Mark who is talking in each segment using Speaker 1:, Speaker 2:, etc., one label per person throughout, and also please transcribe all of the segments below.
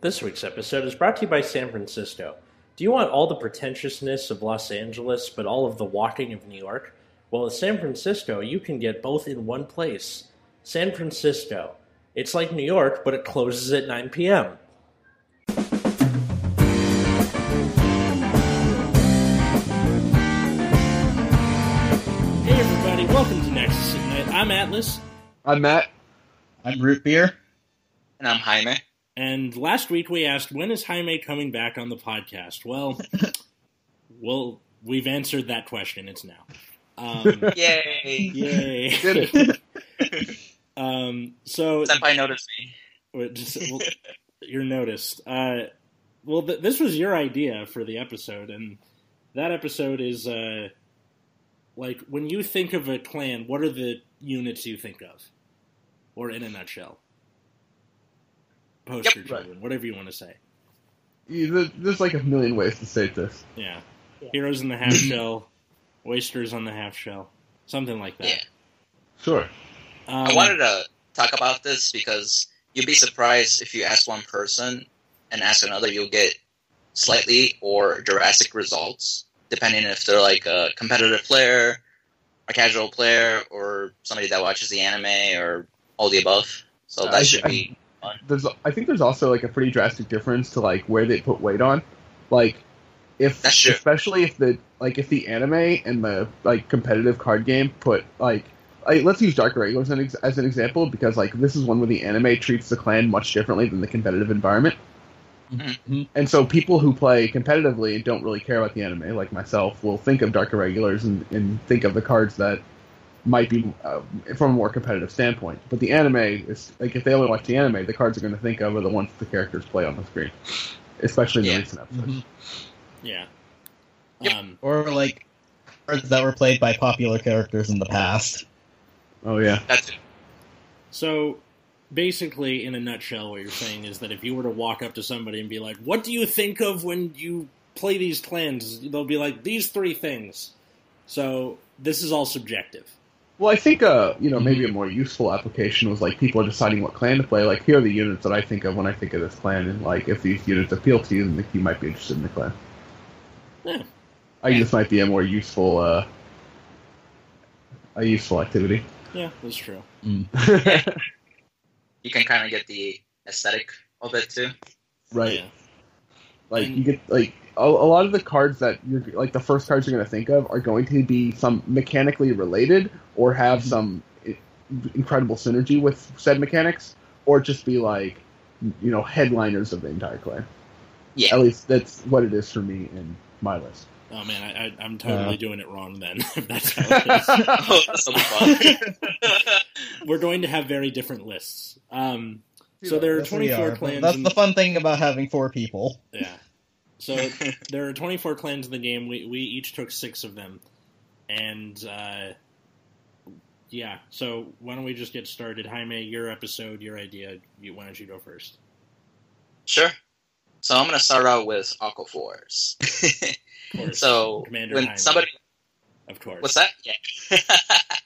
Speaker 1: This week's episode is brought to you by San Francisco. Do you want all the pretentiousness of Los Angeles, but all of the walking of New York? Well, at San Francisco, you can get both in one place. San Francisco. It's like New York, but it closes at 9 p.m. Hey, everybody, welcome to Nexus Ignite. I'm Atlas,
Speaker 2: I'm Matt.
Speaker 3: I'm root beer.
Speaker 4: And I'm Jaime.
Speaker 1: And last week we asked, when is Jaime coming back on the podcast? Well, well, we've answered that question. It's now. Um,
Speaker 4: Yay!
Speaker 1: yay.
Speaker 2: Did it.
Speaker 1: Um, so,
Speaker 4: Senpai noticed me.
Speaker 1: well, just, well, you're noticed. Uh, well, th- this was your idea for the episode, and that episode is uh, like when you think of a clan, what are the units you think of? Or in a nutshell, poster
Speaker 2: Right.
Speaker 1: children, whatever you want to say.
Speaker 2: You- th- There's like a million ways to state this.
Speaker 1: Yeah. Heroes in the half shell, oysters on the half shell, something like that.
Speaker 4: Yeah.
Speaker 2: Sure.
Speaker 1: Um,
Speaker 4: I wanted to talk about this because you'd be surprised if you ask one person and ask another, you'll get slightly or drastic results, depending if they're like a competitive player, a casual player, or somebody that watches the anime, or all the above. So that
Speaker 2: I-
Speaker 4: should
Speaker 2: I-
Speaker 4: be.
Speaker 2: There's I think there's also like a pretty drastic difference to like where they put weight on. Like if
Speaker 4: That's true.
Speaker 2: especially if the like if the anime and the like competitive card game put like like, let's use Dark Regulars as an, ex- as an example because like this is one where the anime treats the clan much differently than the competitive environment.
Speaker 3: Mhm.
Speaker 2: And so people who play competitively and don't really care about the anime, like myself, will think of Dark Irregulars and, and think of the cards that might be uh, from a more competitive standpoint. But the anime is like if they only watch the anime, the cards are going to think of are the ones the characters play on the screen, especially in
Speaker 4: Yeah.
Speaker 2: the recent episodes.
Speaker 3: Mm-hmm.
Speaker 1: Yeah.
Speaker 4: Yep.
Speaker 1: Um,
Speaker 3: Or like cards that were played by popular characters in the past.
Speaker 2: Oh yeah,
Speaker 4: That's it.
Speaker 1: so, basically, in a nutshell, what you're saying is that if you were to walk up to somebody and be like, what do you think of when you play these clans? They'll be like, these three things. So, this is all subjective.
Speaker 2: Well, I think uh, you know maybe a more useful application was like people deciding what clan to play. Like here are the units that I think of when I think of this clan, and like if these units appeal to you, then like, you might be interested in the clan.
Speaker 1: Yeah.
Speaker 2: I think this might be a more useful uh, a useful activity.
Speaker 1: Yeah, that's true.
Speaker 4: You can kind of get the aesthetic of it too.
Speaker 2: right.
Speaker 1: Yeah.
Speaker 2: Like
Speaker 1: And-
Speaker 2: you get like a, a lot of the cards that you're like the first cards you're going to think of are going to be some mechanically related or have some i- incredible synergy with said mechanics, or just be like you know headliners of the entire clan.
Speaker 4: Yeah.
Speaker 2: At least that's what it is for me in my list.
Speaker 1: Oh, man, I, I, I'm totally
Speaker 3: Uh.
Speaker 1: doing it wrong then, if that's how it is.
Speaker 4: That's so fun.
Speaker 1: We're going to have very different lists. Um, So there are
Speaker 3: Yes, we
Speaker 1: 24
Speaker 3: are.
Speaker 1: clans
Speaker 3: That's
Speaker 1: and-
Speaker 3: the fun thing about having four people.
Speaker 1: Yeah. So there are 24 clans in the game. We we each took six of them, and uh, yeah. So why don't we just get started? Jaime, your episode, your idea. You, why don't you go first?
Speaker 4: Sure. So I'm gonna start out with Aquaforce.
Speaker 1: Of course.
Speaker 4: so
Speaker 1: Commander
Speaker 4: when
Speaker 1: Jaime,
Speaker 4: somebody,
Speaker 1: of course.
Speaker 4: what's that? Yeah.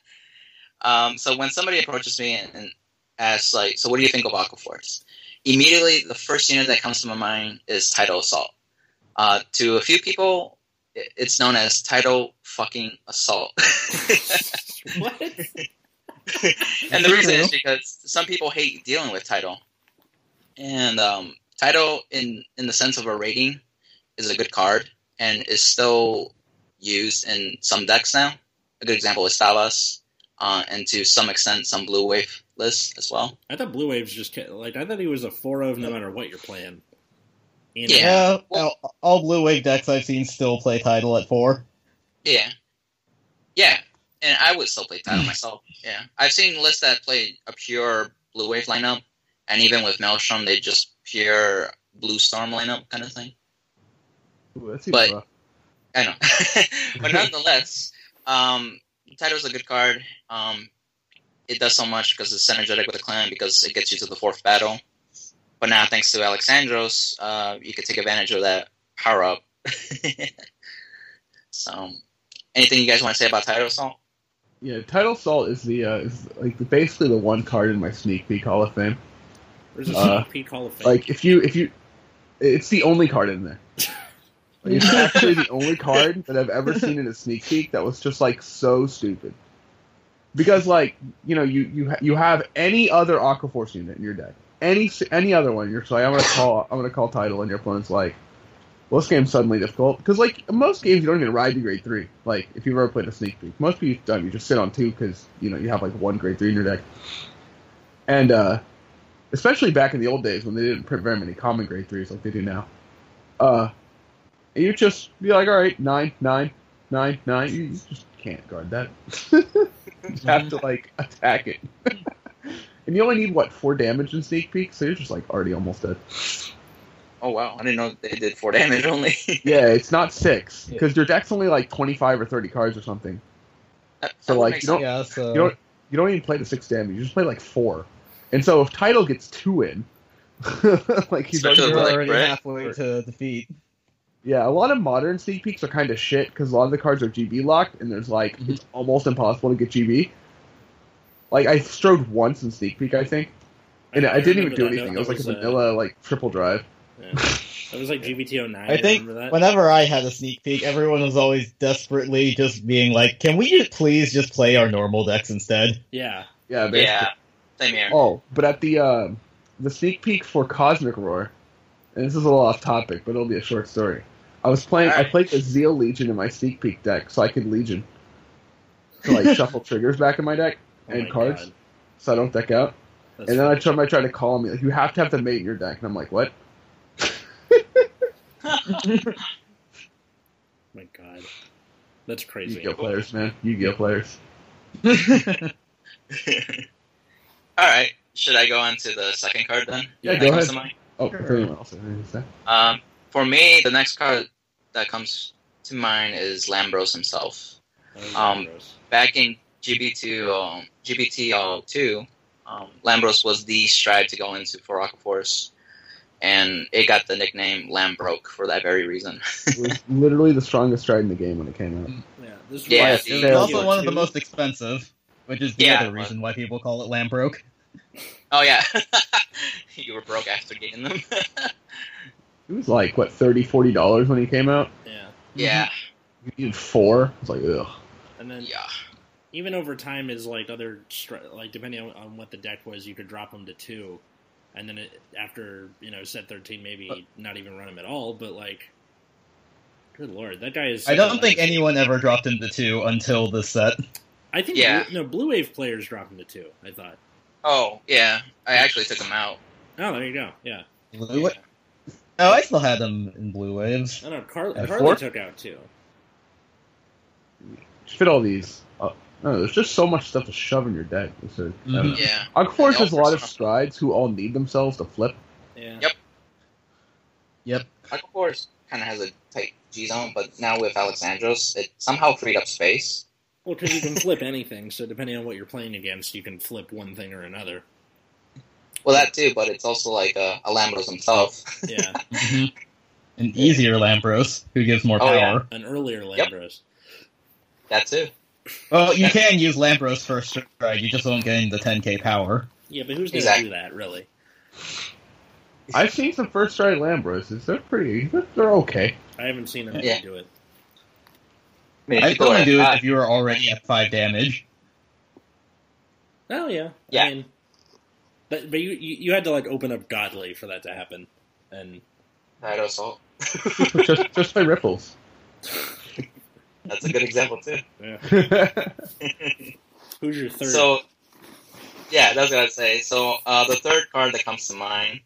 Speaker 4: um, so when somebody approaches me and, and asks like, "So what do you think of Aquaforce?" Immediately, the first unit that comes to my mind is Tidal Assault. Uh, to a few people, i- it's known as Tidal fucking Assault.
Speaker 1: what?
Speaker 4: and the reason
Speaker 3: True.
Speaker 4: is because some people hate dealing with title, and um, title in in the sense of a rating is a good card and is still used in some decks now. A good example is Stavas, uh, and to some extent some blue wave lists as well.
Speaker 1: I thought Blue Waves just ca- like I thought he was a four of no matter what you're playing. You
Speaker 4: Yeah.
Speaker 3: Yeah, all, Uh, all blue wave decks I've seen still play title at four.
Speaker 4: Yeah, yeah, and I would still play title myself. Yeah, I've seen lists that play a pure blue wave lineup, and even with Maelstrom, they just pure blue storm lineup kind of thing.
Speaker 2: Ooh, that seems
Speaker 4: But-
Speaker 2: rough.
Speaker 4: I know. but nonetheless, um, Tidal's a good card. Um, it does so much because it's synergetic with the clan because it gets you to the fourth battle. But now, thanks to Alexandros, uh, you can take advantage of that power up. so, anything you guys want to say about Tidal Assault?
Speaker 2: Yeah, title salt is the uh, is like basically the one card in my sneak peek Hall of Fame.
Speaker 1: There's a
Speaker 2: Uh,
Speaker 1: sneak peek Hall of Fame.
Speaker 2: Like if you if you It's the only card in there. Like, it's actually the only card that I've ever seen in a sneak peek that was just like so stupid. Because like you know you you ha- you have any other Aqua Force unit in your deck, any s- any other one, you're just like I'm gonna call I'm gonna call title, and your opponent's like, well this game's suddenly difficult because like most games you don't even ride to grade three. Like if you've ever played a sneak peek, most people done you just sit on two because you know you have like one grade three in your deck, and uh especially back in the old days when they didn't print very many common grade threes like they do now. Uh, and you just be like, all right, nine, nine, nine, nine. You you just can't guard that. you have
Speaker 4: Mm-hmm.
Speaker 2: to like attack it, and you only need what four damage in sneak peek, so you're just like already almost dead.
Speaker 4: Oh wow, I didn't know they did four damage only.
Speaker 2: Yeah, it's not six
Speaker 5: Yeah.
Speaker 2: because your deck's only like twenty five or thirty cards or something.
Speaker 4: That-
Speaker 2: So,
Speaker 4: Uh, that
Speaker 2: like,
Speaker 4: makes
Speaker 2: you don't-
Speaker 3: yeah, so
Speaker 2: You don't you don't even play the six damage. You just play like four, and so if title gets two in, like he's already-
Speaker 4: Especially
Speaker 3: you're
Speaker 4: like,
Speaker 3: already
Speaker 4: right?
Speaker 3: halfway to defeat.
Speaker 2: Yeah, a lot of modern sneak peeks are kind of shit because a lot of the cards are GB locked, and there's like
Speaker 5: Mhm.
Speaker 2: it's almost impossible to get GB. Like I strode once in sneak peek, I think, and I, didn't even
Speaker 5: remember
Speaker 2: do
Speaker 5: that.
Speaker 2: anything.
Speaker 5: That
Speaker 2: It was like a
Speaker 5: uh,
Speaker 2: vanilla like triple drive.
Speaker 5: yeah.
Speaker 1: uh,
Speaker 5: That was like GBT 09.
Speaker 3: I think
Speaker 5: remember that.
Speaker 3: whenever I had a sneak peek, everyone was always desperately just being like, "Can we just please just play our normal decks instead?"
Speaker 5: yeah.
Speaker 2: Yeah, basically.
Speaker 4: Yeah, same here.
Speaker 2: Oh, but at the uh, the sneak peek for Cosmic Roar, and this is a little off topic, but it'll be a short story. I was playing. I
Speaker 4: Alright.
Speaker 2: played the Zeal Legion in my sneak peek deck, so I could Legion to like shuffle triggers back in my deck,
Speaker 5: Oh
Speaker 2: And
Speaker 5: my
Speaker 2: cards?
Speaker 5: God.
Speaker 2: so I don't deck out.
Speaker 5: That's
Speaker 2: And then I tried, I tried to call me like, you have to have the mate in your deck, and I'm like, what?
Speaker 1: oh
Speaker 5: my God. That's
Speaker 2: You
Speaker 5: crazy.
Speaker 2: Yu-Gi-Oh players, man. Yu-Gi-Oh players.
Speaker 4: All right, should I go on to the second card then?
Speaker 5: Yeah,
Speaker 4: That
Speaker 2: go
Speaker 4: comes
Speaker 2: ahead.
Speaker 4: to mind?
Speaker 2: Oh,
Speaker 3: Sure.
Speaker 2: for anyone else, I didn't say.
Speaker 4: Um, for me, the next card that comes to mind is Lambros himself.
Speaker 5: That was
Speaker 4: Um,
Speaker 5: gross.
Speaker 4: back in GB2, um, GBT 02, um, Lambros was the strive to go into for Rocket Force, and it got the nickname Lambroke for that very reason.
Speaker 2: It was literally the strongest stride in the game when it came out.
Speaker 5: Yeah, this is
Speaker 4: Yeah,
Speaker 5: why
Speaker 4: it's
Speaker 3: It's
Speaker 2: Yeah.
Speaker 3: also one of the
Speaker 5: GBT.
Speaker 3: most expensive, which is the
Speaker 4: Yeah.
Speaker 3: other reason why people call it Lambroke.
Speaker 4: Oh, yeah. you were broke after getting them.
Speaker 2: It was like what 30 40 dollars when he came out.
Speaker 5: Yeah,
Speaker 4: yeah,
Speaker 2: You needed four. It's like ugh.
Speaker 5: and then
Speaker 4: yeah.
Speaker 5: even over time is like other str- like depending on, on what the deck was, you could drop them to two, and then it, after you know set thirteen, maybe not even run him at all. But like, good lord, that guy is.
Speaker 3: I don't think anyone ever dropped into two until this set.
Speaker 5: I think
Speaker 4: Yeah.
Speaker 5: blue, no blue wave players drop him to two. I thought.
Speaker 4: Oh, yeah. I actually took them out.
Speaker 5: Oh, there you go. Yeah,
Speaker 3: Blue Wa- No, I still had them in blue waves.
Speaker 5: I know. Oh, Car-
Speaker 3: At
Speaker 5: Carly
Speaker 3: four?
Speaker 5: took out two.
Speaker 2: Just fit all these. Up. I don't know, there's just so much stuff to shove in your deck. It's a, I don't know.
Speaker 4: Mm-hmm. Yeah.
Speaker 2: Aquaforce has a lot of
Speaker 4: Yeah.
Speaker 2: strides who all need themselves to flip.
Speaker 5: Yeah.
Speaker 4: Yep.
Speaker 3: Yep.
Speaker 4: Rocket Force kind of has a tight G zone, but now with Alexandros, it somehow freed up space.
Speaker 5: Well, because you can flip anything, so depending on what you're playing against, you can flip one thing or another.
Speaker 4: Well, that too, but it's also like uh, Alambros himself.
Speaker 5: Yeah,
Speaker 3: An easier Lambros, who gives more
Speaker 4: Oh,
Speaker 3: power.
Speaker 4: yeah.
Speaker 5: an earlier
Speaker 4: Yep.
Speaker 5: Lambros.
Speaker 4: that too.
Speaker 3: Well, you can use Lambros first strike, you just won't get into the 10k power.
Speaker 5: Yeah, but who's going to
Speaker 4: Exact-
Speaker 5: do that, really?
Speaker 2: I've seen some first stride Lambroses. They're pretty. They're, they're okay.
Speaker 5: I haven't seen anyone
Speaker 4: Yeah.
Speaker 5: do it.
Speaker 4: I mean, if
Speaker 3: I'd
Speaker 4: you go Uh,
Speaker 3: only
Speaker 4: at
Speaker 3: do it
Speaker 4: five-
Speaker 3: if you were already at 5 damage.
Speaker 5: Oh yeah, I
Speaker 4: Yeah.
Speaker 5: mean, but but you, you you had to like open up Godly for that to happen, and
Speaker 4: Tidal "Ah, Assault.
Speaker 2: just just play ripples.
Speaker 4: That's a good example too.
Speaker 5: who's your third?
Speaker 4: So, yeah, that's what I'd say. So uh, the third card that comes to mind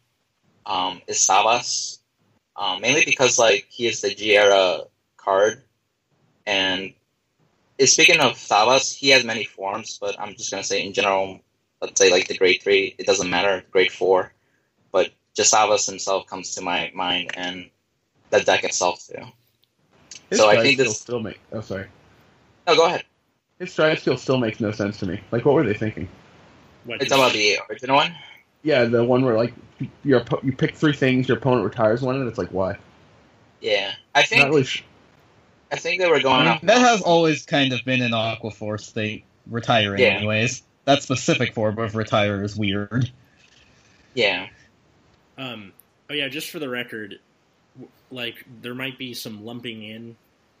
Speaker 4: um, is Sabas, um, mainly because like he is the Giera card, and is- speaking of Sabas, he has many forms, but I'm just gonna say in general, let's say like the grade three, it doesn't matter, grade four, but just Sabas himself comes to my mind, and the deck itself too.
Speaker 2: His
Speaker 4: So I
Speaker 2: stride
Speaker 4: think
Speaker 2: skill
Speaker 4: this-
Speaker 2: still make. Oh, sorry.
Speaker 4: No, go ahead.
Speaker 2: His stride skill still makes no sense to me. Like, what were they thinking?
Speaker 5: what,
Speaker 4: It's about the original one.
Speaker 2: Yeah, the one where like your oppo- you pick three things, your opponent retires one, and it's like why?
Speaker 4: Yeah, I think
Speaker 2: Not really. Sh-
Speaker 4: I think they were going
Speaker 3: I
Speaker 4: off.
Speaker 3: mean, that has always kind of been an Aquaforce thing, retiring
Speaker 4: Yeah.
Speaker 3: anyways. That specific form of retire is weird.
Speaker 4: yeah.
Speaker 5: um,
Speaker 1: Oh yeah, just for the record, w- like there might be some lumping in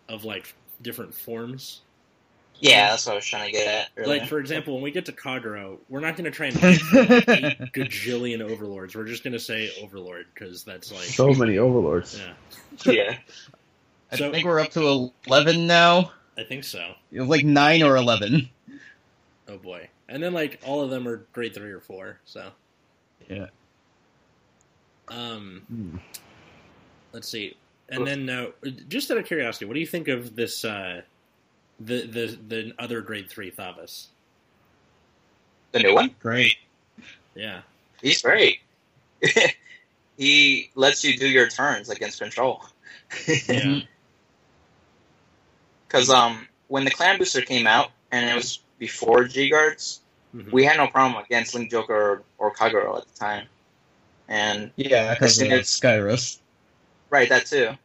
Speaker 1: of like different forms.
Speaker 4: Yeah, that's what I was trying to get at. Earlier.
Speaker 1: Like for example, when we get to Kagero, we're not going to try and make eight gajillion overlords. We're just going to say overlord because that's like
Speaker 2: So many overlords.
Speaker 1: yeah,
Speaker 4: yeah,
Speaker 3: I
Speaker 1: So-
Speaker 3: think we're up to eleven now.
Speaker 1: I think so.
Speaker 3: It was like nine or eleven.
Speaker 1: Oh boy, and then like all of them are grade three or four. So
Speaker 3: Yeah.
Speaker 1: Um.
Speaker 2: Hmm.
Speaker 1: let's see. And then, uh, just out of curiosity, what do you think of this? Uh, the the the other grade three Thavas?
Speaker 4: the new one.
Speaker 3: Great.
Speaker 1: Yeah,
Speaker 4: He's great. he lets you do your turns against control.
Speaker 1: yeah,
Speaker 4: Because um, when the clan booster came out, and it was before G guards,
Speaker 1: Mhm.
Speaker 4: we had no problem against Link Joker or, or Kagero at the time. And
Speaker 3: Yeah, because of
Speaker 4: It's-
Speaker 3: Skyros.
Speaker 4: right, that too.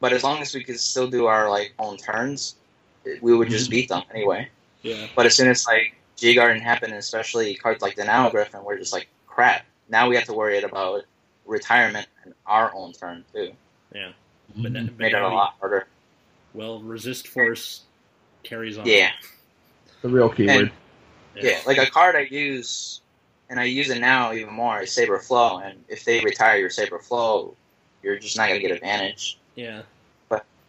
Speaker 4: But as long as we could still do our like own turns, it- we would just beat them anyway.
Speaker 1: yeah,
Speaker 4: But as soon as like G Garden happened, and especially cards like the Now Griffin, we're just like crap. Now we have to worry about retirement and our own turn too.
Speaker 1: yeah. But,
Speaker 3: Mhm.
Speaker 1: but
Speaker 4: Made it
Speaker 1: now
Speaker 4: a
Speaker 1: we-
Speaker 4: lot harder.
Speaker 1: Well, resist force carries on.
Speaker 4: Yeah.
Speaker 2: The real keyword.
Speaker 4: Yeah, like a card I use, and I use it now even more, is Saber Flow. And if they retire your Saber Flow, you're just not going to get advantage.
Speaker 1: yeah.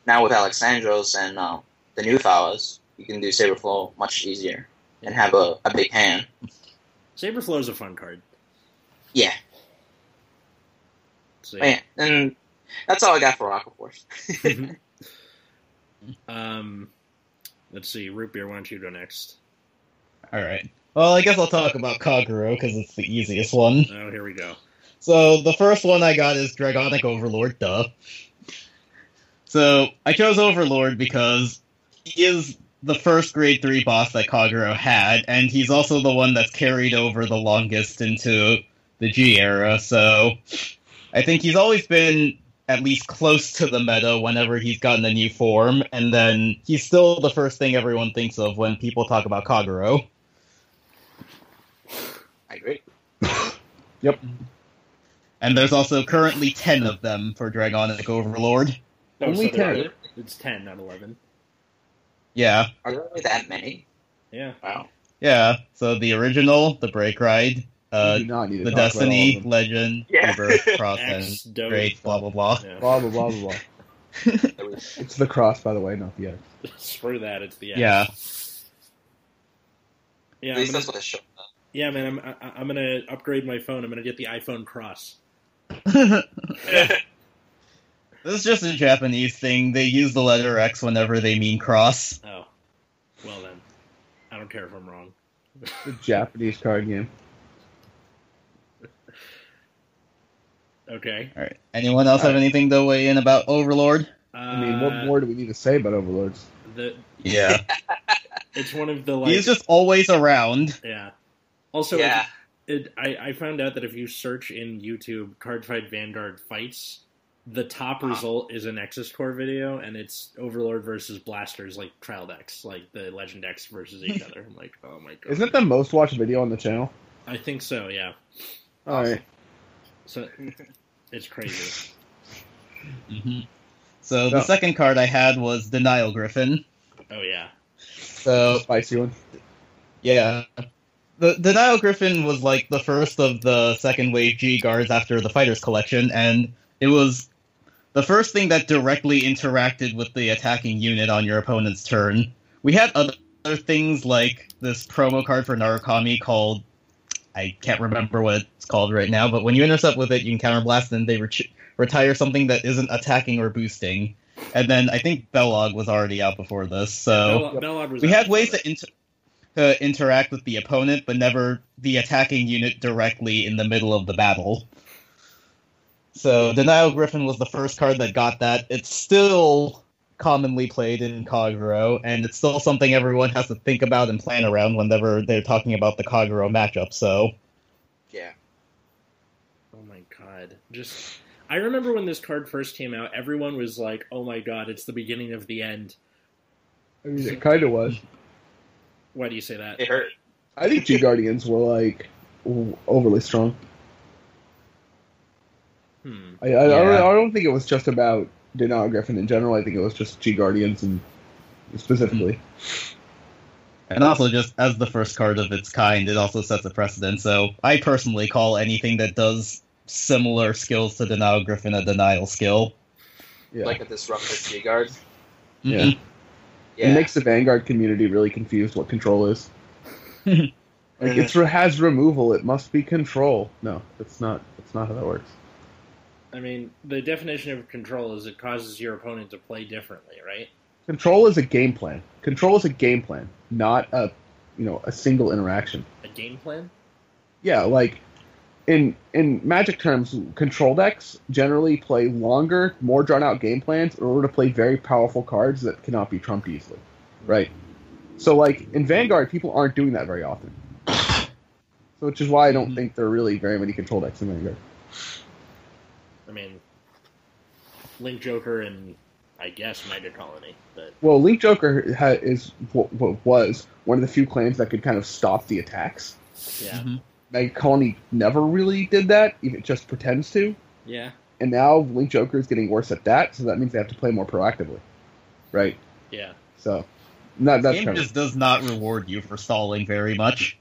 Speaker 4: Now with Alexandros and um, the new Thalas, you can do Saber Flow much easier and have a, a big hand.
Speaker 1: Saber Flow is a fun card.
Speaker 4: Yeah,
Speaker 1: So,
Speaker 4: man. And that's all I got for Aqua Force.
Speaker 1: Mm-hmm. um, let's see, root beer. Why don't you go next?
Speaker 3: All right. Well, I guess I'll talk about Kaguro because it's the easiest one.
Speaker 1: Oh, here we go.
Speaker 3: So the first one I got is Dragonic Overlord, duh. So I chose Overlord because he is the first grade three boss that Kaguro had, and he's also the one that's carried over the longest into the G era, so I think he's always been at least close to the meta whenever he's gotten a new form, and then he's still the first thing everyone thinks of when people talk about Kaguro.
Speaker 4: I agree.
Speaker 3: And there's also currently 10 of them for Dragonic Overlord.
Speaker 1: No,
Speaker 2: Only
Speaker 1: so there-
Speaker 2: 10.
Speaker 1: It's ten, not eleven.
Speaker 3: Yeah,
Speaker 4: Are there really that many?
Speaker 1: Yeah.
Speaker 4: Wow.
Speaker 3: yeah. So the original, the Break Ride, uh,
Speaker 2: you do not need to
Speaker 3: the
Speaker 2: talk about all of
Speaker 3: Destiny,
Speaker 2: them.
Speaker 3: Legend,
Speaker 4: Yeah.
Speaker 3: Rebirth, Cross, and
Speaker 1: X, Doge,
Speaker 3: Great, blah, blah, blah.
Speaker 1: Yeah.
Speaker 2: Blah blah blah blah blah.
Speaker 4: There was-
Speaker 2: It's the cross, by the way, not the X.
Speaker 1: Screw that. It's the X.
Speaker 3: Yeah.
Speaker 1: Yeah,
Speaker 4: At
Speaker 1: I'm
Speaker 4: least
Speaker 1: gonna,
Speaker 4: that's what it showed.
Speaker 1: yeah, man. I'm I, I'm gonna upgrade my phone. I'm gonna get the iPhone Cross.
Speaker 3: this is just a Japanese thing. They use the letter X whenever they mean cross.
Speaker 1: Oh, well then, I don't care if I'm wrong.
Speaker 2: The Japanese card game.
Speaker 1: Okay.
Speaker 3: All right. Anyone else have anything to weigh in about Overlord?
Speaker 1: Uh,
Speaker 2: I mean, what more do we need to say about Overlords?
Speaker 1: The
Speaker 3: Yeah.
Speaker 1: it's one of the like
Speaker 3: He's just always around.
Speaker 1: yeah. Also,
Speaker 4: yeah.
Speaker 1: it, it, I I found out that if you search in YouTube "card fight Vanguard fights, the top
Speaker 3: Ah.
Speaker 4: Wow.
Speaker 1: result is an Nexus Core video, and it's Overlord versus Blasters, like Trial Decks, like the Legend X versus each other. I'm like, oh my god.
Speaker 2: Isn't it the most watched video on the channel?
Speaker 1: I think so. Yeah.
Speaker 2: All right.
Speaker 1: So it's crazy.
Speaker 3: Mm-hmm. So the
Speaker 2: No.
Speaker 3: second card I had was Denial Griffin.
Speaker 1: Oh yeah. Oh.
Speaker 3: So
Speaker 2: Spicy one.
Speaker 3: Yeah. The Denial Griffin was like the first of the second wave G guards after the Fighters Collection, and it was the first thing that directly interacted with the attacking unit on your opponent's turn. We had other things like this promo card for Narukami called I can't remember what it's called right now, but when you intercept with it, you can counterblast, and they ret- retire something that isn't attacking or boosting. And then I think Belog was already out before this, so
Speaker 1: Bell- Bellog was
Speaker 3: Oh. we
Speaker 1: out
Speaker 3: had
Speaker 1: before
Speaker 3: ways
Speaker 1: that.
Speaker 3: to, inter- to interact with the opponent, but never the attacking unit directly in the middle of the battle. So Denial Griffin was the first card that got that. It's still commonly played in Kaguro, and it's still something everyone has to think about and plan around whenever they're talking about the Kaguro matchup. So
Speaker 4: Yeah.
Speaker 1: Oh my god! Just I remember when this card first came out, everyone was like, "Oh my god, it's the beginning of the end."
Speaker 2: I mean, it kind of was.
Speaker 1: Why do you say that?
Speaker 4: It hurt.
Speaker 2: I think G Guardians were like w- overly strong.
Speaker 1: Hmm.
Speaker 2: I, I, I,
Speaker 3: Yeah.
Speaker 2: don't, I don't think it was just about Denial Griffin in general. I think it was just G Guardians and specifically.
Speaker 3: And also, just as the first card of its kind, it also sets a precedent. So I personally call anything that does similar skills to Denial Griffin a denial skill.
Speaker 2: Yeah.
Speaker 6: Like a disruptive G guard.
Speaker 2: Yeah.
Speaker 3: Mm-hmm.
Speaker 4: Yeah.
Speaker 2: It makes the Vanguard community really confused what control is. like it's it has removal, it must be control. No, that's not that's not how that works.
Speaker 1: I mean, the definition of control is it causes your opponent to play differently, right?
Speaker 2: Control is a game plan. Control is a game plan, not a you know, a single interaction.
Speaker 1: A game plan?
Speaker 2: Yeah, like in in magic terms, control decks generally play longer, more drawn out game plans in order to play very powerful cards that cannot be trumped easily. Right. So like in Vanguard, people aren't doing that very often. So which is why I don't
Speaker 3: Mhm.
Speaker 2: think there are really very many control decks in Vanguard.
Speaker 1: I mean, Link Joker and I guess Mega Colony, but
Speaker 2: Well, Link Joker ha- is what, what was one of the few clans that could kind of stop the attacks.
Speaker 1: yeah,
Speaker 3: Mhm.
Speaker 2: Meg Colony never really did that; even just pretends to.
Speaker 1: yeah,
Speaker 2: And now Link Joker is getting worse at that, so that means they have to play more proactively, right?
Speaker 1: yeah.
Speaker 2: So, not that's
Speaker 3: game
Speaker 2: kind of-
Speaker 3: just does not reward you for stalling very much.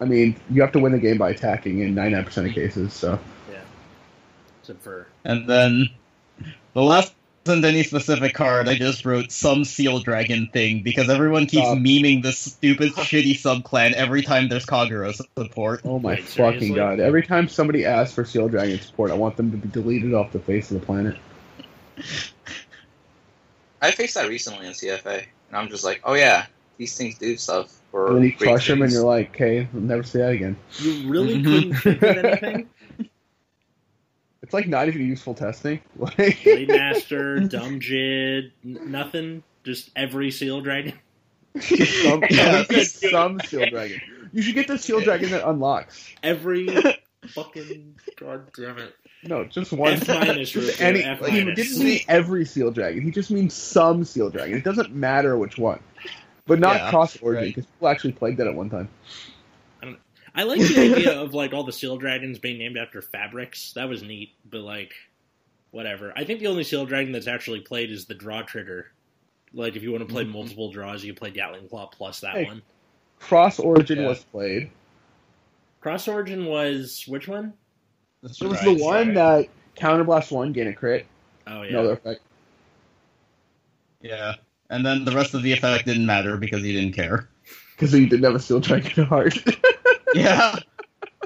Speaker 2: I mean, you have to win the game by attacking in ninety nine percent of cases. So,
Speaker 1: Except for
Speaker 3: And then the last isn't any specific card. I just wrote some seal dragon thing because everyone keeps
Speaker 2: Stop.
Speaker 3: memeing this stupid shitty subclan every time there's Kagura support.
Speaker 2: oh my
Speaker 1: Wait,
Speaker 2: fucking
Speaker 1: seriously?
Speaker 2: god! Every time somebody asks for Seal Dragon support, I want them to be deleted off the face of the planet.
Speaker 4: I faced that recently in CFA, and I'm just like, oh yeah, these things do stuff for.
Speaker 2: And then you
Speaker 4: great
Speaker 2: crush them, and
Speaker 4: things.
Speaker 2: you're like, "Okay, we'll never see that again."
Speaker 1: you really couldn't
Speaker 3: Mhm.
Speaker 1: think of anything.
Speaker 2: It's like not even useful testing. Like,
Speaker 1: Blade Master, Dumb Jid, n- nothing. Just every Seal Dragon.
Speaker 2: some,
Speaker 3: Yeah.
Speaker 2: some seal dragon. You should get the seal dragon that unlocks.
Speaker 1: Every fucking god damn it.
Speaker 2: No, just one.
Speaker 1: F minus
Speaker 2: Just
Speaker 1: Rufu,
Speaker 2: any,
Speaker 1: F
Speaker 2: like, he didn't
Speaker 1: minus.
Speaker 2: mean every seal dragon. He just means some seal dragon. It doesn't matter which one, but not
Speaker 3: Yeah,
Speaker 2: cross origin
Speaker 3: right.
Speaker 2: because people actually played that at one time.
Speaker 1: I like the idea of like all the seal dragons being named after fabrics. That was neat, but like whatever. I think the only seal dragon that's actually played is the draw trigger. Like if you want to play
Speaker 3: Mhm.
Speaker 1: multiple draws, you play Gatling Claw plus that
Speaker 2: Mm-hmm. Hey.
Speaker 1: one.
Speaker 2: Cross origin
Speaker 3: Yeah.
Speaker 2: was played.
Speaker 1: Cross Origin was which one?
Speaker 2: It was the one that counterblast one, gain a crit,
Speaker 1: Oh yeah.
Speaker 2: another effect.
Speaker 3: Yeah. And then the rest of the effect didn't matter because you didn't care.
Speaker 2: Because he didn't have a seal dragon at heart.
Speaker 3: Yeah.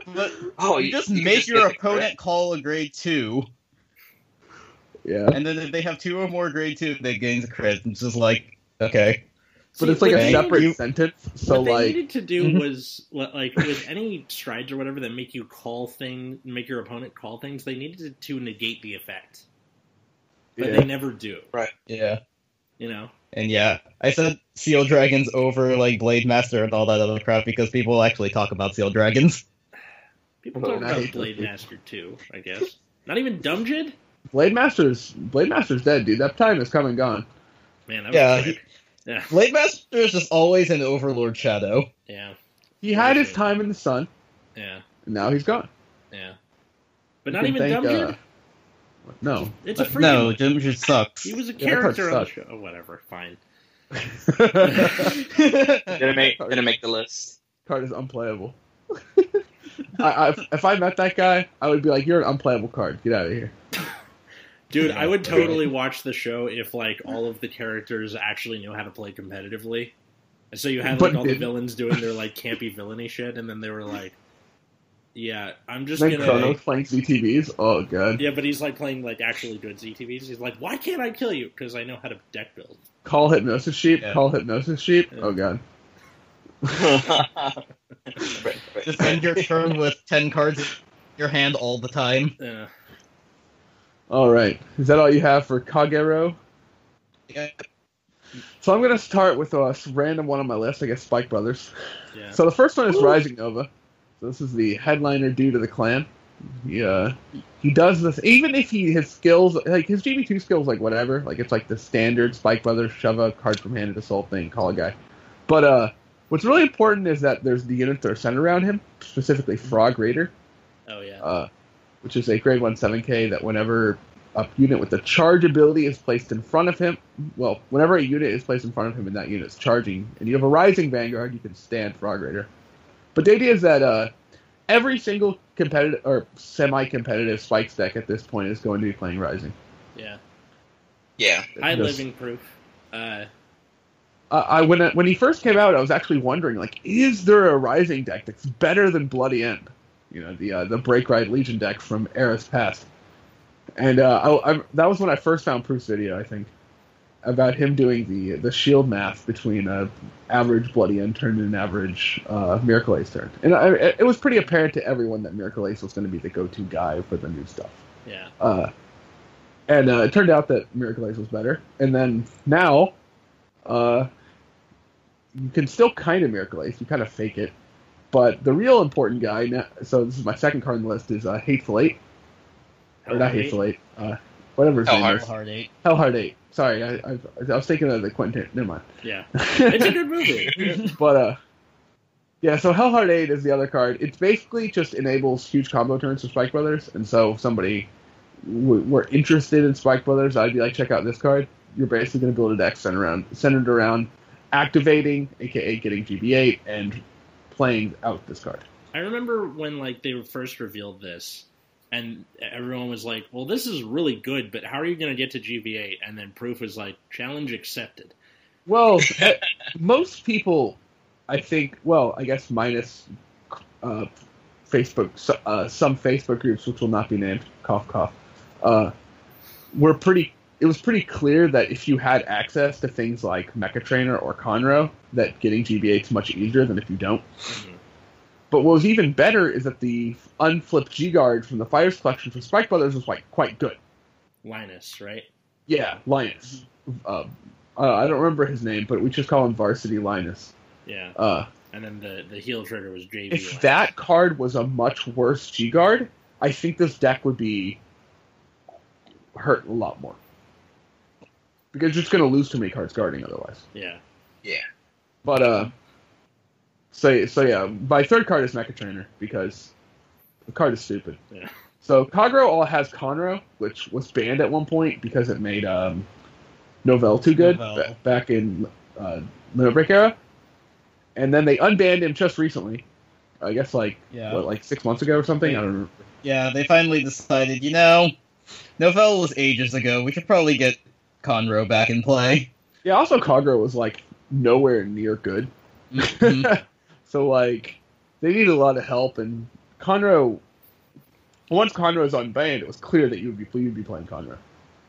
Speaker 3: But
Speaker 4: oh,
Speaker 3: you just
Speaker 4: you
Speaker 3: make
Speaker 4: just
Speaker 3: your
Speaker 4: get the crit.
Speaker 3: opponent call a grade two,
Speaker 2: yeah,
Speaker 3: and then if they have two or more grade two, they gain a crit. It's just like okay.
Speaker 2: but it's like
Speaker 1: what
Speaker 2: a
Speaker 1: they
Speaker 2: separate
Speaker 1: needed-
Speaker 2: sentence. So
Speaker 1: what they
Speaker 2: like, mm-hmm.
Speaker 1: needed to do
Speaker 3: Mhm.
Speaker 1: was li- like with any strides or whatever that make you call thing, make your opponent call things. They needed to negate the effect, but
Speaker 2: yeah.
Speaker 1: they never do.
Speaker 3: Yeah.
Speaker 1: You know.
Speaker 3: And yeah, I said Seal Dragons over like Blade Master and all that other crap because people actually talk about Seal Dragons.
Speaker 1: People
Speaker 2: Well,
Speaker 1: talk
Speaker 2: now
Speaker 1: about
Speaker 2: you-
Speaker 1: Blade Master too, I guess. Not even Dumb Jid?
Speaker 2: Blade Master's Blade Master's dead, dude. That time has come and gone.
Speaker 1: Man, that
Speaker 3: Yeah,
Speaker 1: was quick. Yeah,
Speaker 3: Blade Master is just always an Overlord Shadow.
Speaker 1: yeah,
Speaker 2: He had his time in the sun,
Speaker 1: yeah,
Speaker 2: and now he's gone.
Speaker 1: yeah. But
Speaker 2: You
Speaker 1: not
Speaker 2: can
Speaker 1: even
Speaker 2: thank,
Speaker 1: Dumb
Speaker 2: uh,
Speaker 1: Jid?
Speaker 2: No.
Speaker 1: It's a
Speaker 3: But
Speaker 1: freaking.
Speaker 3: No, Jim just sucks.
Speaker 1: He was a
Speaker 2: that card
Speaker 1: character on the
Speaker 2: sucked.
Speaker 1: show. Oh, whatever, fine.
Speaker 4: Didn't make didn't make the list.
Speaker 2: card is unplayable. I, I, if I met that guy, I would be like, "You're an unplayable card. Get out of here."
Speaker 1: Dude,
Speaker 3: Yeah,
Speaker 1: I would
Speaker 3: okay.
Speaker 1: totally watch the show if, like, all of the characters actually knew how to play competitively. And so you had, like,
Speaker 2: But
Speaker 1: all the
Speaker 2: didn't.
Speaker 1: villains doing their, like, campy villainy shit, and then they were like, yeah, I'm just
Speaker 2: then
Speaker 1: gonna.
Speaker 2: Chronos playing ZTVs. Oh god.
Speaker 1: Yeah, but he's, like, playing, like, actually good ZTVs. He's like, why can't I kill you? Because I know how to deck build.
Speaker 2: Call hypnosis sheep.
Speaker 3: Yeah.
Speaker 2: Call hypnosis sheep.
Speaker 1: Yeah.
Speaker 2: Oh god.
Speaker 3: just end your turn with ten cards in your hand all the time.
Speaker 1: Uh,
Speaker 2: All right. Is that all you have for Kagero?
Speaker 3: Yeah.
Speaker 2: So I'm gonna start with a random one on my list. I guess Spike Brothers.
Speaker 1: yeah.
Speaker 2: So the first one is Rising Nova. So this is the headliner due to the clan. He, uh, he does this even if he his skills like his GB two skills like whatever like it's like the standard Spike Brothers shove a card from hand into soul thing call a guy. But uh, what's really important is that there's the units that are centered around him specifically Frog Raider.
Speaker 1: Oh yeah.
Speaker 2: Uh, which is a grade 1 7K that whenever a unit with the charge ability is placed in front of him, well, whenever a unit is placed in front of him and that unit is charging, and you have a rising vanguard, you can stand Frog Raider. But the idea is that uh, every single competitive or semi-competitive spikes deck at this point is going to be playing rising.
Speaker 5: Yeah,
Speaker 4: Yeah.
Speaker 5: I
Speaker 2: Just-
Speaker 5: live in proof. Uh,
Speaker 2: I I- when it, when he first came out, I was actually wondering, like, is there a Rising deck that's better than Bloody End? You know, the uh, the Break Ride Legion deck from Era's Past. And uh, I, I, that was when I first found Proof's video, I think, about him doing the the shield math between uh, average Bloody End turn and average uh, Miracle Ace turn. And I, it it was pretty apparent to everyone that Miracle Ace was going to be the go-to guy for the new stuff.
Speaker 5: yeah,
Speaker 2: Uh, and uh, it turned out that Miracle Ace was better. And then now, uh, you can still kind of Miracle Ace. You kind of fake it. But the real important guy, now, so this is my second card on the list, is uh, Hateful Eight. Or not
Speaker 5: Hellheart
Speaker 2: Hateful Eight. Uh, whatever his name
Speaker 4: Hellheart.
Speaker 2: is.
Speaker 3: Hard eight.
Speaker 2: Hellheart 8. Sorry, I, I, I was thinking of the Quentin. Never mind.
Speaker 5: yeah. It's a good movie.
Speaker 2: But uh yeah, so Hellheart 8 is the other card. It basically just enables huge combo turns for Spike Brothers, and so if somebody w- were interested in Spike Brothers, I'd be like, check out this card. You're basically going to build a deck centered around, centered around activating, aka getting GB8, and playing out this card.
Speaker 5: I remember when like they first revealed this, and everyone was like, "Well, this is really good, but how are you going to get to GBA?" And then Proof was like, "Challenge accepted."
Speaker 2: Well, eh, most people, I think, well, I guess minus uh, Facebook, so- uh, some Facebook groups, which will not be named, cough, cough, uh, were pretty. It was pretty clear that if you had access to things like Mecha Trainer or Conroe, that getting GBA is much easier than if you don't. Mm-hmm. But what was even better is that the unflipped G Guard from the Fires Collection for Spike Brothers was like quite good.
Speaker 5: Linus, right?
Speaker 2: Yeah, Linus. Uh, uh, I don't remember his name, but we just call him Varsity Linus.
Speaker 5: Yeah.
Speaker 2: Uh,
Speaker 5: And then the the heel trigger was JB.
Speaker 2: if
Speaker 5: Linus.
Speaker 2: that card was a much worse G guard, I think this deck would be hurt a lot more. Because you're just going to lose too many cards guarding otherwise.
Speaker 5: yeah.
Speaker 2: But uh, so so yeah, my third card is Mecha Trainer because the card is stupid.
Speaker 5: Yeah.
Speaker 2: So Kagro all has Conroe, which was banned at one point because it made um, Novell too good
Speaker 3: Novell.
Speaker 2: ba- back in uh, Limit Break era, and then they unbanned him just recently. I guess like
Speaker 3: Yeah.
Speaker 2: what like six months ago or something. I don't remember.
Speaker 3: Yeah, they finally decided, you know, Novell was ages ago. We should probably get Conroe back in play.
Speaker 2: Yeah. Also, Kagro was like nowhere near good.
Speaker 3: Mhm.
Speaker 2: so like they needed a lot of help and Conroe once Conroe was unbanned, it was clear that you would be you'd be playing Conroe.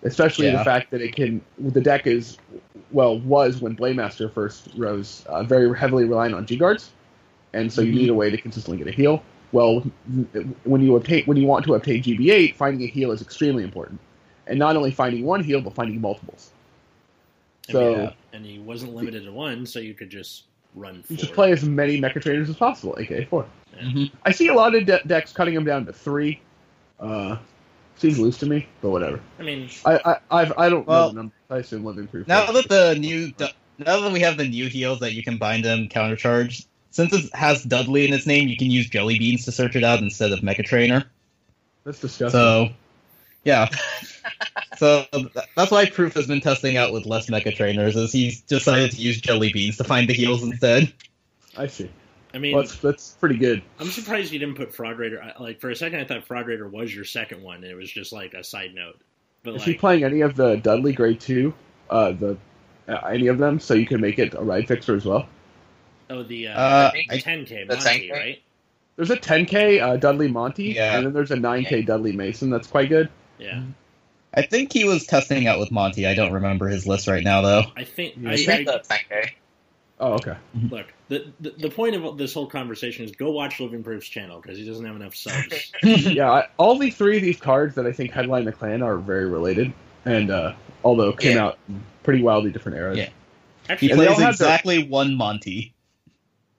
Speaker 2: Especially
Speaker 3: Yeah.
Speaker 2: the fact that it can the deck is well was when Blaymaster first rose uh, very heavily reliant on G guards, and so you
Speaker 3: Mhm.
Speaker 2: need a way to consistently get a heal. Well, when you obtain when you want to obtain GB8, finding a heal is extremely important, and not only finding one heal but finding multiples.
Speaker 5: I
Speaker 2: So
Speaker 5: mean, and he wasn't limited to one, so you could just run.
Speaker 2: you just
Speaker 5: forward.
Speaker 2: play as many Mecha Trainers as possible, aka four.
Speaker 3: Mhm.
Speaker 2: I see a lot of de- decks cutting them down to three. Uh, seems loose to me, but whatever.
Speaker 5: I mean,
Speaker 2: I I I've, I don't know
Speaker 3: Well-
Speaker 2: the number. I assume living proof.
Speaker 3: Now that the new, now that we have the new heals that you can bind them countercharge, since it has Dudley in its name, you can use Jelly Beans to search it out instead of Mecha Trainer.
Speaker 2: that's disgusting.
Speaker 3: So, yeah. so th- that's why Proof has been testing out with less Mecha Trainers, is he's decided to use Jelly Beans to find the heals instead.
Speaker 2: I see.
Speaker 5: I mean,
Speaker 2: Well, that's that's pretty good.
Speaker 5: I'm surprised you didn't put Fraud Raider. I- Like for a second, I thought Fraud Raider was your second one, and it was just like a side note. But
Speaker 2: If
Speaker 5: like,
Speaker 2: you're playing any of the Dudley Grade Two, uh, the uh, any of them, so you can make it a ride fixer as well.
Speaker 5: oh the uh,
Speaker 3: Uh,
Speaker 5: the
Speaker 3: I-
Speaker 5: 10k
Speaker 4: the
Speaker 5: Monty,
Speaker 4: 10K?
Speaker 5: right?
Speaker 2: There's a 10k uh, Dudley Monty,
Speaker 3: Yeah.
Speaker 2: and then there's a 9k Dudley Mason. That's quite good.
Speaker 5: Yeah,
Speaker 2: Mm-hmm.
Speaker 3: I think he was testing out with Monty. I don't remember his list right now, though.
Speaker 5: I think.
Speaker 2: Yeah.
Speaker 5: I,
Speaker 4: Is
Speaker 5: I,
Speaker 4: that the tank guy?
Speaker 2: Oh, okay.
Speaker 5: look, the, the the point of this whole conversation is go watch Living Proof's channel because he doesn't have enough subs.
Speaker 2: yeah, I, all the three of these cards that I think headline the clan are very related, and uh, although came
Speaker 4: Yeah.
Speaker 2: out in pretty wildly different eras.
Speaker 3: Yeah. He
Speaker 5: Actually,
Speaker 2: And they all
Speaker 3: plays
Speaker 2: have their-
Speaker 3: exactly one Monty.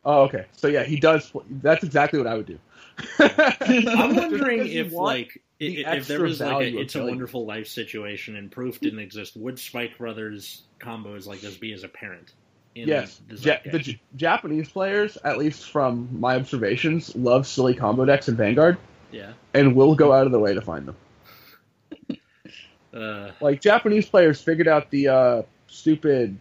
Speaker 2: Oh, okay. So yeah, he does. That's exactly what I would do.
Speaker 5: I'm
Speaker 2: I'm
Speaker 5: wondering if like i-
Speaker 2: the
Speaker 5: i- if there
Speaker 2: extra
Speaker 5: was like
Speaker 2: value
Speaker 5: a
Speaker 2: of
Speaker 5: it's a
Speaker 2: killing.
Speaker 5: wonderful life situation and proof didn't exist, would Spike Brothers combos like this be as apparent? In
Speaker 2: yes,
Speaker 5: the
Speaker 2: ja-
Speaker 5: zeitgeist?
Speaker 2: the J- Japanese players, at least from my observations, love silly combo decks in Vanguard,
Speaker 1: Yeah.
Speaker 2: and will go out of the way to find them.
Speaker 1: Uh,
Speaker 2: Like Japanese players figured out the uh, stupid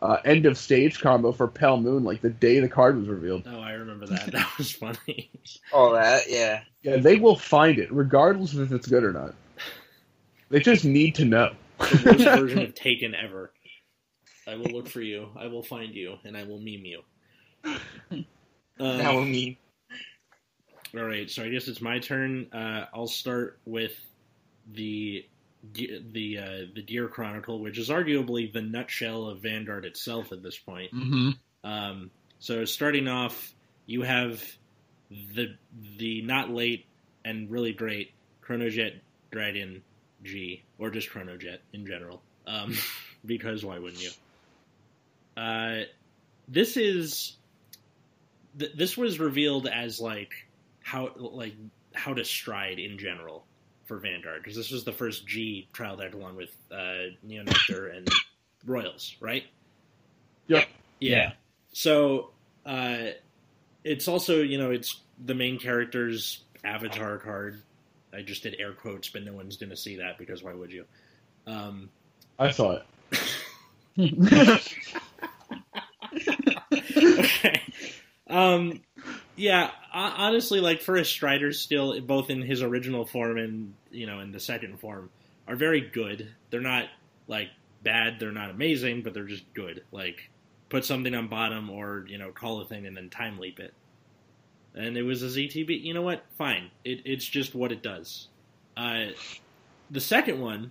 Speaker 2: uh, end of stage combo for Pale Moon like the day the card was revealed.
Speaker 1: oh, I remember that. That was funny.
Speaker 4: All that, yeah.
Speaker 2: Yeah, they will find it regardless of if it's good or not. They just need to know.
Speaker 1: The worst version of Taken ever. I will look for you. I will find you, and I will meme you. Um,
Speaker 4: That would mean
Speaker 1: All right, so I guess it's my turn. Uh, I'll start with the de- the uh, the Deer Chronicle, which is arguably the nutshell of Vanguard itself at this point.
Speaker 3: Mm-hmm.
Speaker 1: Um, so starting off, you have the the not late and really great Chronojet Dragon G, or just Chronojet in general, um, because why wouldn't you? Uh, this is th- this was revealed as like how like how to stride in general for Vanguard because this was the first G trial deck along with uh, Neonectar and Royals, right?
Speaker 2: Yep.
Speaker 1: Yeah. So uh, it's also you know it's the main character's avatar card. I just did air quotes, but no one's going to see that because why would you? Um,
Speaker 2: I saw it.
Speaker 1: okay. Um, yeah, ho- honestly, like Forest Strider, still both in his original form and you know in the second form, are very good. They're not like bad. They're not amazing, but they're just good. Like put something on bottom or you know call a thing and then time leap it. And it was a ZTB. You know what? Fine. It, it's just what it does. Uh, the second one,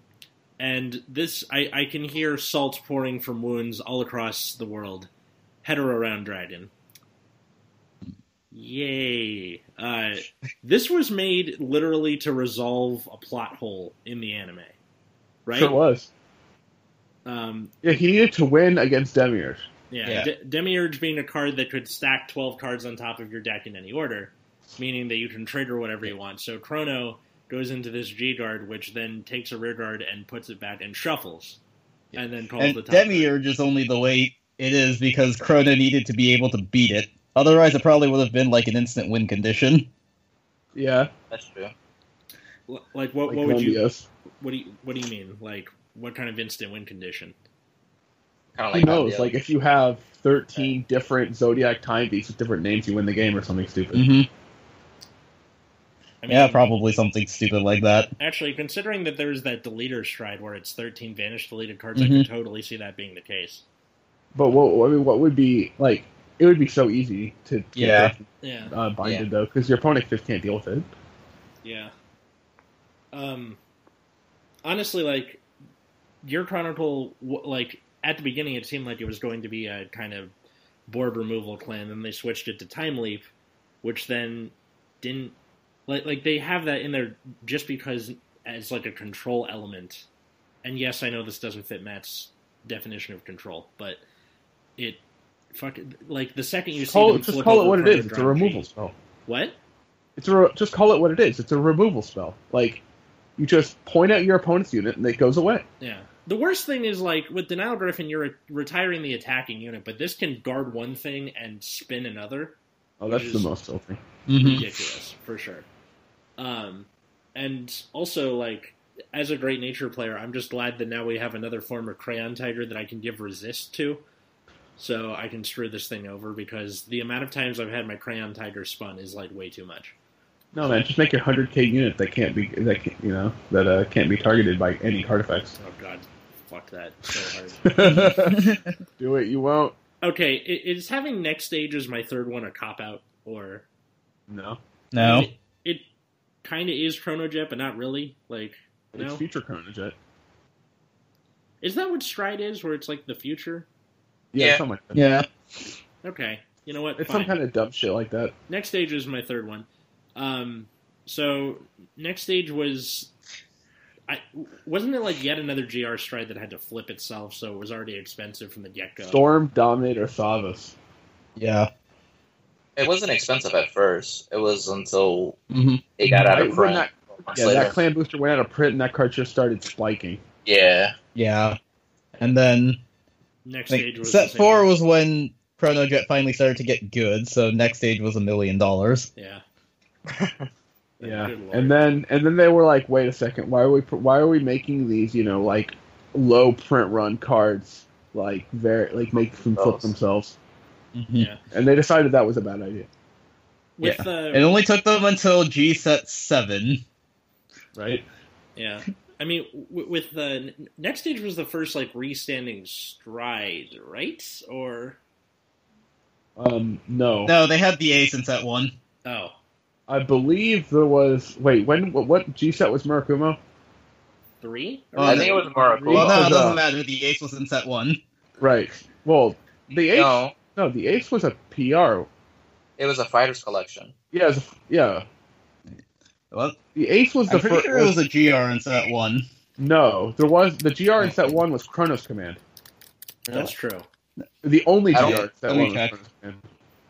Speaker 1: and this I, I can hear salt pouring from wounds all across the world hetero round dragon. Yay! Uh, this was made literally to resolve a plot hole in the anime, right?
Speaker 2: Sure was.
Speaker 1: Um,
Speaker 2: Yeah, he needed to win against Demiurge.
Speaker 1: yeah,
Speaker 3: Yeah.
Speaker 1: De- Demiurge being a card that could stack twelve cards on top of your deck in any order, meaning that you can trigger whatever you want. So Chrono goes into this G guard, which then takes a rear guard and puts it back and shuffles,
Speaker 3: Yeah.
Speaker 1: and then calls
Speaker 3: And
Speaker 1: the top.
Speaker 3: Demiurge is only the way it is because Crona needed to be able to beat it. Otherwise, it probably would have been like an instant win condition.
Speaker 2: Yeah,
Speaker 4: that's true.
Speaker 1: L- Like what?
Speaker 2: like
Speaker 1: what would you?
Speaker 2: Mobius.
Speaker 1: What do you? What do you mean? Like what kind of instant win condition?
Speaker 4: Kind of
Speaker 2: Who
Speaker 4: like
Speaker 2: knows?
Speaker 4: Obvio.
Speaker 2: Like if you have thirteen different zodiac time beats with different names, you win the game or something stupid.
Speaker 3: Mm-hmm.
Speaker 1: I
Speaker 3: Yeah, probably something stupid like that.
Speaker 1: Actually, considering that there's that deleter stride where it's 13 vanished deleted cards, I
Speaker 3: Mhm.
Speaker 1: could totally see that being the case.
Speaker 2: But what I mean, what would be like? It would be so easy to get
Speaker 3: Yeah.
Speaker 1: Yeah,
Speaker 2: uh, binded though, because your opponent just can't deal with it.
Speaker 1: yeah. Um, honestly, like your chronicle, w- like at the beginning, it seemed like it was going to be a kind of board removal clan, then they switched it to time leap, which then didn't like like they have that in there just because as like a control element. And yes, I know this doesn't fit Matt's definition of control, but it fuck like the second you
Speaker 2: Just
Speaker 1: see
Speaker 2: call,
Speaker 1: them
Speaker 2: just
Speaker 1: flip
Speaker 2: call it
Speaker 1: over
Speaker 2: what it
Speaker 1: from
Speaker 2: is.
Speaker 1: the
Speaker 2: It's a
Speaker 1: drop
Speaker 2: removal
Speaker 1: sheet-
Speaker 2: spell.
Speaker 1: What?
Speaker 2: It's a re- just call it what it is. It's a removal spell. Like you just point at your opponent's unit and it goes away.
Speaker 1: Yeah. The worst thing is like with denial griffin, you're retiring the attacking unit, but this can guard one thing and spin another.
Speaker 2: Oh, that's the
Speaker 1: Just-
Speaker 2: most filthy.
Speaker 3: Mm-hmm.
Speaker 1: ridiculous for sure. Um, and also like as a great nature player, I'm just glad that now we have another form of crayon tiger that I can give resist to, so I can screw this thing over because the amount of times I've had my crayon tiger spun is like way too much.
Speaker 2: No man, just make your hundred k unit that can't be that can, you know that uh, can't be targeted by any artifacts.
Speaker 1: Oh god, fuck that so hard.
Speaker 2: Do it, you won't.
Speaker 1: okay, i- is having next stage as my third one a cop out or
Speaker 2: No,
Speaker 3: no.
Speaker 1: It, it kind of is Chronojet, but not really. Like,
Speaker 2: it's
Speaker 1: no.
Speaker 2: future Chronojet.
Speaker 1: Is that what Stride is, where it's like the future?
Speaker 2: Yeah,
Speaker 4: Yeah.
Speaker 2: something like that.
Speaker 3: Yeah.
Speaker 1: Okay. You know what?
Speaker 2: It's
Speaker 1: Fine.
Speaker 2: some kind of dumb shit like that.
Speaker 1: Next stage is my third one. Um, so next stage was, I wasn't it like yet another GR stride that had to flip itself, so it was already expensive from the get go.
Speaker 2: Storm, Dominate, or Savas.
Speaker 3: Yeah.
Speaker 4: It wasn't expensive at first. It was until
Speaker 3: Mm-hmm.
Speaker 4: it got out
Speaker 2: I-
Speaker 4: of
Speaker 2: when
Speaker 4: print.
Speaker 2: that-
Speaker 4: months
Speaker 2: Yeah,
Speaker 4: later.
Speaker 2: that clan booster went out of print, and that card just started spiking.
Speaker 4: yeah.
Speaker 3: Yeah. And then
Speaker 1: Next
Speaker 3: like,
Speaker 1: stage was the
Speaker 3: set
Speaker 1: same.
Speaker 3: four was when Chronojet finally started to get good. So next stage was a million dollars.
Speaker 1: Yeah.
Speaker 2: Yeah,
Speaker 1: Good lord.
Speaker 2: and then and then they were like, "Wait a second, why are we pr- why are we making these you know like low print run cards like very like make them flip
Speaker 7: Themselves.
Speaker 2: themselves?"
Speaker 3: Mhm.
Speaker 1: yeah.
Speaker 2: And they decided that was a bad idea.
Speaker 1: With
Speaker 3: It
Speaker 1: the
Speaker 3: only took them until G set seven.
Speaker 2: Right.
Speaker 1: yeah, I mean, w- with the next stage was the first like restanding stride, right? Or
Speaker 2: Um. No.
Speaker 3: No, they had the ace in set one.
Speaker 1: oh,
Speaker 2: I believe there was. Wait. When? What, what G set was Murakumo?
Speaker 1: three?
Speaker 3: Oh,
Speaker 7: I think it was Murakumo.
Speaker 3: Well, no,
Speaker 2: was,
Speaker 3: it doesn't
Speaker 2: uh,
Speaker 3: matter. The ace was in set one.
Speaker 2: Right. Well, the ace. No,
Speaker 4: No,
Speaker 2: the ace was a PR.
Speaker 4: it was a fighters collection.
Speaker 2: Yeah. It was a, yeah.
Speaker 3: Well,
Speaker 2: The ace was the
Speaker 3: I'm pretty
Speaker 2: first.
Speaker 3: sure it was a GR in set one.
Speaker 2: No, there was the GR in set one was Chronos Command.
Speaker 1: That's true.
Speaker 2: The only
Speaker 4: I
Speaker 2: GR
Speaker 4: don't-
Speaker 2: in set one
Speaker 3: let me
Speaker 2: was
Speaker 3: check.
Speaker 2: Chronos Command.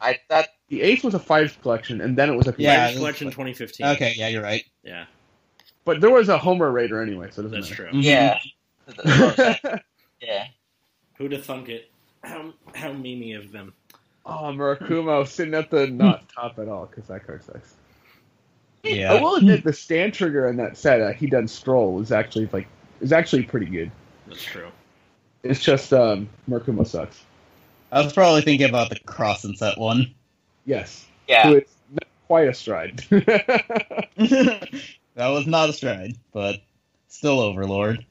Speaker 4: I thought
Speaker 2: The ace was a fives collection, and then it was a
Speaker 3: Yeah,
Speaker 1: Yeah,
Speaker 3: it was-
Speaker 1: collection 2015.
Speaker 3: Okay, yeah, you're right.
Speaker 1: yeah,
Speaker 2: But there was a Homer Raider anyway, so it doesn't
Speaker 1: that's true.
Speaker 3: Mhm.
Speaker 4: yeah,
Speaker 2: matter.
Speaker 4: yeah.
Speaker 1: Who'd have thunk it? How how many of them?
Speaker 2: oh, Murakumo sitting at the not top at all because that card sucks.
Speaker 3: Yeah.
Speaker 2: I will admit the stand trigger in that set, uh, he done stroll was actually like is actually pretty good.
Speaker 1: That's true.
Speaker 2: It's just um, Murakumo sucks.
Speaker 3: I was probably thinking about the cross in set one.
Speaker 2: Yes,
Speaker 4: Yeah,
Speaker 2: so it's not quite a stride.
Speaker 3: that was not a stride, but still Overlord.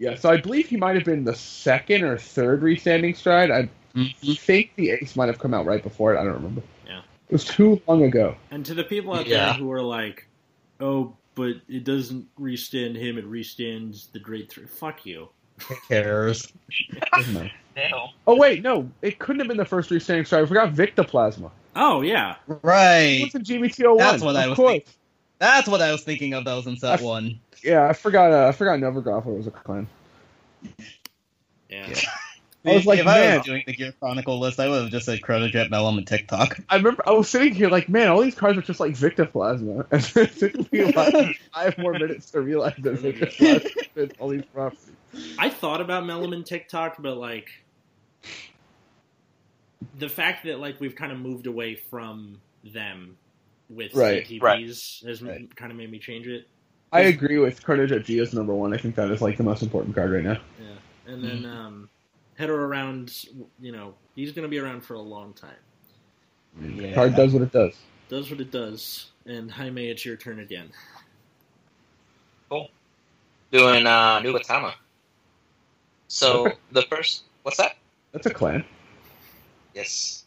Speaker 2: yeah, so I believe he might have been the second or third restanding stride. I think the ace might have come out right before it. I don't remember.
Speaker 1: Yeah.
Speaker 2: it was too long ago.
Speaker 1: And to the people out
Speaker 3: Yeah.
Speaker 1: there who are like, "Oh, but it doesn't restand him; it restands the Great Three. Fuck you.
Speaker 3: Who cares?
Speaker 2: Doesn't matter.
Speaker 4: Damn.
Speaker 2: Oh wait, no, it couldn't have been the first restanding stride. I forgot Victoplasma.
Speaker 1: Oh yeah,
Speaker 2: It
Speaker 3: Right.
Speaker 2: was in GBT01.
Speaker 3: That's what
Speaker 2: of
Speaker 3: I was
Speaker 2: course.
Speaker 3: thinking. That's what I was thinking of. That was in set
Speaker 2: I-
Speaker 3: one.
Speaker 2: Yeah, I forgot. Uh, I forgot Novografa was a clan.
Speaker 1: yeah.
Speaker 2: I was like,
Speaker 3: if I
Speaker 2: man.
Speaker 3: was doing the Gear Chronicle list, I would have just said Chronojet, Melum, and TikTok.
Speaker 2: I remember I was sitting here like, man, all these cards are just like Victoplasma. And then it took me like five more minutes to realize that Victoplasma fits all these properties.
Speaker 1: I thought about Melamin TikTok, but like the fact that like we've kind of moved away from them with
Speaker 2: Right,
Speaker 1: CTPs has
Speaker 3: right.
Speaker 1: kind of made me change it.
Speaker 2: I agree with Chronojet Geo's number one. I think that is like the most important card right now.
Speaker 1: Yeah, and then um, Header around, you know, he's going to be around for a long time.
Speaker 3: Yeah.
Speaker 2: Card does what it does.
Speaker 1: Does what it does, and Jaime, it's your turn again.
Speaker 4: doing uh, Nubatama. So the first, what's that?
Speaker 2: That's a clan.
Speaker 4: Yes.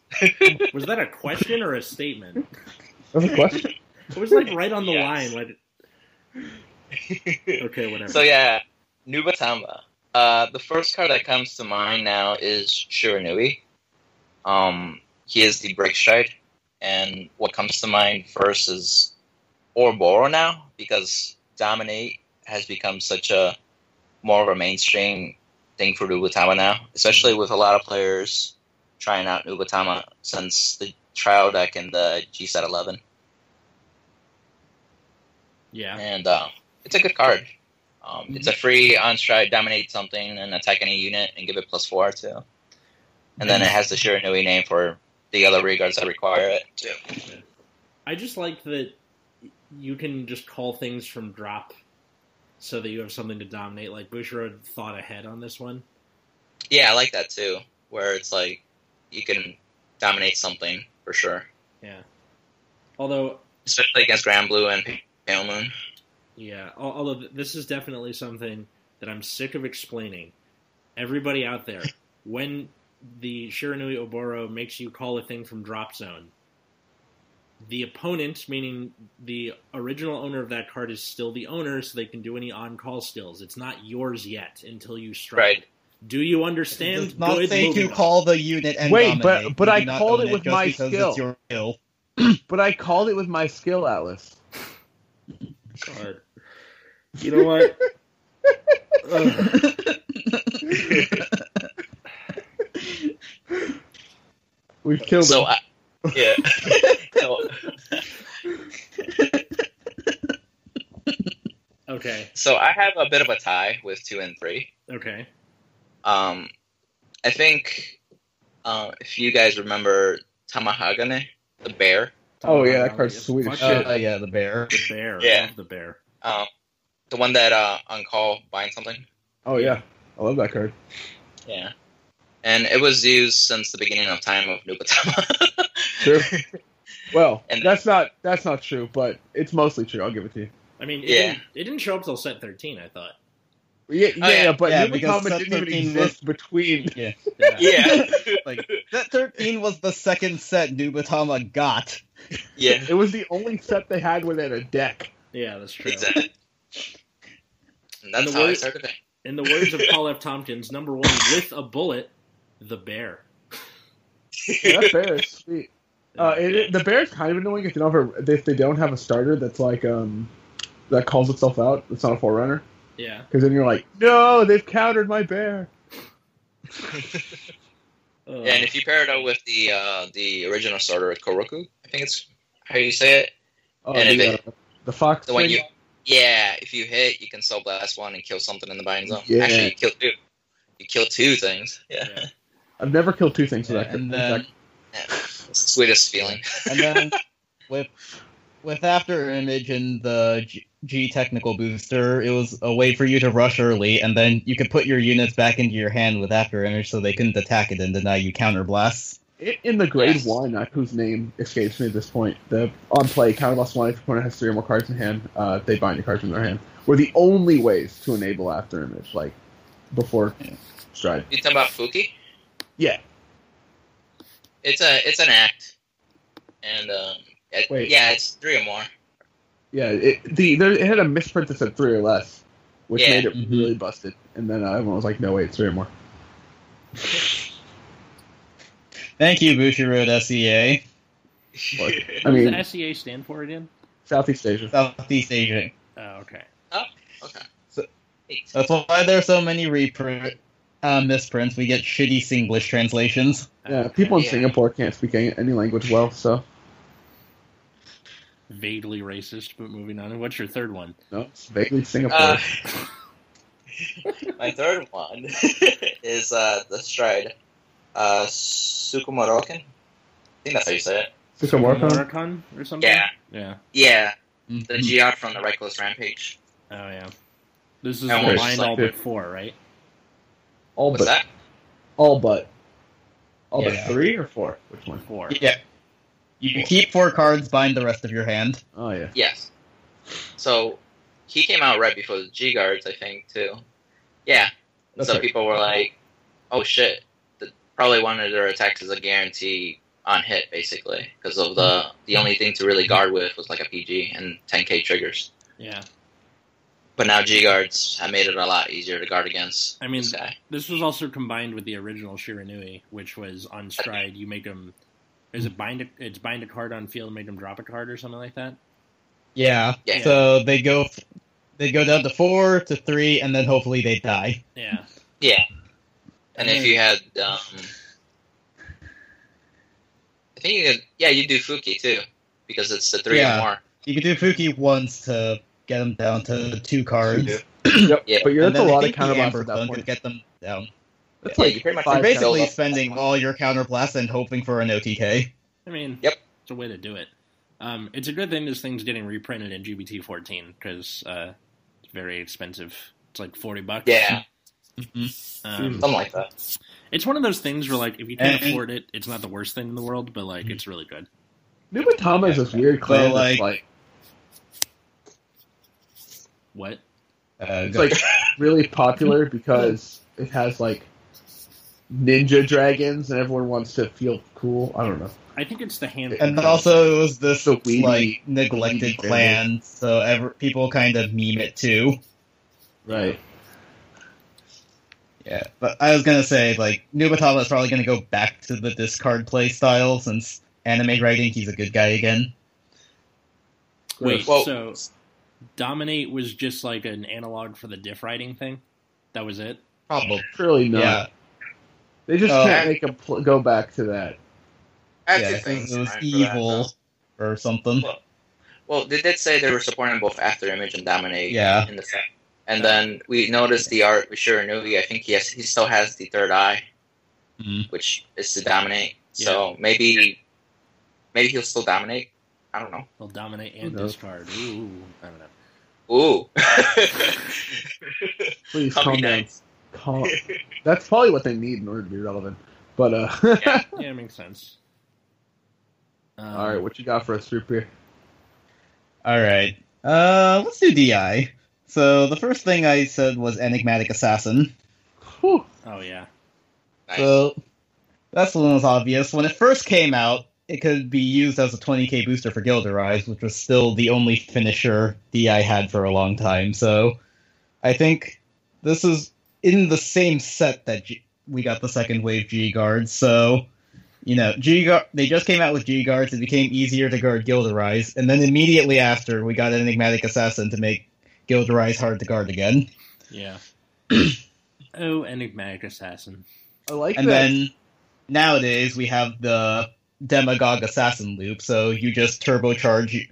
Speaker 1: Was that a question or a statement?
Speaker 2: That's a question.
Speaker 1: It was like right on the
Speaker 4: Yes.
Speaker 1: line. Like, okay, whatever.
Speaker 4: So yeah, Nubatama. Uh, the first card that comes to mind now is Shiranui. Um, he is the break stride, and what comes to mind first is Orboro now because Dominate has become such a more of a mainstream thing for Nubatama now, especially with a lot of players trying out Nubatama since the trial deck and the G set eleven.
Speaker 1: yeah,
Speaker 4: and uh, it's a good card. Um, It's a free on stride, dominate something, and attack any unit, and give it plus four too. And then it has the Shiranui name for the other regards that require it too.
Speaker 1: I just like that you can just call things from drop, so that you have something to dominate. Like Bushiro thought ahead on this one.
Speaker 4: Yeah, I like that too, where it's like you can dominate something for sure,
Speaker 1: Yeah. Although,
Speaker 4: especially against Grand Blue and Pale Moon.
Speaker 1: yeah, al- although th- this is definitely something that I'm sick of explaining. Everybody out there, when the Shiranui Oboro makes you call a thing from drop zone, the opponent, meaning the original owner of that card, is still the owner, so they can do any on-call stills. It's not yours yet until you strike.
Speaker 4: Right.
Speaker 1: Do you
Speaker 3: It
Speaker 1: understand?
Speaker 3: does not
Speaker 1: Good
Speaker 3: say to
Speaker 1: movement.
Speaker 3: call the unit and
Speaker 2: Wait, but-
Speaker 3: dominate.
Speaker 2: but
Speaker 3: You
Speaker 2: I
Speaker 3: do not
Speaker 2: called
Speaker 3: own
Speaker 2: it with
Speaker 3: just
Speaker 2: my
Speaker 3: because
Speaker 2: skill.
Speaker 3: It's your skill.
Speaker 2: But I called it with my skill, Atlas.
Speaker 1: card. You know what? Ugh.
Speaker 2: We killed
Speaker 4: So
Speaker 2: him.
Speaker 4: I, yeah. so,
Speaker 1: Okay.
Speaker 4: so I have a bit of a tie with two and three.
Speaker 1: Okay.
Speaker 4: Um, I think uh, if you guys remember Tamahagane, the bear,
Speaker 2: Oh, yeah, that
Speaker 1: Tom
Speaker 2: card's
Speaker 1: Brady.
Speaker 2: sweet as
Speaker 1: Fuck
Speaker 2: shit.
Speaker 3: Uh, yeah, the bear.
Speaker 1: The bear.
Speaker 4: Yeah.
Speaker 1: I love the bear.
Speaker 4: Um, the one that uh, on call buying something.
Speaker 2: Oh yeah, I love that card.
Speaker 4: Yeah. And it was used since the beginning of time of Nubatama.
Speaker 2: True. Well,
Speaker 4: And-
Speaker 2: that's not that's not true, but it's mostly true. I'll give it to you.
Speaker 1: I mean, it,
Speaker 4: Yeah.
Speaker 1: didn't, it didn't show up till set 13, I thought.
Speaker 2: Yeah, yeah,
Speaker 4: yeah.
Speaker 2: yeah, but
Speaker 3: Oh, Yeah,
Speaker 2: Numa
Speaker 3: because
Speaker 2: Comet didn't even
Speaker 3: 13
Speaker 2: exist between.
Speaker 3: Yeah.
Speaker 1: Yeah.
Speaker 4: yeah.
Speaker 3: Like that thirteen was the second set Nubatama got.
Speaker 4: Yeah.
Speaker 2: It was the only set they had within a deck.
Speaker 1: Yeah, that's true.
Speaker 4: Exactly. And that's
Speaker 1: And the
Speaker 4: how I
Speaker 1: word-
Speaker 4: started it.
Speaker 1: In the words of Paul F. Tompkins, number one with a bullet, the bear.
Speaker 2: Yeah, that bear is sweet. Uh, it, it- the bear's kind of annoying if they don't have a, if they don't have a starter that's like um that calls itself out. It's not a forerunner
Speaker 1: yeah.
Speaker 2: because then you're like, no, they've countered my bear.
Speaker 1: Uh,
Speaker 4: Yeah, and if you pair it up with the uh, the original starter Koroku, I think it's how you say it.
Speaker 2: Oh,
Speaker 4: And
Speaker 2: the,
Speaker 4: if
Speaker 2: uh, the fox.
Speaker 4: The one
Speaker 2: thing?
Speaker 4: you Yeah, if you hit you can soul blast one and kill something in the binding zone.
Speaker 2: Yeah.
Speaker 4: Actually you kill two. You kill two things. Yeah.
Speaker 1: yeah.
Speaker 2: I've never killed two things with that.
Speaker 3: And
Speaker 2: with
Speaker 3: then
Speaker 4: Yeah. It's the sweetest feeling.
Speaker 3: and then with with after image and the G, G technical booster, it was a way for you to rush early, and then you could put your units back into your hand with after image, so they couldn't attack it and deny you counter blasts.
Speaker 2: It, in the grade
Speaker 4: Yes.
Speaker 2: one, uh, whose name escapes me at this point, the on play counter loss one if your opponent has three or more cards in hand, uh, they bind the cards from their hand. Were the only ways to enable after image, like before stride.
Speaker 4: You talking about Fuki?
Speaker 2: Yeah.
Speaker 4: It's a it's an act. And um it-
Speaker 2: Wait.
Speaker 4: yeah, it's three or more.
Speaker 2: Yeah, it the there, it had a misprint that said three or less, which
Speaker 4: Yeah. Mm-hmm.
Speaker 2: made it
Speaker 3: Mhm.
Speaker 2: really busted. And then uh, everyone was like, "No, wait, it's three or more."
Speaker 3: Thank you, Bushiroad SEA,
Speaker 2: I
Speaker 1: What does
Speaker 2: mean,
Speaker 1: the SEA stand for again?
Speaker 2: Southeast Asia.
Speaker 3: Southeast Asia.
Speaker 1: Oh, okay.
Speaker 4: okay.
Speaker 3: That's why there's so many reprint uh, misprints. We get shitty Singlish translations.
Speaker 2: Yeah, uh, people in
Speaker 4: Yeah.
Speaker 2: Singapore can't speak any, any language well, so
Speaker 1: Vaguely racist, but moving on. What's your third one?
Speaker 2: no, it's vaguely Singapore.
Speaker 4: Uh, my third one is uh, the stride. Uh, Sukumoroken? I think that's how you say it.
Speaker 2: Sukumoro.
Speaker 1: Moricon or something?
Speaker 4: Yeah.
Speaker 1: Yeah.
Speaker 4: Yeah, the
Speaker 3: Mhm.
Speaker 4: GR from the Reckless Rampage.
Speaker 1: Oh, yeah. This is
Speaker 4: I
Speaker 1: the
Speaker 4: almost
Speaker 1: line
Speaker 4: like
Speaker 1: all
Speaker 2: it.
Speaker 1: but four, right?
Speaker 2: all
Speaker 4: What's
Speaker 2: Oh, but
Speaker 4: that?
Speaker 2: all but all
Speaker 3: Yeah.
Speaker 2: but three or four. Which one?
Speaker 1: Four.
Speaker 3: Yeah. You keep four cards, bind the rest of your hand.
Speaker 2: Oh yeah.
Speaker 4: Yes. So, he came out right before the G guards, I think, too. Yeah.
Speaker 2: That's
Speaker 4: so
Speaker 2: right.
Speaker 4: people were like, oh shit. The, probably one of their attacks is a guarantee on hit, basically. Because of the, the only thing to really guard with was like a PG and 10k triggers.
Speaker 1: Yeah.
Speaker 4: But now G guards have made it a lot easier to guard against.
Speaker 1: I mean,
Speaker 4: this guy.
Speaker 1: This was also combined with the original Shiranui, which was on stride. You make them. Is it bind? A, it's bind a card on field and make them drop a card or something like that.
Speaker 3: Yeah.
Speaker 4: Yeah.
Speaker 3: So they go they go down to four to three, and then hopefully they die.
Speaker 1: Yeah.
Speaker 4: Yeah. And if you had, um, I think you could, yeah, you do Fuki too, because it's the three
Speaker 3: Yeah.
Speaker 4: or more.
Speaker 3: You can do Fuki once to get them down to two cards.
Speaker 4: Yeah.
Speaker 2: yep.
Speaker 4: Yeah.
Speaker 2: But you're,
Speaker 3: and
Speaker 2: that's a
Speaker 3: then I
Speaker 2: lot of
Speaker 3: think the
Speaker 2: counterblast
Speaker 3: Amber
Speaker 2: at that
Speaker 3: Clone
Speaker 2: point.
Speaker 3: could get them down.
Speaker 2: That's
Speaker 4: Yeah,
Speaker 2: like
Speaker 4: you pretty much
Speaker 2: five
Speaker 3: You're basically
Speaker 4: counterblast.
Speaker 3: spending all your counter blasts and hoping for an OTK.
Speaker 1: I mean,
Speaker 4: Yep.
Speaker 1: It's a way to do it. Um, it's a good thing this thing's getting reprinted in GBT 14 because uh, it's very expensive. It's like forty bucks.
Speaker 4: Yeah,
Speaker 1: Um,
Speaker 4: something like that.
Speaker 1: it's one of those things where like if you can't
Speaker 3: Hmm. And- Hmm.
Speaker 1: afford it, it's not the worst thing in the world, but like it's really good.
Speaker 2: Nubatama is this weird clan.
Speaker 3: But,
Speaker 2: that's
Speaker 3: like-
Speaker 2: like
Speaker 1: What?
Speaker 3: Uh,
Speaker 2: it's
Speaker 3: go-
Speaker 2: like really popular because it has like ninja dragons and everyone wants to feel cool. I don't know.
Speaker 1: I think it's the hand.
Speaker 3: and
Speaker 1: controls.
Speaker 3: also it was this
Speaker 2: The weedy-
Speaker 3: like
Speaker 2: weedy
Speaker 3: neglected clan, so ever, people kind of meme it too.
Speaker 2: Right.
Speaker 3: Yeah, but I was gonna say like Nubatama is probably gonna go back to the discard play style since anime writing he's a good guy again.
Speaker 1: wait.
Speaker 4: Well-
Speaker 1: so dominate was just like an analog for the diff writing thing. That was it.
Speaker 3: Probably.
Speaker 2: Surely not.
Speaker 3: Yeah.
Speaker 2: They just
Speaker 3: Oh.
Speaker 2: can't make a pl- go back to that.
Speaker 4: I have
Speaker 3: yeah,
Speaker 4: two
Speaker 3: it
Speaker 4: things
Speaker 3: was, it was
Speaker 4: for that,
Speaker 3: evil
Speaker 4: though.
Speaker 3: or something.
Speaker 4: Well, well, they did say they were supporting both After Image and Dominate.
Speaker 3: Yeah.
Speaker 4: In the set. And then we noticed the art with Shiranugi. I think he has, he still has the third eye,
Speaker 3: Mhm.
Speaker 4: which is to dominate. So maybe maybe he'll still dominate I don't know.
Speaker 1: They'll dominate and
Speaker 2: knows?
Speaker 1: discard. Ooh, I don't know.
Speaker 4: Ooh.
Speaker 2: Please
Speaker 4: I'll
Speaker 2: calm
Speaker 4: be
Speaker 2: down.
Speaker 4: nice.
Speaker 2: Calm. That's probably what they need in order to be relevant. But uh,
Speaker 4: Yeah.
Speaker 1: Yeah, it makes sense. Um,
Speaker 2: all right, what you got for us, Root Beer?
Speaker 3: All right. Uh, let's do DI. So the first thing I said was enigmatic assassin.
Speaker 2: Whew.
Speaker 1: Oh yeah.
Speaker 4: Nice.
Speaker 3: So that's one was obvious. When it first came out, it could be used as a 20k booster for Gilderize, which was still the only finisher DI had for a long time. So I think this is in the same set that G- we got the second wave G guards. So you know, G guard they just came out with G guards. It became easier to guard Gilderize, and then immediately after, we got an enigmatic assassin to make Gilderize hard to guard again.
Speaker 1: Yeah. oh, enigmatic assassin.
Speaker 2: I like
Speaker 3: and
Speaker 2: that.
Speaker 3: then nowadays we have the demagogue assassin loop so you just turbocharge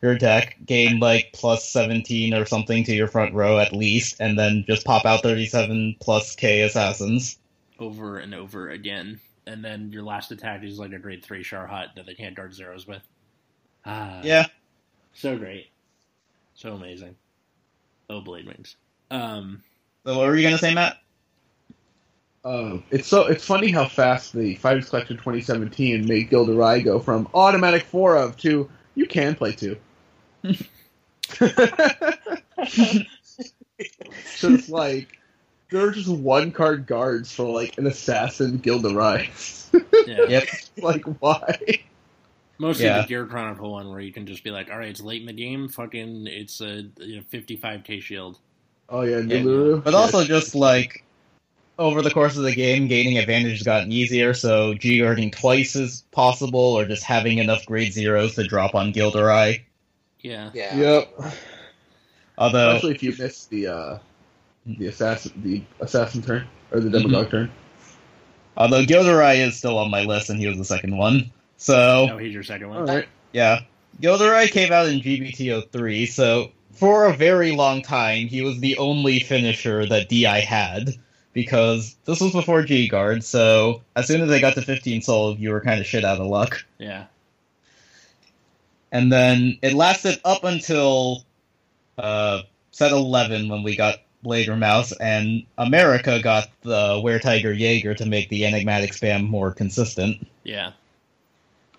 Speaker 3: your deck gain like plus 17 or something to your front row at least and then just pop out 37 plus k assassins
Speaker 1: Over and over again, and then your last attack is like a grade three Char Hut that they can't guard zeros with. Ah.
Speaker 3: yeah
Speaker 1: So great. So amazing. Oh, Blade Wings. Um,
Speaker 3: so what were you gonna say matt
Speaker 2: Um, it's so it's funny how fast the Fighters Collection 2017 made Gilderai go from automatic four of to you can play two. so it's like there are just one card guards for like an assassin Gilderai.
Speaker 1: yeah.
Speaker 3: Yep.
Speaker 2: like why?
Speaker 1: Mostly
Speaker 3: Yeah.
Speaker 1: the Gear Chronicle one where you can just be like, all right, it's late in the game. Fucking, it's a you know, 55k shield.
Speaker 2: Oh yeah,
Speaker 3: Yeah,
Speaker 2: Nuluru.
Speaker 3: but also just like over the course of the game gaining advantage has gotten easier so g-guarding twice is possible or just having enough grade zeros to drop on gilderai
Speaker 1: Yeah.
Speaker 4: yeah.
Speaker 2: Yep.
Speaker 3: although
Speaker 2: Especially if you miss the uh, the assassin the assassin turn or the demagogue turn.
Speaker 3: Although Gilderoy is still on my list, and he was the second one. So
Speaker 1: Oh, he's your second one.
Speaker 2: All right.
Speaker 3: yeah, Gilderoy came out in GBT 03. So for a very long time, he was the only finisher that DI had because this was before G Guard. So as soon as they got to 15 soul, you were kind of shit out of luck.
Speaker 1: Yeah.
Speaker 3: And then it lasted up until uh, set 11 when we got Blader Mouse, and America got the Were Tiger Jaeger to make the enigmatic spam more consistent.
Speaker 1: Yeah.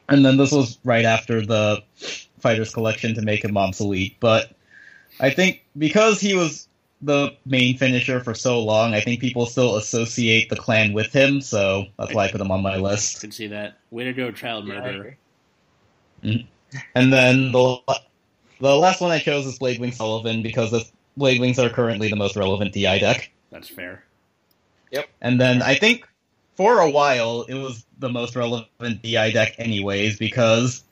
Speaker 3: and then this was right after the fighters collection to make him obsolete but i think because he was the main finisher for so long i think people still associate the clan with him so that's why i put him on my list
Speaker 1: Could see that. Way to go, child
Speaker 4: Yeah, I
Speaker 1: murderer.
Speaker 4: agree.
Speaker 3: and then the the last one i chose is blade wing sullivan because the blade wings are currently the most relevant di deck
Speaker 1: That's fair.
Speaker 3: And then I think for a while it was the most relevant DI deck, anyways, because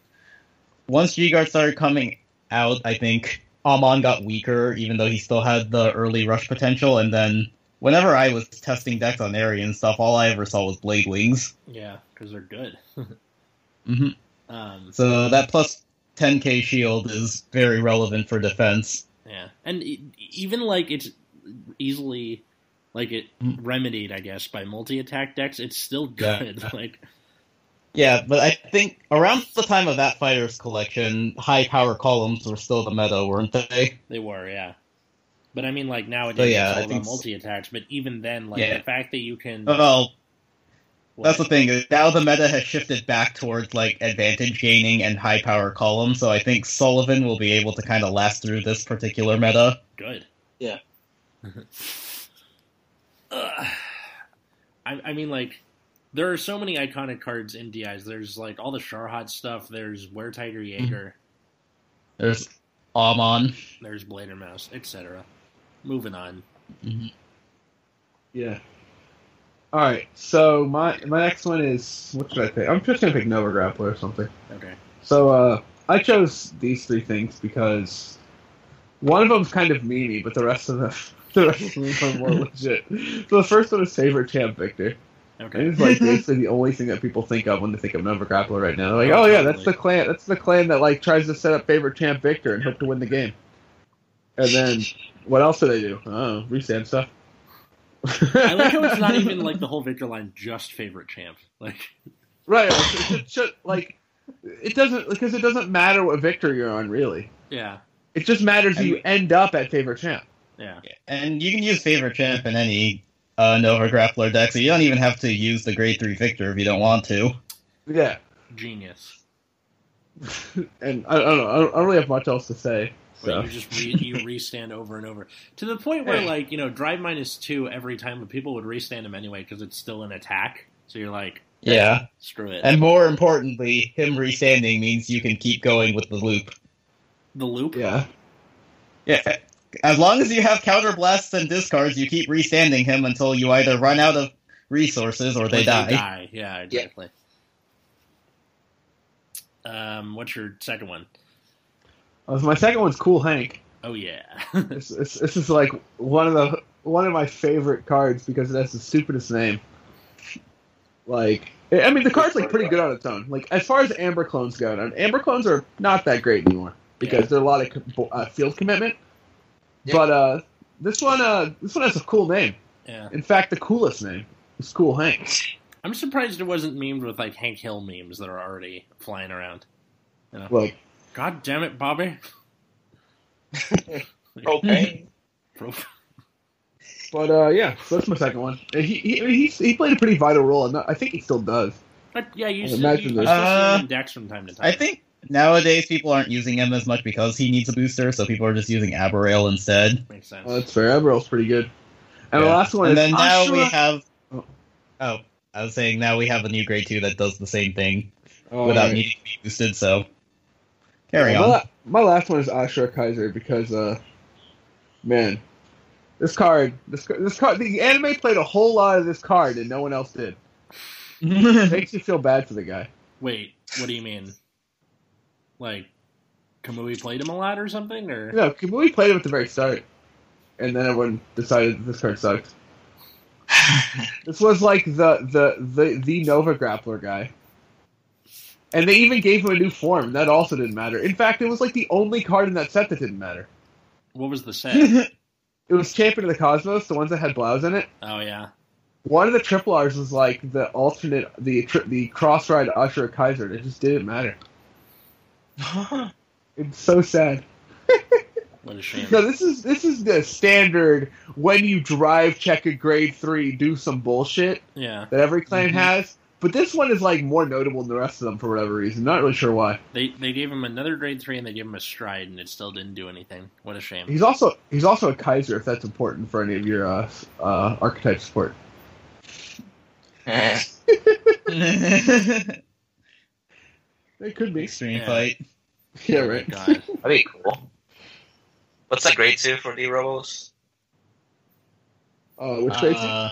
Speaker 3: once G Guard started coming out, I think Amon got weaker, even though he still had the early rush potential. And then whenever I was testing decks on Airy and stuff, all I ever saw was Blade Wings.
Speaker 1: Yeah, because they're good.
Speaker 4: Mm-hmm.
Speaker 3: Mhm.
Speaker 1: Um,
Speaker 3: So that plus 10k shield is very relevant for defense.
Speaker 1: yeah, and e- even like it's easily like it
Speaker 3: Mm.
Speaker 1: remedied, I guess, by multi-attack decks. It's still good. Like,
Speaker 3: Yeah, but I think around the time of that Fighters collection, high power columns were still the meta, weren't they?
Speaker 1: They were, yeah. But I mean, like nowadays,
Speaker 3: So, yeah,
Speaker 1: it's
Speaker 3: I
Speaker 1: all
Speaker 3: think
Speaker 1: about
Speaker 3: s-
Speaker 1: multi attacks. But even then, like
Speaker 3: Yeah.
Speaker 1: the fact that you can,
Speaker 3: Well,
Speaker 1: what-
Speaker 3: That's the thing. is Now the meta has shifted back towards like advantage gaining and high power columns, so I think Sullivan will be able to kind of last through this particular meta.
Speaker 1: good.
Speaker 4: Yeah.
Speaker 1: Ugh. I, I mean, like there are so many iconic cards in DI's. There's like all the Sharhat stuff. There's Were Tiger Jaeger.
Speaker 3: There's Amon.
Speaker 1: There's Blader Mouse, etc. Moving on.
Speaker 2: Yeah. All right. So my my next one is what should I pick? I'm just gonna pick Nova Grappler or something.
Speaker 1: Okay.
Speaker 2: So uh, I chose these three things because one of them's kind of meany, but the rest of them the rest of them are more legit. So the first one is favorite champ Victor. And
Speaker 1: Okay.
Speaker 2: it's like basically the only thing that people think of when they think of Nova Grappler right now. They're like, oh yeah, that's the clan. That's the clan that like tries to set up favorite champ Victor and hope to win the game. And then what else do they do? Oh, resand stuff.
Speaker 1: I like how it's not even like the whole Victor line. Just favorite champ. Like
Speaker 2: Right. Like, it's just- just- like it doesn't because it doesn't matter what victor you're on really.
Speaker 1: Yeah,
Speaker 2: It just matters
Speaker 3: I
Speaker 2: you
Speaker 3: mean-
Speaker 2: end up at favorite champ.
Speaker 1: yeah,
Speaker 3: And you can use favorite champ in any uh, Nova Grappler deck, so you don't even have to use the grade three Victor if you don't want to.
Speaker 2: Yeah,
Speaker 1: genius.
Speaker 2: and I, I don't know. I don't, I don't really have much else to say.
Speaker 1: Where
Speaker 2: So
Speaker 1: you just re- you restand over and over to the point where
Speaker 2: Yeah.
Speaker 1: like you know drive minus two every time, but people would restand him anyway because it's still an attack. So you're like,
Speaker 3: Yeah.
Speaker 1: screw it.
Speaker 3: And more importantly, him restanding means you can keep going with the loop.
Speaker 1: the loop.
Speaker 2: yeah,
Speaker 3: Yeah. As long as you have counter blasts and discards, you keep restanding him until you either run out of resources or they
Speaker 1: When
Speaker 3: die.
Speaker 1: Yeah, exactly. Um, what's your second one?
Speaker 2: Uh, so my second one's Cool Hank.
Speaker 1: Oh yeah,
Speaker 2: This, this, this is like one of the one of my favorite cards because that's the stupidest name. Like, I I mean, the card's like pretty good on its own. Like, as far as Amber clones go, and Amber clones are not that great anymore because there's a lot of co- bo- uh, field commitment.
Speaker 4: Yeah.
Speaker 2: But uh, this one, uh, this one has a cool name.
Speaker 1: yeah.
Speaker 2: In fact, the coolest name is Cool Hank.
Speaker 1: I'm surprised it wasn't memed with like Hank Hill memes that are already flying around.
Speaker 2: Like,
Speaker 1: God damn it, Bobby!
Speaker 4: Propane.
Speaker 2: but uh, yeah, so that's my second one. And he he I mean, he's, he played a pretty vital role, and I think he still does.
Speaker 1: But yeah, you
Speaker 2: I'd
Speaker 1: still,
Speaker 2: imagine
Speaker 1: you
Speaker 2: this.
Speaker 1: still see
Speaker 3: Uh,
Speaker 1: him in decks from time to time.
Speaker 3: I think nowadays people aren't using him as much because he needs a booster, so people are just using Aberrail instead.
Speaker 1: makes sense.
Speaker 2: Well, that's fair. Eberl's pretty good. And the
Speaker 3: Yeah.
Speaker 2: last one
Speaker 3: And
Speaker 2: is
Speaker 3: then now we
Speaker 2: Ashura-
Speaker 3: have.
Speaker 2: Oh.
Speaker 3: Oh, I was saying now we have a new grade two that does the same thing
Speaker 2: Oh,
Speaker 3: without
Speaker 2: right.
Speaker 3: needing to be boosted. So carry
Speaker 2: my,
Speaker 3: on.
Speaker 2: la- my last one is Ashura Kaiser because, uh, man, this card, this ca- this card, the anime played a whole lot of this card and no one else did. Makes you feel bad for the guy.
Speaker 1: Wait, what do you mean? Like, Kamui played him a lot or something, or
Speaker 2: No, Kamui played him at the very start, and then everyone decided that this card sucked. This was like the the the the Nova Grappler guy. And they even gave him a new form. That also didn't matter. In fact, it was like the only card in that set that didn't matter.
Speaker 1: what was the set?
Speaker 2: It was Champion of the Cosmos, the ones that had blouse in it.
Speaker 1: oh yeah,
Speaker 2: One of the triple R's was like the alternate, the tri- the cross ride Usher Kaiser. and It just didn't matter. It's so sad.
Speaker 1: what a shame.
Speaker 2: No, this is this is the standard when you drive check a grade three, do some bullshit
Speaker 1: Yeah,
Speaker 2: that every clan
Speaker 3: Mhm.
Speaker 2: has. But this one is like more notable than the rest of them for whatever reason. Not really sure why.
Speaker 1: they they gave him another grade three and they gave him a stride and it still didn't do anything. What a shame.
Speaker 2: He's also he's also a Kaiser if that's important for any of your uh, s- uh, archetype support.
Speaker 3: Extreme
Speaker 2: It could be.
Speaker 1: Yeah.
Speaker 3: fight.
Speaker 2: Yeah,
Speaker 1: Oh my
Speaker 2: right.
Speaker 1: God.
Speaker 4: That'd be cool. What's that grade two for the Robos?
Speaker 2: Uh, which grade? Uh,
Speaker 3: Uh,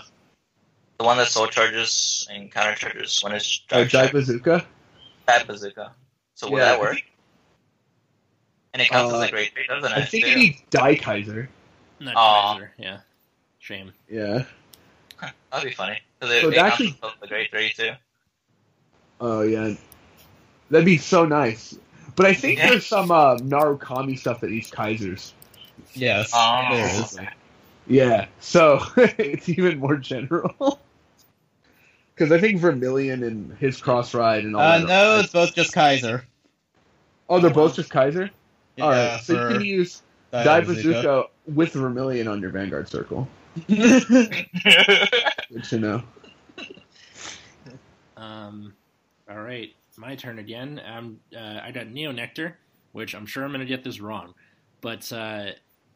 Speaker 4: The one that soul charges and counter charges when it's
Speaker 3: Oh,
Speaker 4: drive
Speaker 2: Jai
Speaker 4: check.
Speaker 2: Bazooka.
Speaker 4: Bad bazooka. So will
Speaker 2: Yeah.
Speaker 4: that work? And it counts
Speaker 2: Uh,
Speaker 4: as a grade three, doesn't it?
Speaker 2: I think
Speaker 4: too?
Speaker 2: you need Die Kaiser.
Speaker 1: Not
Speaker 4: Aw.
Speaker 1: Kaiser, Yeah, shame.
Speaker 2: Yeah.
Speaker 4: That'd be funny. Because it,
Speaker 2: So
Speaker 4: it
Speaker 2: that
Speaker 4: counts
Speaker 2: actually-
Speaker 4: as both the grade three too.
Speaker 2: Oh yeah, that'd be so nice. But I think
Speaker 4: Yeah.
Speaker 2: there's some uh, Narukami stuff that eats Kaisers.
Speaker 3: yes,
Speaker 4: Oh.
Speaker 3: there
Speaker 1: Um,
Speaker 3: is.
Speaker 2: Yeah, so it's even more general. Because I think Vermilion and his cross ride and all
Speaker 3: Uh,
Speaker 2: that. are-
Speaker 3: no, it's both just Kaiser.
Speaker 2: oh, they're both just Kaiser. all
Speaker 3: Yeah,
Speaker 2: right, so you
Speaker 3: for
Speaker 2: can use
Speaker 3: Dai
Speaker 2: Dai
Speaker 3: Bazooka.
Speaker 2: Bazooka with Vermilion on your Vanguard circle. Good to know.
Speaker 1: Um, all right, my turn again. Um, uh, I got Neo Nectar, which I'm sure I'm going to get this wrong, but uh,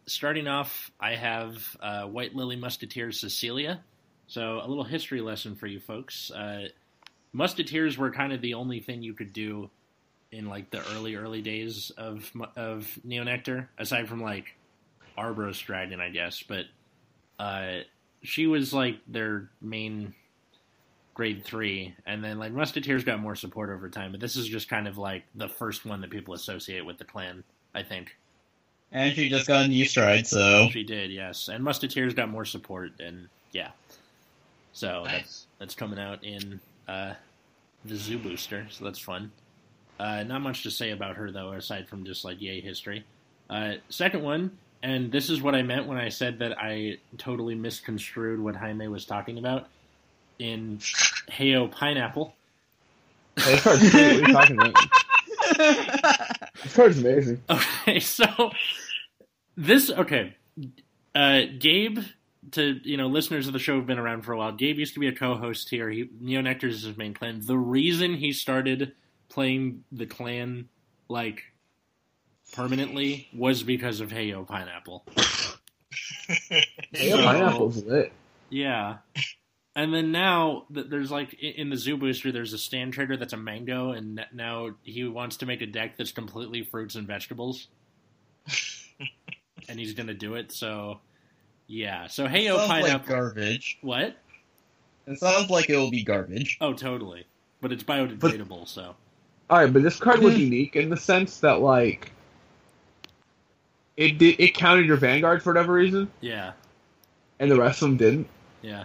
Speaker 1: starting off, I have uh, White Lily Musketeer Cecilia. So a little history lesson for you folks. Uh, Musketeers were kind of the only thing you could do in like the early early days of mu- of Neo Nectar, aside from like Arbro's Dragon, I guess. But uh, she was like their main grade three, and then like Musketeers got more support over time, but this is just kind of like the first one that people associate with the clan. I think
Speaker 3: and she just got a new stride, so
Speaker 1: she did, yes, and Musketeers got more support, and yeah, so that's
Speaker 4: nice.
Speaker 1: that's coming out in uh, the Zoo Booster, so that's fun. Uh, not much to say about her though, aside from just like yay history. Uh, second one, and this is what I meant when I said that I totally misconstrued what Jaime was talking about in Heyo Pineapple.
Speaker 2: This card's cool. What are you talking about? This card's amazing.
Speaker 1: Okay, so this okay. Uh, Gabe, to you know, listeners of the show have been around for a while. Gabe used to be a co-host here. He Neonectars is his main clan. The reason he started playing the clan like permanently was because of Heyo Pineapple.
Speaker 2: Yeah, pineapple's lit.
Speaker 1: Yeah. And then now th- there's like i- in the zoo booster, there's a stand trader that's a mango, and n- now he wants to make a deck that's completely fruits and vegetables. and he's gonna do it. So yeah. So hey, oh
Speaker 3: sounds like
Speaker 1: pineapple.
Speaker 3: garbage.
Speaker 1: what?
Speaker 3: It sounds like it will be garbage.
Speaker 1: Oh, totally. But it's biodegradable, so
Speaker 2: All right, but this card was unique in the sense that like it did it counted your vanguard for whatever reason,
Speaker 1: yeah,
Speaker 2: and the rest of them didn't.
Speaker 1: yeah,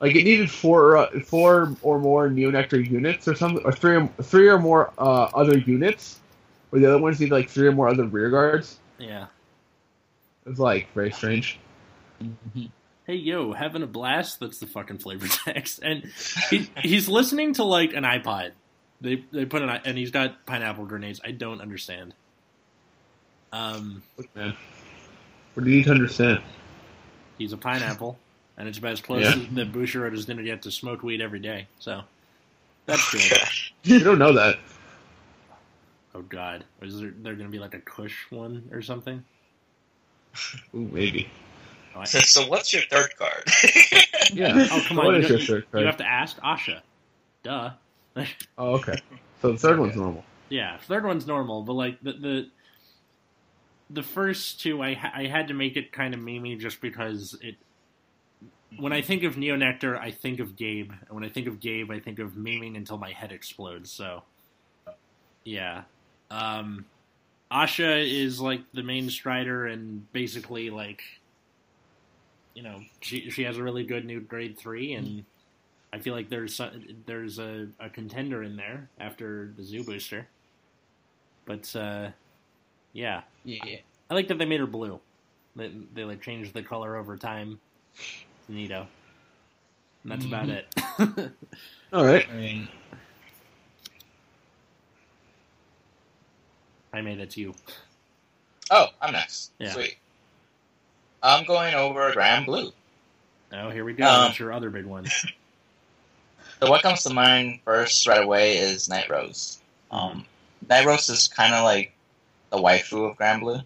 Speaker 2: Like it needed four uh, four or more neonectar units or something, or three or, three or more uh, other units, where the other ones need like three or more other rear guards.
Speaker 1: yeah.
Speaker 2: It's like very strange. Mm-hmm.
Speaker 1: Hey yo, having a blast. That's the fucking flavor text, and he, he's listening to like an iPod. They they put an i- and he's got pineapple grenades. I don't understand. Um,
Speaker 2: Look, man, what do you need to understand?
Speaker 1: he's a pineapple, and it's about as close
Speaker 2: Yeah.
Speaker 1: as that Boucherard is going to get to smoke weed every day. So that's good.
Speaker 2: You don't know that.
Speaker 1: oh god, is there, there going to be like a Kush one or something?
Speaker 2: Ooh, maybe.
Speaker 1: Oh, I-
Speaker 4: So, so what's your third card?
Speaker 2: Yeah.
Speaker 1: oh come on,
Speaker 2: What
Speaker 1: you,
Speaker 2: is
Speaker 1: don't-
Speaker 2: your third
Speaker 1: you
Speaker 2: card?
Speaker 1: have to ask Asha. Duh.
Speaker 2: Oh, okay. So the third one's normal.
Speaker 1: Yeah, third one's normal, but like the the, the first two, I ha- I had to make it kind of memey just because it. When I think of Neo Nectar, I think of Gabe, and when I think of Gabe, I think of memeing until my head explodes. So, yeah, um, Asha is like the main strider, and basically like, you know, she she has a really good new grade three, and I feel like there's some, there's a, a contender in there after the Zoo Booster, but uh, yeah,
Speaker 3: Yeah.
Speaker 1: I like that they made her blue. They, they like changed the color over time. It's neato. And that's about it.
Speaker 2: All right.
Speaker 3: I mean,
Speaker 1: I made it to you.
Speaker 4: oh, I'm next.
Speaker 1: Yeah.
Speaker 4: Sweet. I'm going over Grand Blue.
Speaker 1: Oh, here we go.
Speaker 4: Um,
Speaker 1: That's your other big one.
Speaker 4: So what comes to mind first right away is Night Rose.
Speaker 1: Mm-hmm.
Speaker 4: Um, Night Rose is kind of like the waifu of Grand Blue,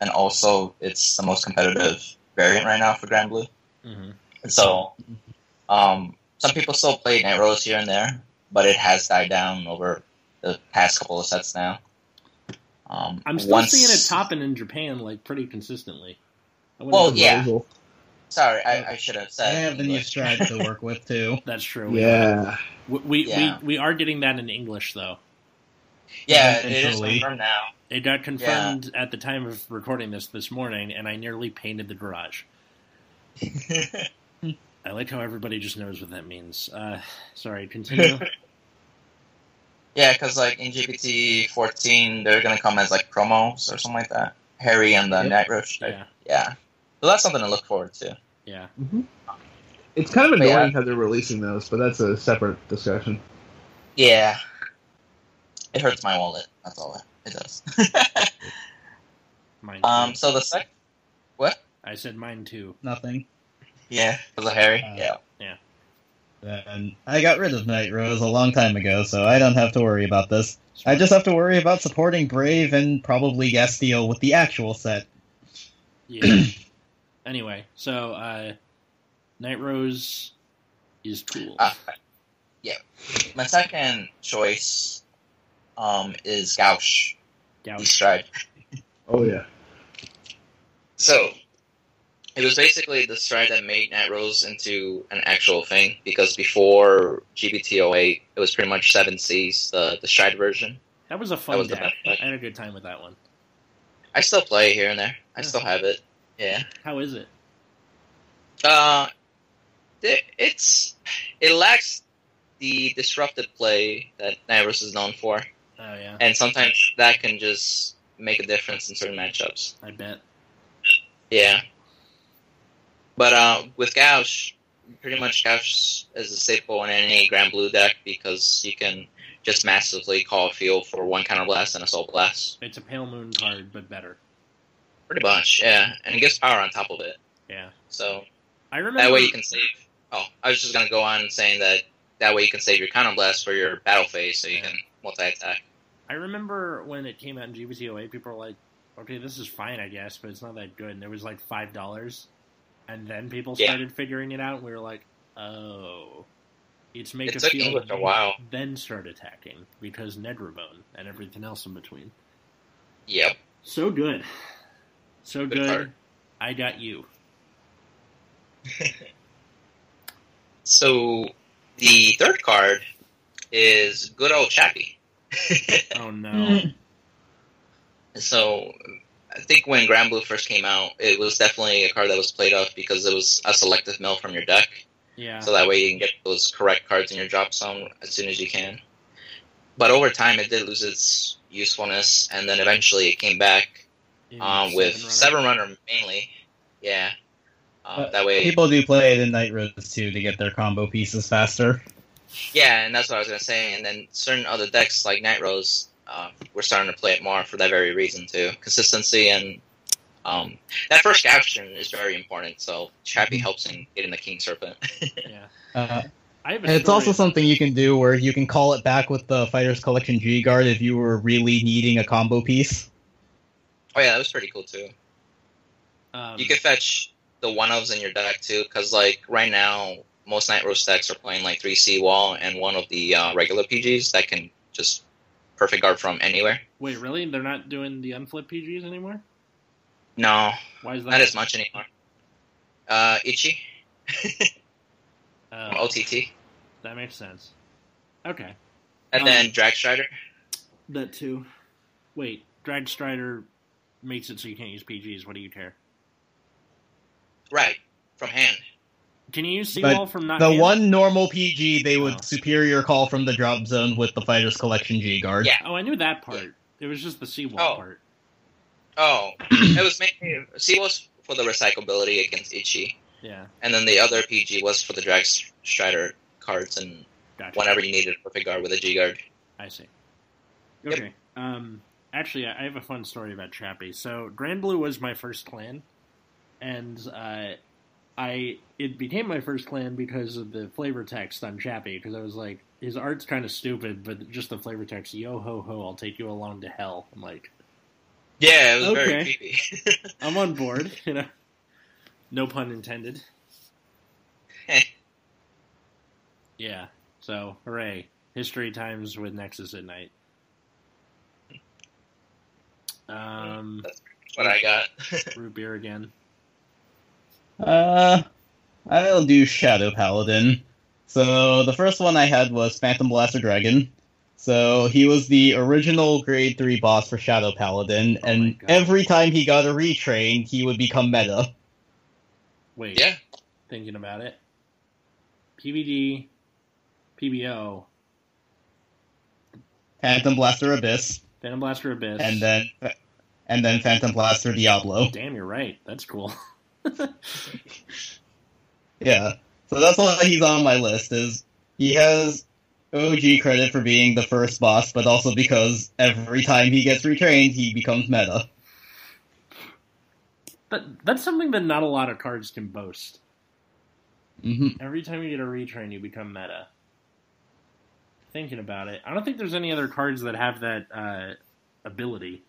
Speaker 4: and also it's the most competitive variant right now for Grand Blue.
Speaker 1: hmm
Speaker 4: And so, um, some people still play Night Rose here and there, but it has died down over the past couple of sets now. Um,
Speaker 1: I'm still
Speaker 4: once-
Speaker 1: seeing it topping in Japan like pretty consistently. I wouldn't know-
Speaker 4: Well, Oh, yeah.
Speaker 2: Proposal.
Speaker 4: Sorry,
Speaker 1: Oh,
Speaker 4: I, I should have
Speaker 3: I
Speaker 4: said.
Speaker 3: have the new stride to work with too.
Speaker 1: that's true. We-
Speaker 2: Yeah.
Speaker 1: we we,
Speaker 4: Yeah.
Speaker 1: we we are getting that in English though.
Speaker 4: yeah, it is
Speaker 3: Eventually.
Speaker 4: confirmed now.
Speaker 1: It got confirmed at the time of recording this this morning, and I nearly painted the garage. I like how everybody just knows what that means. Uh, sorry, continue.
Speaker 4: Yeah, because like in GPT 14, they're gonna come as like promos or something like that. Harry and the
Speaker 2: Yep.
Speaker 4: Night Rush. Yeah.
Speaker 1: yeah,
Speaker 4: so that's something to look forward to.
Speaker 1: yeah.
Speaker 2: Mm-hmm. It's kind of
Speaker 4: But
Speaker 2: annoying
Speaker 4: yeah.
Speaker 2: how they're releasing those, but that's a separate discussion.
Speaker 4: Yeah, it hurts my wallet. That's all it, it does.
Speaker 1: Mine.
Speaker 4: um,
Speaker 1: too.
Speaker 4: so the second, what?
Speaker 1: I said mine too.
Speaker 3: Nothing.
Speaker 4: Yeah, was it Harry?
Speaker 3: Uh,
Speaker 4: yeah.
Speaker 3: And I got rid of Night Rose a long time ago, so I don't have to worry about this. I just have to worry about supporting Brave and probably Gasteel with the actual set.
Speaker 1: Yeah. anyway, so uh, Night Rose is cool.
Speaker 4: Uh, My second choice, um, is Gauche.
Speaker 1: Gouge.
Speaker 4: East Stride.
Speaker 2: Oh yeah.
Speaker 4: So, it was basically the stride that made Night Rose into an actual thing because before GBT08, it was pretty much Seven Seas, the the stride version.
Speaker 1: That was a fun
Speaker 4: that was the
Speaker 1: deck.
Speaker 4: best deck.
Speaker 1: I had a good time with that one.
Speaker 4: I still play it here and there. I
Speaker 1: Yeah.
Speaker 4: still have it. Yeah.
Speaker 1: How is it?
Speaker 4: Uh, the- it's it lacks the disrupted play that Night Rose is known for,
Speaker 1: Oh yeah,
Speaker 4: and sometimes that can just make a difference in certain matchups.
Speaker 1: I bet.
Speaker 4: Yeah. But uh, with Gauche, pretty much Gauche is a staple in any Grand Blue deck because you can just massively call field for one counter blast and a soul blast.
Speaker 1: It's a pale moon card, but better.
Speaker 4: Pretty much, yeah. And it gives power on top of it.
Speaker 1: Yeah.
Speaker 4: So
Speaker 1: I remember
Speaker 4: that way you can save. Oh, I was just gonna go on saying that that way you can save your counter blast for your battle phase, so you
Speaker 1: Yeah.
Speaker 4: can multi attack.
Speaker 1: I remember when it came out in GBTOA, people were like, okay, this is fine, I guess, but it's not that good. And there was like $5. And then people
Speaker 4: Yeah.
Speaker 1: started figuring it out, and we were like, oh. It's make
Speaker 4: It
Speaker 1: a
Speaker 4: took
Speaker 1: field,
Speaker 4: English a while.
Speaker 1: then start attacking because Nedrobone and everything else in between.
Speaker 4: Yep.
Speaker 1: So good. So
Speaker 4: Good
Speaker 1: good.
Speaker 4: card.
Speaker 1: I got you.
Speaker 4: So the third card is good old Chappie.
Speaker 1: Oh no.
Speaker 3: Mm.
Speaker 4: So I think when Grand Blue first came out, it was definitely a card that was played off because it was a selective mill from your deck.
Speaker 1: yeah.
Speaker 4: So that way you can get those correct cards in your drop zone as soon as you can. But over time, it did lose its usefulness, and then eventually it came back
Speaker 1: In
Speaker 4: um, with
Speaker 1: Seven
Speaker 4: Seven Runner mainly. Yeah. Um,
Speaker 3: But
Speaker 4: that way,
Speaker 3: People do play it in Night Rose too to get their combo pieces faster.
Speaker 4: yeah, and that's what I was gonna say. And then certain other decks like Night Rose, uh, we're starting to play it more for that very reason too. Consistency and um, that first caption is very important. So
Speaker 1: Mm-hmm.
Speaker 4: Chappie helps in getting the King Serpent.
Speaker 1: Runner. Yeah.
Speaker 3: Uh,
Speaker 1: I have a
Speaker 3: and it's
Speaker 1: story-
Speaker 3: also something you can do where you can call it back with the Fighters Collection G Guard if you were really needing a combo piece.
Speaker 4: oh yeah, that was pretty cool too.
Speaker 1: um,
Speaker 4: you could fetch the one ofs in your deck too, because like right now most night roast decks are playing like three C wall and one of the uh, regular PGs that can just perfect guard from anywhere.
Speaker 1: Um, wait, really? They're not doing the unflip PGs anymore?
Speaker 4: No,
Speaker 1: Why is that?
Speaker 4: not as much anymore. Uh, Ichi from
Speaker 1: Uh,
Speaker 4: OTT,
Speaker 1: that makes sense. Okay.
Speaker 4: and
Speaker 1: Um,
Speaker 4: then Dragstrider.
Speaker 1: That too. Wait, Drag Strider makes it so you can't use PGs. What do you care?
Speaker 4: Right from hand.
Speaker 1: Can you use
Speaker 3: But
Speaker 1: Seawall from not
Speaker 3: The
Speaker 1: hand?
Speaker 3: one normal PG they would
Speaker 1: Oh.
Speaker 3: superior call from the drop zone with the Fighters Collection G Guard.
Speaker 4: Yeah.
Speaker 1: Oh, I knew that part. It was just the Seawall
Speaker 4: Oh.
Speaker 1: part.
Speaker 4: Oh, it was mainly C was for the recyclability against Ichi,
Speaker 1: Yeah.
Speaker 4: and then the other PG was for the Dragstrider cards and
Speaker 1: Gotcha.
Speaker 4: whenever you needed a perfect guard with a G guard.
Speaker 1: I see.
Speaker 4: Yep.
Speaker 1: Okay. Um, actually, I I have a fun story about Chappie. So, Grand Blue was my first clan, and uh, I it became my first clan because of the flavor text on Chappie. Because I was like, his art's kind of stupid, but just the flavor text, yo ho ho, I'll take you along to hell. I'm like,
Speaker 4: Yeah, it was very
Speaker 1: Okay.
Speaker 4: creepy.
Speaker 1: I'm on board. You know, no pun intended. yeah. So, hooray! History times with Nexus at night. Um.
Speaker 4: what I got.
Speaker 1: root beer again.
Speaker 3: Uh, I'll do Shadow Paladin. So the first one I had was Phantom Blaster Dragon. So he was the original Grade Three boss for Shadow Paladin,
Speaker 1: Oh my
Speaker 3: and
Speaker 1: God.
Speaker 3: every time he got a retrain, he would become meta.
Speaker 1: Wait,
Speaker 4: yeah,
Speaker 1: thinking about it. PBD, PBO,
Speaker 3: Phantom Blaster Abyss,
Speaker 1: Phantom Blaster Abyss.
Speaker 3: and then and then Phantom Blaster Diablo.
Speaker 1: Damn, you're right. That's cool.
Speaker 3: Yeah. So that's why he's on my list is he has OG credit for being the first boss, but also because every time he gets retrained, he becomes meta.
Speaker 1: But that's something that not a lot of cards can boast.
Speaker 3: hmm
Speaker 1: Every time you get a retrain, you become meta. Thinking about it, I don't think there's any other cards that have that uh, ability.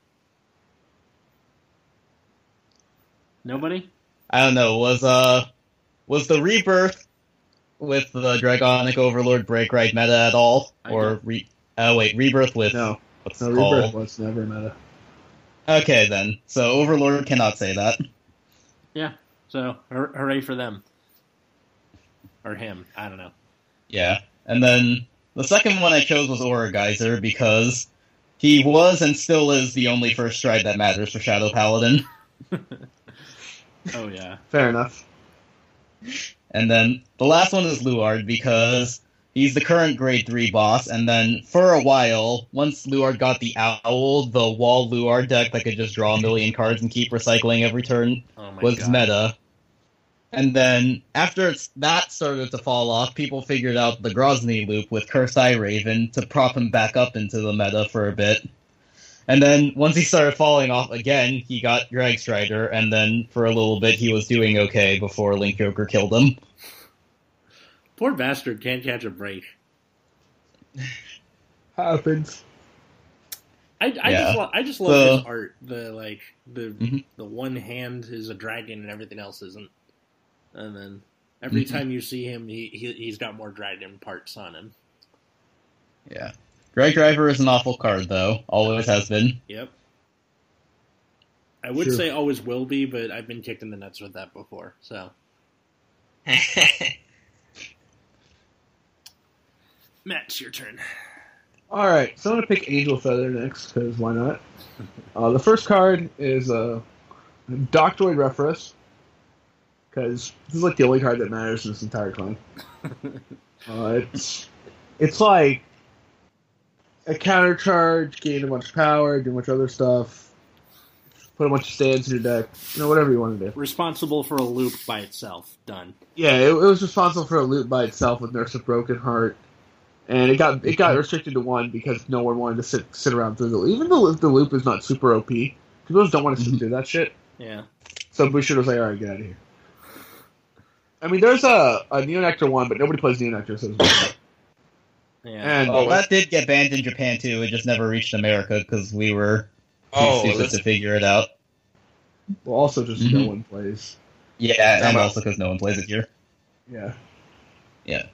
Speaker 1: Nobody?
Speaker 3: I don't know, was uh was the rebirth with the Dragonic Overlord break right meta at all?
Speaker 1: I
Speaker 3: Or re uh wait, rebirth with
Speaker 2: No,
Speaker 3: what's
Speaker 2: no,
Speaker 3: it called?
Speaker 2: Rebirth was never meta.
Speaker 3: Okay then. So Overlord cannot say that.
Speaker 1: So, hur- hooray for them. Or him. I don't know.
Speaker 3: Yeah. And then the second one I chose was Aura Geyser because he was and still is the only first stride that matters for Shadow Paladin.
Speaker 1: Oh, yeah.
Speaker 2: Fair enough.
Speaker 3: And then the last one is Luard because he's the current grade 3 boss. And then for a while, once Luard got the Owl, the wall Luard deck that could just draw a million cards and keep recycling every turn
Speaker 1: Oh, my
Speaker 3: was
Speaker 1: God.
Speaker 3: meta. And then after it's, that started to fall off, people figured out the Grozny loop with Curse Eye Raven to prop him back up into the meta for a bit. And then once he started falling off again, he got Drag Strider, and then for a little bit he was doing okay before Link Joker killed him.
Speaker 1: Poor bastard can't catch a break.
Speaker 2: Happens.
Speaker 1: I, I
Speaker 3: Yeah.
Speaker 1: just lo- I just love
Speaker 3: The-
Speaker 1: his art. The like the
Speaker 3: Mhm.
Speaker 1: the one hand is a dragon and everything else isn't. And then every
Speaker 3: Mhm.
Speaker 1: time you see him, he, he he's got more dragon parts on him.
Speaker 3: Yeah. Drag Driver is an awful card, though. Always has been.
Speaker 1: Yep. I would
Speaker 2: Sure.
Speaker 1: say always will be, but I've been kicked in the nuts with that before. So Matt, it's your turn.
Speaker 2: All right, so I'm gonna pick Angel Feather next because why not? Uh, the first card is a uh, Doctoid Referus because this is like the only card that matters in this entire clan. uh, it's it's like a counter charge, gain a bunch of power, do a bunch of other stuff, put a bunch of stands in your deck, you know, whatever you want to do.
Speaker 1: Responsible for a loop by itself. Done.
Speaker 2: Yeah, it, it was responsible for a loot by itself with Nurse of Broken Heart, and it got it got restricted to one because no one wanted to sit sit around through the loop. Even though the loop is not super OP, people just don't want to sit
Speaker 3: Mhm.
Speaker 2: through that shit.
Speaker 1: Yeah.
Speaker 2: So Bushido was like, "All right, get out of here." I mean, there's a, a Neonectar one, but nobody plays Neonectar, so it's
Speaker 1: Yeah.
Speaker 2: and
Speaker 3: Well, Oh, that did get banned in Japan, too. It just never reached America because we were too
Speaker 4: oh,
Speaker 3: stupid
Speaker 4: let's-
Speaker 3: to figure it out.
Speaker 2: well, also just no
Speaker 3: Mhm.
Speaker 2: one plays.
Speaker 3: Yeah, and
Speaker 4: about-
Speaker 3: also because no one plays it here.
Speaker 2: Yeah,
Speaker 3: Yeah. Mm-hmm.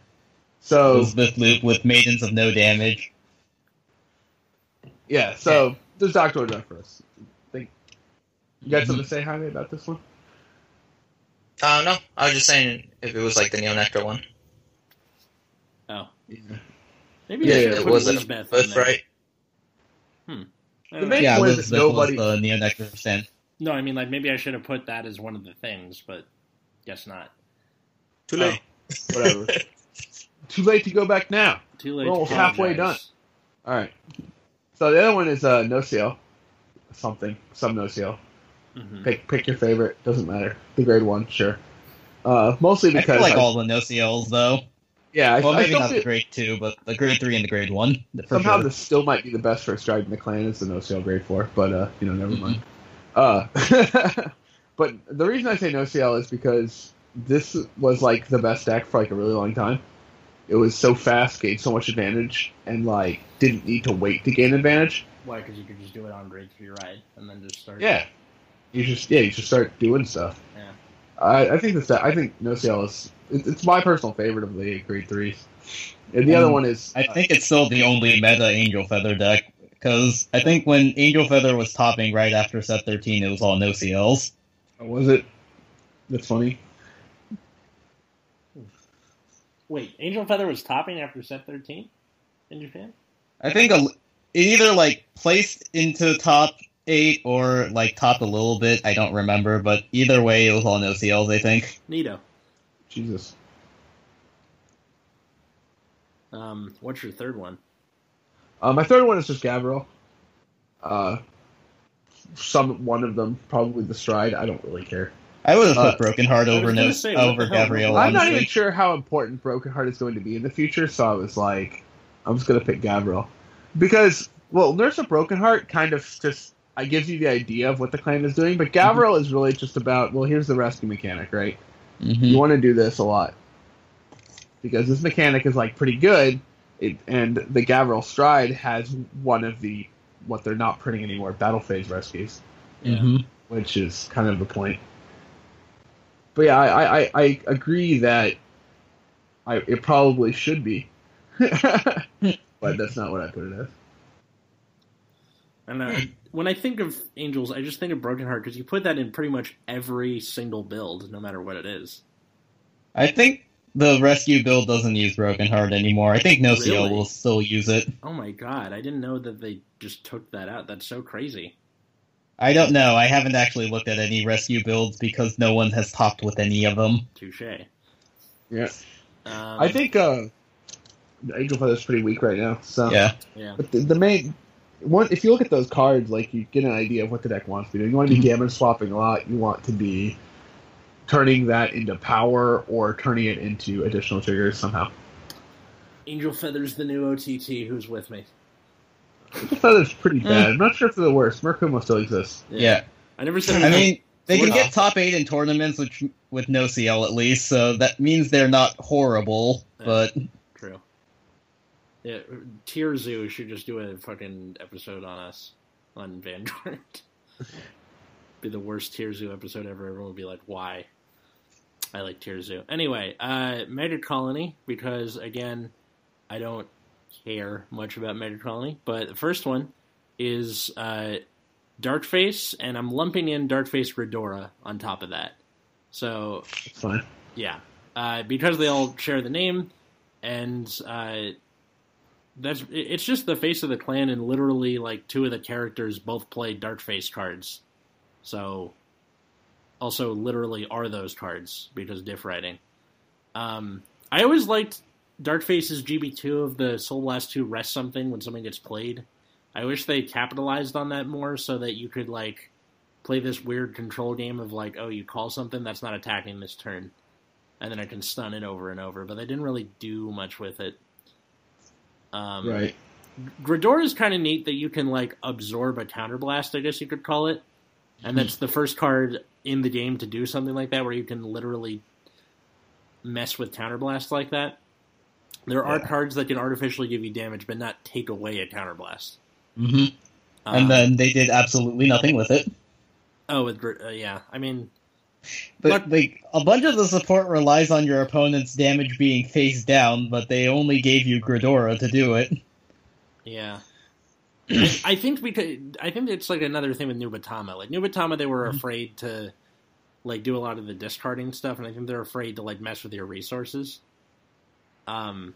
Speaker 2: So
Speaker 3: Elizabeth Loop with Maidens of No Damage.
Speaker 2: yeah, so there's Doctor Death for us. Think you got something to say, Jaime, about this one?
Speaker 4: uh, no, I was just saying if it was like the Neonectar one.
Speaker 2: Yeah.
Speaker 1: Oh. Maybe
Speaker 2: Yeah,
Speaker 1: I should
Speaker 2: it
Speaker 1: have put
Speaker 4: was a-
Speaker 1: Elizabeth in
Speaker 4: That's
Speaker 1: there.
Speaker 4: right.
Speaker 1: I
Speaker 2: The
Speaker 1: don't
Speaker 2: main
Speaker 1: know.
Speaker 3: Yeah,
Speaker 2: point
Speaker 3: Elizabeth
Speaker 2: is nobody.
Speaker 3: was the Neonectar stand.
Speaker 1: No, I mean like maybe I should have put that as one of the things, but guess not.
Speaker 4: Too
Speaker 2: late. whatever. Too late to go back now.
Speaker 1: Too late.
Speaker 2: We're
Speaker 1: to
Speaker 2: almost halfway
Speaker 1: apologize.
Speaker 2: All right. So the other one is uh, no seal, something, some no seal.
Speaker 1: Mhm.
Speaker 2: Pick pick your favorite. Doesn't matter. The grade one, sure. Uh, mostly
Speaker 3: I
Speaker 2: because
Speaker 3: feel like
Speaker 2: I-
Speaker 3: all the no CLs, though.
Speaker 2: yeah, I,
Speaker 3: well,
Speaker 2: I
Speaker 3: maybe
Speaker 2: still
Speaker 3: not the
Speaker 2: feel-
Speaker 3: grade two, but the grade three and the grade one. For
Speaker 2: somehow
Speaker 3: sure.
Speaker 2: this still might be the best first stride in the clan. It's the no seal grade four, but uh, you know, never
Speaker 3: Mhm.
Speaker 2: mind.
Speaker 3: Mm-hmm.
Speaker 2: Uh, but the reason I say no seal is because this was like the best deck for like a really long time. It was so fast, gained so much advantage, and like didn't need to wait to gain advantage.
Speaker 1: Why? Because you could just do it on grade three ride and then just start.
Speaker 2: Yeah, you just yeah you should start doing stuff.
Speaker 1: Yeah.
Speaker 2: I, I think that's I think No Seal is it, it's my personal favorite of the grade threes, and the other
Speaker 3: Um,
Speaker 2: one is uh,
Speaker 3: I think it's still the only meta Angel Feather deck because I think when Angel Feather was topping right after set 13, it was all no CLs.
Speaker 2: uh, was it? That's funny.
Speaker 1: Wait, Angel Feather was topping after set thirteen in Japan.
Speaker 3: I think a, it either like placed into top eight or like topped a little bit. I don't remember, but either way, it was all no CLs. I think.
Speaker 1: Nito,
Speaker 2: Jesus,
Speaker 1: um, what's your third one?
Speaker 2: uh, my third one is just Gabriel. Uh, some one of them probably the stride. I don't really care.
Speaker 3: I would have put
Speaker 2: Uh,
Speaker 3: Broken Heart
Speaker 1: I was
Speaker 3: over
Speaker 1: gonna
Speaker 3: no
Speaker 1: say, what
Speaker 3: over
Speaker 1: the hell?
Speaker 3: Gabrielle.
Speaker 2: I'm not even
Speaker 3: Oh, honestly.
Speaker 2: sure how important Broken Heart is going to be in the future, so I was like, I'm just gonna pick Gabriel. Because well, Nurse of Broken Heart kind of just I gives you the idea of what the clan is doing, but Gabriel is really just about well, here's the rescue mechanic, right?
Speaker 3: Mhm.
Speaker 2: You want to do this a lot because this mechanic is like pretty good, it, and the Gavril Stride has one of the what they're not printing anymore battle phase rescues
Speaker 1: Mm-hmm.
Speaker 3: Mhm.
Speaker 2: which is kind of the point. But yeah, I, I- I, I agree that I, it probably should be, but that's not what I put it as.
Speaker 1: I don't know. uh, When I think of angels, I just think of Broken Heart because you put that in pretty much every single build, no matter what it is.
Speaker 3: I think the rescue build doesn't use Broken Heart anymore. I think no CL
Speaker 1: Really?
Speaker 3: will still use it.
Speaker 1: Oh my god, I didn't know that they just took that out. That's so crazy.
Speaker 3: I don't know. I haven't actually looked at any rescue builds because no one has topped with any of them.
Speaker 1: Touche.
Speaker 2: Yeah.
Speaker 1: Um,
Speaker 2: I think uh, the Angel Feather's pretty weak right now. So
Speaker 1: Oh,
Speaker 3: Yeah.
Speaker 1: Yeah.
Speaker 2: But the, the main one, if you look at those cards, like you get an idea of what the deck wants to do. You want to be damage swapping a lot. You want to be turning that into power or turning it into additional triggers somehow.
Speaker 1: Angel Feather's the new OTT. Who's with me?
Speaker 2: I thought it was pretty
Speaker 3: Mm.
Speaker 2: bad. I'm not sure if they're the worst. Merkuma still exists.
Speaker 3: Yeah.
Speaker 1: I never said.
Speaker 3: I mean, they can
Speaker 1: Wow.
Speaker 3: get top eight in tournaments, which with no CL at least, so that means they're not horrible.
Speaker 1: Yeah.
Speaker 3: But
Speaker 1: True. Yeah, Tier Zoo should just do a fucking episode on us on Vanguard. be the worst Tier Zoo episode ever. Everyone would be like, "Why?" I like Tier Zoo. Anyway, uh, Mega Colony because again, I don't care much about Mega Colony. But the first one is uh, Darkface, and I'm lumping in Darkface Redora on top of that. So
Speaker 2: It's fine.
Speaker 1: yeah, uh, because they all share the name, and uh, that's it- it's just the face of the clan, and literally like two of the characters both play dark face cards, so also literally are those cards because diff writing. Um, I always liked Darkface's GB2 of the Soul Blast 2 rest something when something gets played. I wish they capitalized on that more so that you could like play this weird control game of like, oh, you call something that's not attacking this turn, and then I can stun it over and over. But they didn't really do much with it. Um,
Speaker 2: right.
Speaker 1: Gridor is kind of neat that you can like absorb a counterblast, I guess you could call it, and that's the first card in the game to do something like that, where you can literally mess with counterblast like that. There are
Speaker 2: Yeah.
Speaker 1: cards that can artificially give you damage, but not take away a counterblast.
Speaker 3: Mhm.
Speaker 1: Um,
Speaker 3: and then they did absolutely nothing with it.
Speaker 1: oh, with, Gr- uh, yeah, I mean,
Speaker 3: But
Speaker 1: Look-
Speaker 3: like a bunch of the support relies on your opponent's damage being face down, but they only gave you Gridora to do it.
Speaker 1: Yeah. I I think because I think it's like another thing with Nubatama. Like Nubatama, they were afraid to like do a lot of the discarding stuff, and I think they're afraid to like mess with your resources. Um.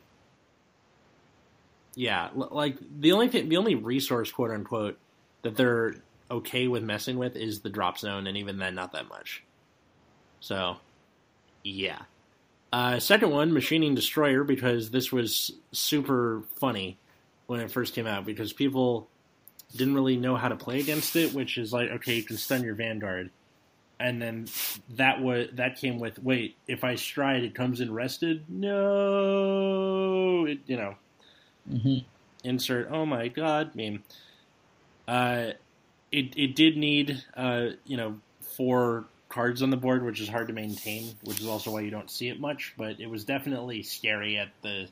Speaker 1: Yeah, l- like the only thing, the only resource, quote unquote, that they're okay with messing with is the drop zone, and even then, not that much. So, yeah. Uh, second one, Machining Destroyer, because this was super funny when it first came out because people didn't really know how to play against it, which is like, okay, you can stun your Vanguard. And then that was that came with wait, if I stride it comes in rested? No it, you know,
Speaker 3: Mhm.
Speaker 1: insert oh my god meme. Uh it it did need uh, you know, four cards on the board, which is hard to maintain, which is also why you don't see it much, but it was definitely scary at the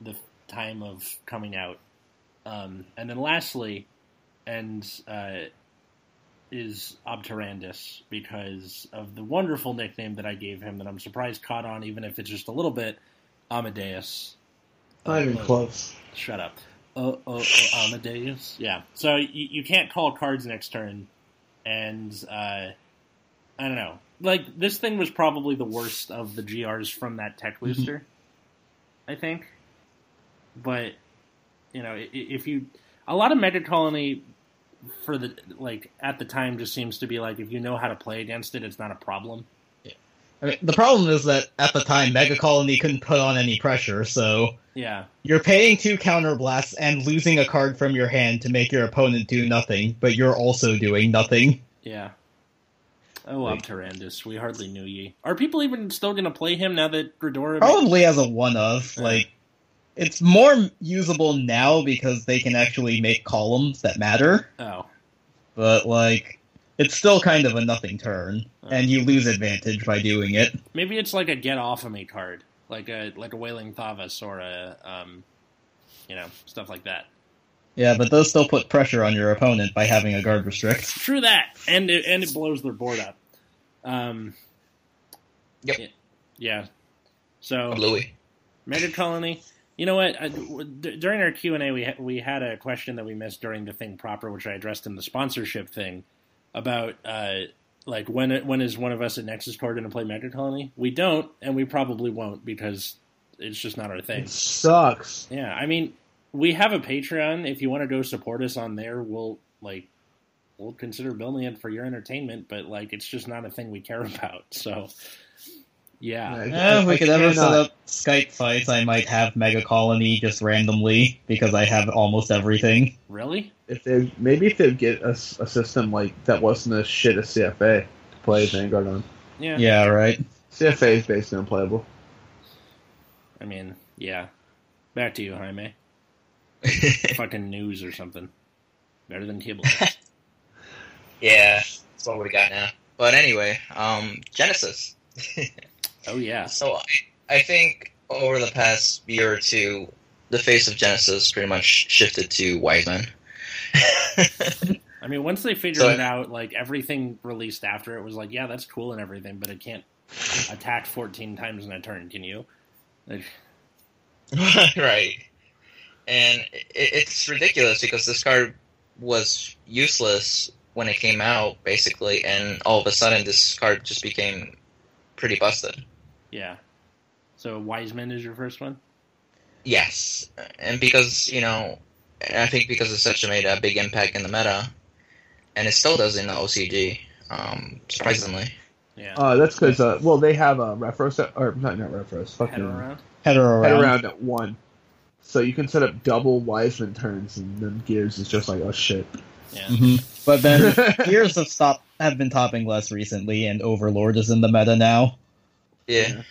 Speaker 1: the time of coming out. Um, and then lastly, and uh, is Obturandus because of the wonderful nickname that I gave him that I'm surprised caught on, even if it's just a little bit. Amadeus.
Speaker 2: Not even
Speaker 1: Uh,
Speaker 2: close.
Speaker 1: Shut up. Oh, oh, oh Amadeus. Yeah. So you, you can't call cards next turn, and uh, I don't know. Like this thing was probably the worst of the GRs from that tech booster, I think. But you know, i- i- if you a lot of mega colony for the like at the time just seems to be like if you know how to play against it, it's not a problem.
Speaker 3: I mean, the problem is that at the time, Mega Colony couldn't put on any pressure, so
Speaker 1: Yeah.
Speaker 3: you're paying two counter blasts and losing a card from your hand to make your opponent do nothing, but you're also doing nothing.
Speaker 1: Yeah. Oh, up Tyrandus. We hardly knew ye. Are people even still going to play him now that Gridora?
Speaker 3: Probably as a one of
Speaker 1: Yeah.
Speaker 3: like, it's more usable now because they can actually make columns that matter.
Speaker 1: Oh,
Speaker 3: but like it's still kind of a nothing turn,
Speaker 1: Oh.
Speaker 3: and you lose advantage by doing it.
Speaker 1: maybe it's like a get off of me card, like a like a Wailing Thavas or a um, you know, stuff like that.
Speaker 3: Yeah, but those still put pressure on your opponent by having a guard restrict.
Speaker 1: True that, and it, and it blows their board up. Um.
Speaker 4: Yep.
Speaker 1: Yeah. yeah. So
Speaker 4: Bluey.
Speaker 1: Mega Colony. You know what? I, d- during our Q and A, we ha- we had a question that we missed during the thing proper, which I addressed in the sponsorship thing about uh, like when it, when is one of us at Nexus Core going to play Mega Colony? We don't, and we probably won't because it's just not our thing.
Speaker 2: It sucks.
Speaker 1: Yeah, I mean, we have a Patreon. If you want to go support us on there, we'll like we'll consider building it for your entertainment. But like, it's just not a thing we care about. So, yeah.
Speaker 2: I-
Speaker 3: Eh,
Speaker 2: I-
Speaker 3: if we
Speaker 2: I
Speaker 3: could ever set
Speaker 2: cannot.
Speaker 3: up Skype fights, I might have Mega Colony just randomly because I have almost everything.
Speaker 1: Really?
Speaker 2: if they maybe if they get a, s- a system like that wasn't a shit a CFA to play Vanguard on.
Speaker 1: Yeah.
Speaker 3: Yeah, right.
Speaker 2: CFA is basically unplayable.
Speaker 1: I mean, yeah. Back to you, Jaime. Fucking news or something. Better than Kibble.
Speaker 4: yeah, that's what we got now. But anyway, um, Genesis.
Speaker 1: Oh yeah.
Speaker 4: So I, I think over the past year or two, the face of Genesis pretty much shifted to Wiseman.
Speaker 1: I mean, once they figured
Speaker 4: So-
Speaker 1: it out, like everything released after it was like, yeah, that's cool and everything, but it can't attack 14 times in a turn, can you? Like,
Speaker 4: right. And it, it's ridiculous because this card was useless when it came out, basically, and all of a sudden this card just became pretty busted.
Speaker 1: yeah. So Wiseman is your first one.
Speaker 4: Yes. And because, you know, and I think because it's such a made a big impact in the meta, and it still does in the OCG, um, surprisingly.
Speaker 1: Yeah.
Speaker 2: Uh, that's because uh, well, they have a refros or not not refros,
Speaker 1: Head
Speaker 2: fucking
Speaker 1: around.
Speaker 3: Header around.
Speaker 2: head around at one. So you can set up double Wiseman turns, and then Gears is just like, oh shit.
Speaker 1: Yeah.
Speaker 3: Mhm. But then Gears have stopped have been topping less recently, and Overlord is in the meta now.
Speaker 4: Yeah.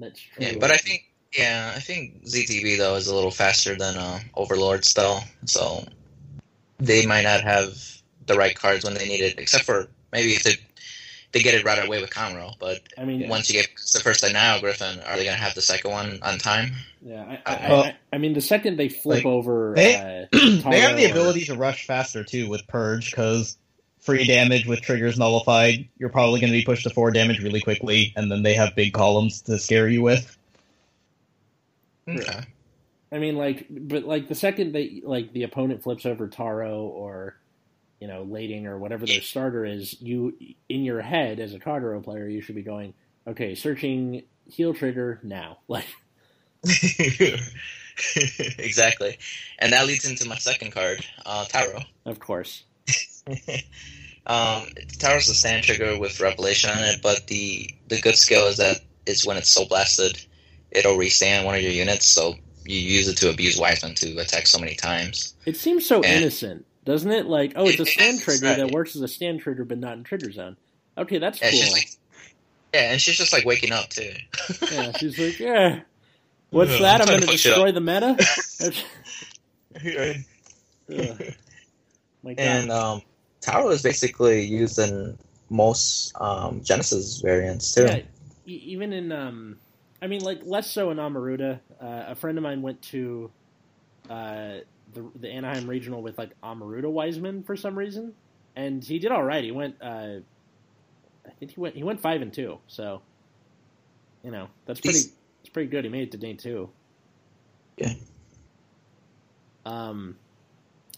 Speaker 1: That's true.
Speaker 4: Yeah, but I think yeah, I think ZTB though is a little faster than uh, Overlord still, so they might not have the right cards when they need it, except for maybe if they they get it right away with Comro. But
Speaker 1: I mean,
Speaker 4: once you get the first denial Griffin, are they gonna have the second one on time?
Speaker 1: yeah. I, I, I,
Speaker 4: Uh,
Speaker 3: Well-
Speaker 1: I, I mean, the second they flip
Speaker 3: Like,
Speaker 1: over,
Speaker 3: they-
Speaker 1: uh,
Speaker 3: they have the
Speaker 1: Tyler.
Speaker 3: ability to rush faster too with Purge because free damage with triggers nullified, you're probably going to be pushed to four damage really quickly, and then they have big columns to scare you with.
Speaker 4: Okay.
Speaker 1: I mean, like, but like the second that like the opponent flips over Taro or you know Lading or whatever their starter is, you in your head as a Taro player, you should be going, okay, searching heel trigger now. Like,
Speaker 4: exactly, and that leads into my second card, uh, Taro.
Speaker 1: of course,
Speaker 4: Um, Tower's the stand trigger with revelation on it, but the the good skill is that is when it's so blasted, it'll restand one of your units, so you use it to abuse Wiseman to attack so many times.
Speaker 1: it seems so
Speaker 4: Yeah.
Speaker 1: innocent, doesn't it? Like, oh, it's a
Speaker 4: It- it
Speaker 1: stand
Speaker 4: is,
Speaker 1: trigger
Speaker 4: right.
Speaker 1: that works as a stand trigger, but not in trigger zone. Okay, that's
Speaker 4: And she's
Speaker 1: cool.
Speaker 4: like, yeah, and she's just like waking up too.
Speaker 1: yeah, she's like, yeah, what's
Speaker 4: Yeah,
Speaker 1: that?
Speaker 4: I'm
Speaker 1: I'm going
Speaker 4: trying to
Speaker 1: to
Speaker 4: fuck shit up.
Speaker 1: destroy the meta. That's- Ugh. My God.
Speaker 4: and um, Tower is basically used in most um, Genesis variants too.
Speaker 1: Yeah, e- even in, um, I mean, like less so in Amaruta. Uh, a friend of mine went to uh, the the Anaheim Regional with like Amaruta Wiseman for some reason, and he did all right. He went, uh, I think he went he went five and two. So, you know, that's pretty
Speaker 4: He's-
Speaker 1: it's pretty good. He made it to day two.
Speaker 4: Yeah.
Speaker 1: Um,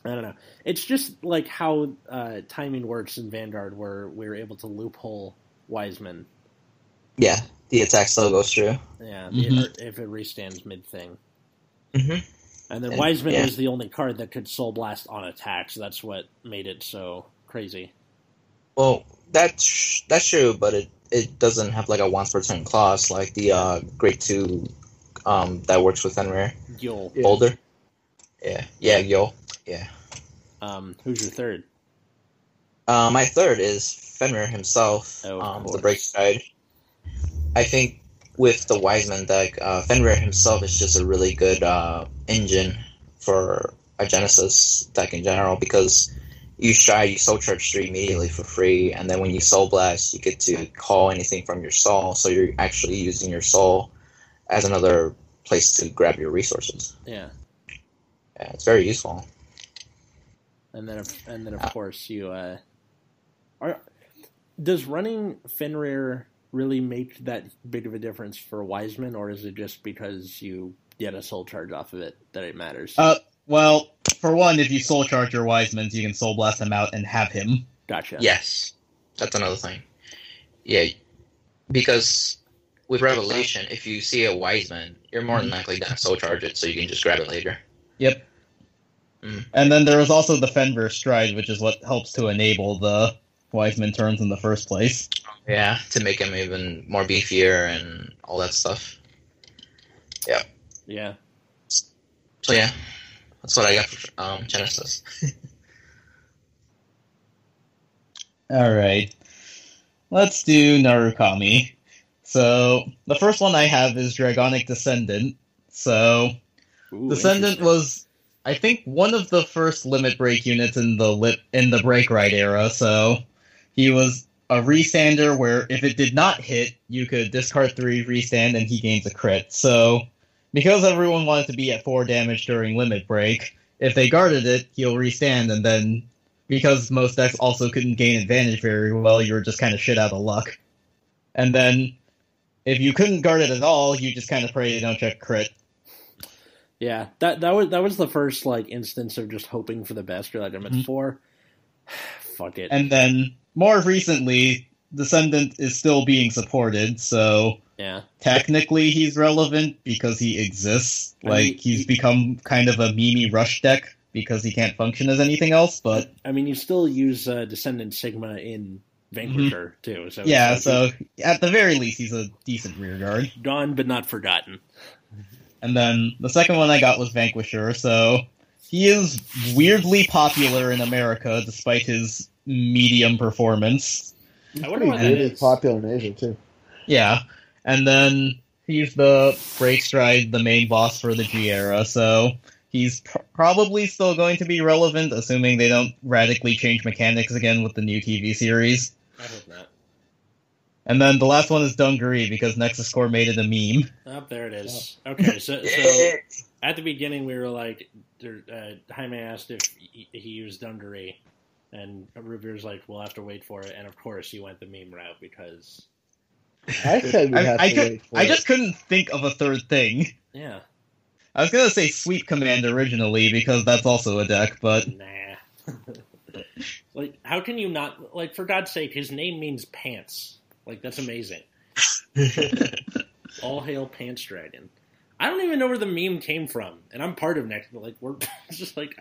Speaker 1: I don't know. It's just like how uh, timing works in Vanguard, where we were able to loophole Wiseman.
Speaker 4: Yeah, the attack still goes through.
Speaker 1: Yeah,
Speaker 3: Mhm.
Speaker 1: the, uh, if it restands mid thing.
Speaker 4: Mhm.
Speaker 1: And then
Speaker 4: And-
Speaker 1: Wiseman
Speaker 4: yeah.
Speaker 1: was the only card that could Soul Blast on attack, so that's what made it so crazy.
Speaker 4: Well, that's that's true, but it it doesn't have like a once per turn clause like the uh, grade two um, that works with Fenrir
Speaker 1: Yul,
Speaker 2: Yeah.
Speaker 4: Boulder. Yeah, yeah, yo.
Speaker 1: um, who's your third?
Speaker 4: Uh, my third is Fenrir himself,
Speaker 1: Oh, of
Speaker 4: um, the
Speaker 1: course.
Speaker 4: break side. I think with the Wiseman deck, uh, Fenrir himself is just a really good uh, engine for a Genesis deck in general because you shy, you soul charge three immediately for free, and then when you soul blast, you get to call anything from your soul, so you're actually using your soul as another place to grab your resources.
Speaker 1: Yeah,
Speaker 4: Yeah, it's very useful.
Speaker 1: and then of- and then of course you. Uh, are does running Fenrir really make that big of a difference for Wiseman, or is it just because you get a Soul Charge off of it that it matters?
Speaker 3: Uh, Well, for one, if you soul charge your Wisemans, you can soul blast him out and have him.
Speaker 1: gotcha.
Speaker 4: Yes, that's another thing. Yeah, because with Revelation, if you see a wise man, you're more than likely gonna soul charge it, so you can just grab it later.
Speaker 3: Yep.
Speaker 4: Mm.
Speaker 3: And then there is also the Fenrir Stride, which is what helps to enable the Wiseman turns in the first place.
Speaker 4: Yeah, to make him even more beefier and all that stuff.
Speaker 1: Yeah.
Speaker 4: So yeah, that's what I got for um, Genesis.
Speaker 3: All right. Let's do Narukami. So the first one I have is Dragonic Descendant. So
Speaker 1: Ooh,
Speaker 3: Descendant
Speaker 1: interesting.
Speaker 3: was, I think, one of the first limit break units in the lip in the break ride era. So he was a resander where if it did not hit, you could discard three restand and he gains a crit. So because everyone wanted to be at four damage during limit break, if they guarded it, he'll restand and then because most decks also couldn't gain advantage very well, you were just kind of shit out of luck. And then if you couldn't guard it at all, you just kind of pray you don't check crit.
Speaker 1: Yeah, that that was that was the first like instance of just hoping for the best. You're like, I'm at
Speaker 3: Mhm.
Speaker 1: four. Fuck it.
Speaker 3: And then more recently, Descendant is still being supported, so
Speaker 1: yeah,
Speaker 3: technically he's relevant because he exists.
Speaker 1: I
Speaker 3: Like
Speaker 1: mean,
Speaker 3: he's
Speaker 1: he-
Speaker 3: become kind of a memey rush deck because he can't function as anything else, but
Speaker 1: I mean, you still use uh, Descendant Sigma in Vanquisher too. So it's
Speaker 3: Mm-hmm. yeah,
Speaker 1: like
Speaker 3: so at the very least he's a decent rear guard.
Speaker 1: gone but not forgotten.
Speaker 3: And then the second one I got was Vanquisher, so he is weirdly popular in America despite his medium performance.
Speaker 1: I wonder why that
Speaker 2: Pretty
Speaker 1: is.
Speaker 2: popular in Asia too.
Speaker 3: Yeah, and then he's the break stride, the main boss for the G era, so he's pr- probably still going to be relevant, assuming they don't radically change mechanics again with the new TV series.
Speaker 1: I hope not.
Speaker 3: And then the last one is Dungaree because Nexus Core made it a meme.
Speaker 1: Oh, there it is. Okay, so, so at the beginning we were like, there- uh, Jaime asked if he, he used Dungaree, and Revier's like, we'll have to wait for it. And of course, you went the meme route because
Speaker 2: I said we
Speaker 3: I,
Speaker 2: have
Speaker 3: I
Speaker 2: to
Speaker 3: could-
Speaker 2: wait for
Speaker 3: I
Speaker 2: it.
Speaker 3: just couldn't think of a third thing.
Speaker 1: yeah,
Speaker 3: I was gonna say Sweep Command originally because that's also a deck, but
Speaker 1: nah. like, how can you not like? For God's sake, his name means pants. Like, that's amazing. All hail Pants Dragon. I don't even know where the meme came from, and I'm part of next. Like, we're it's just like,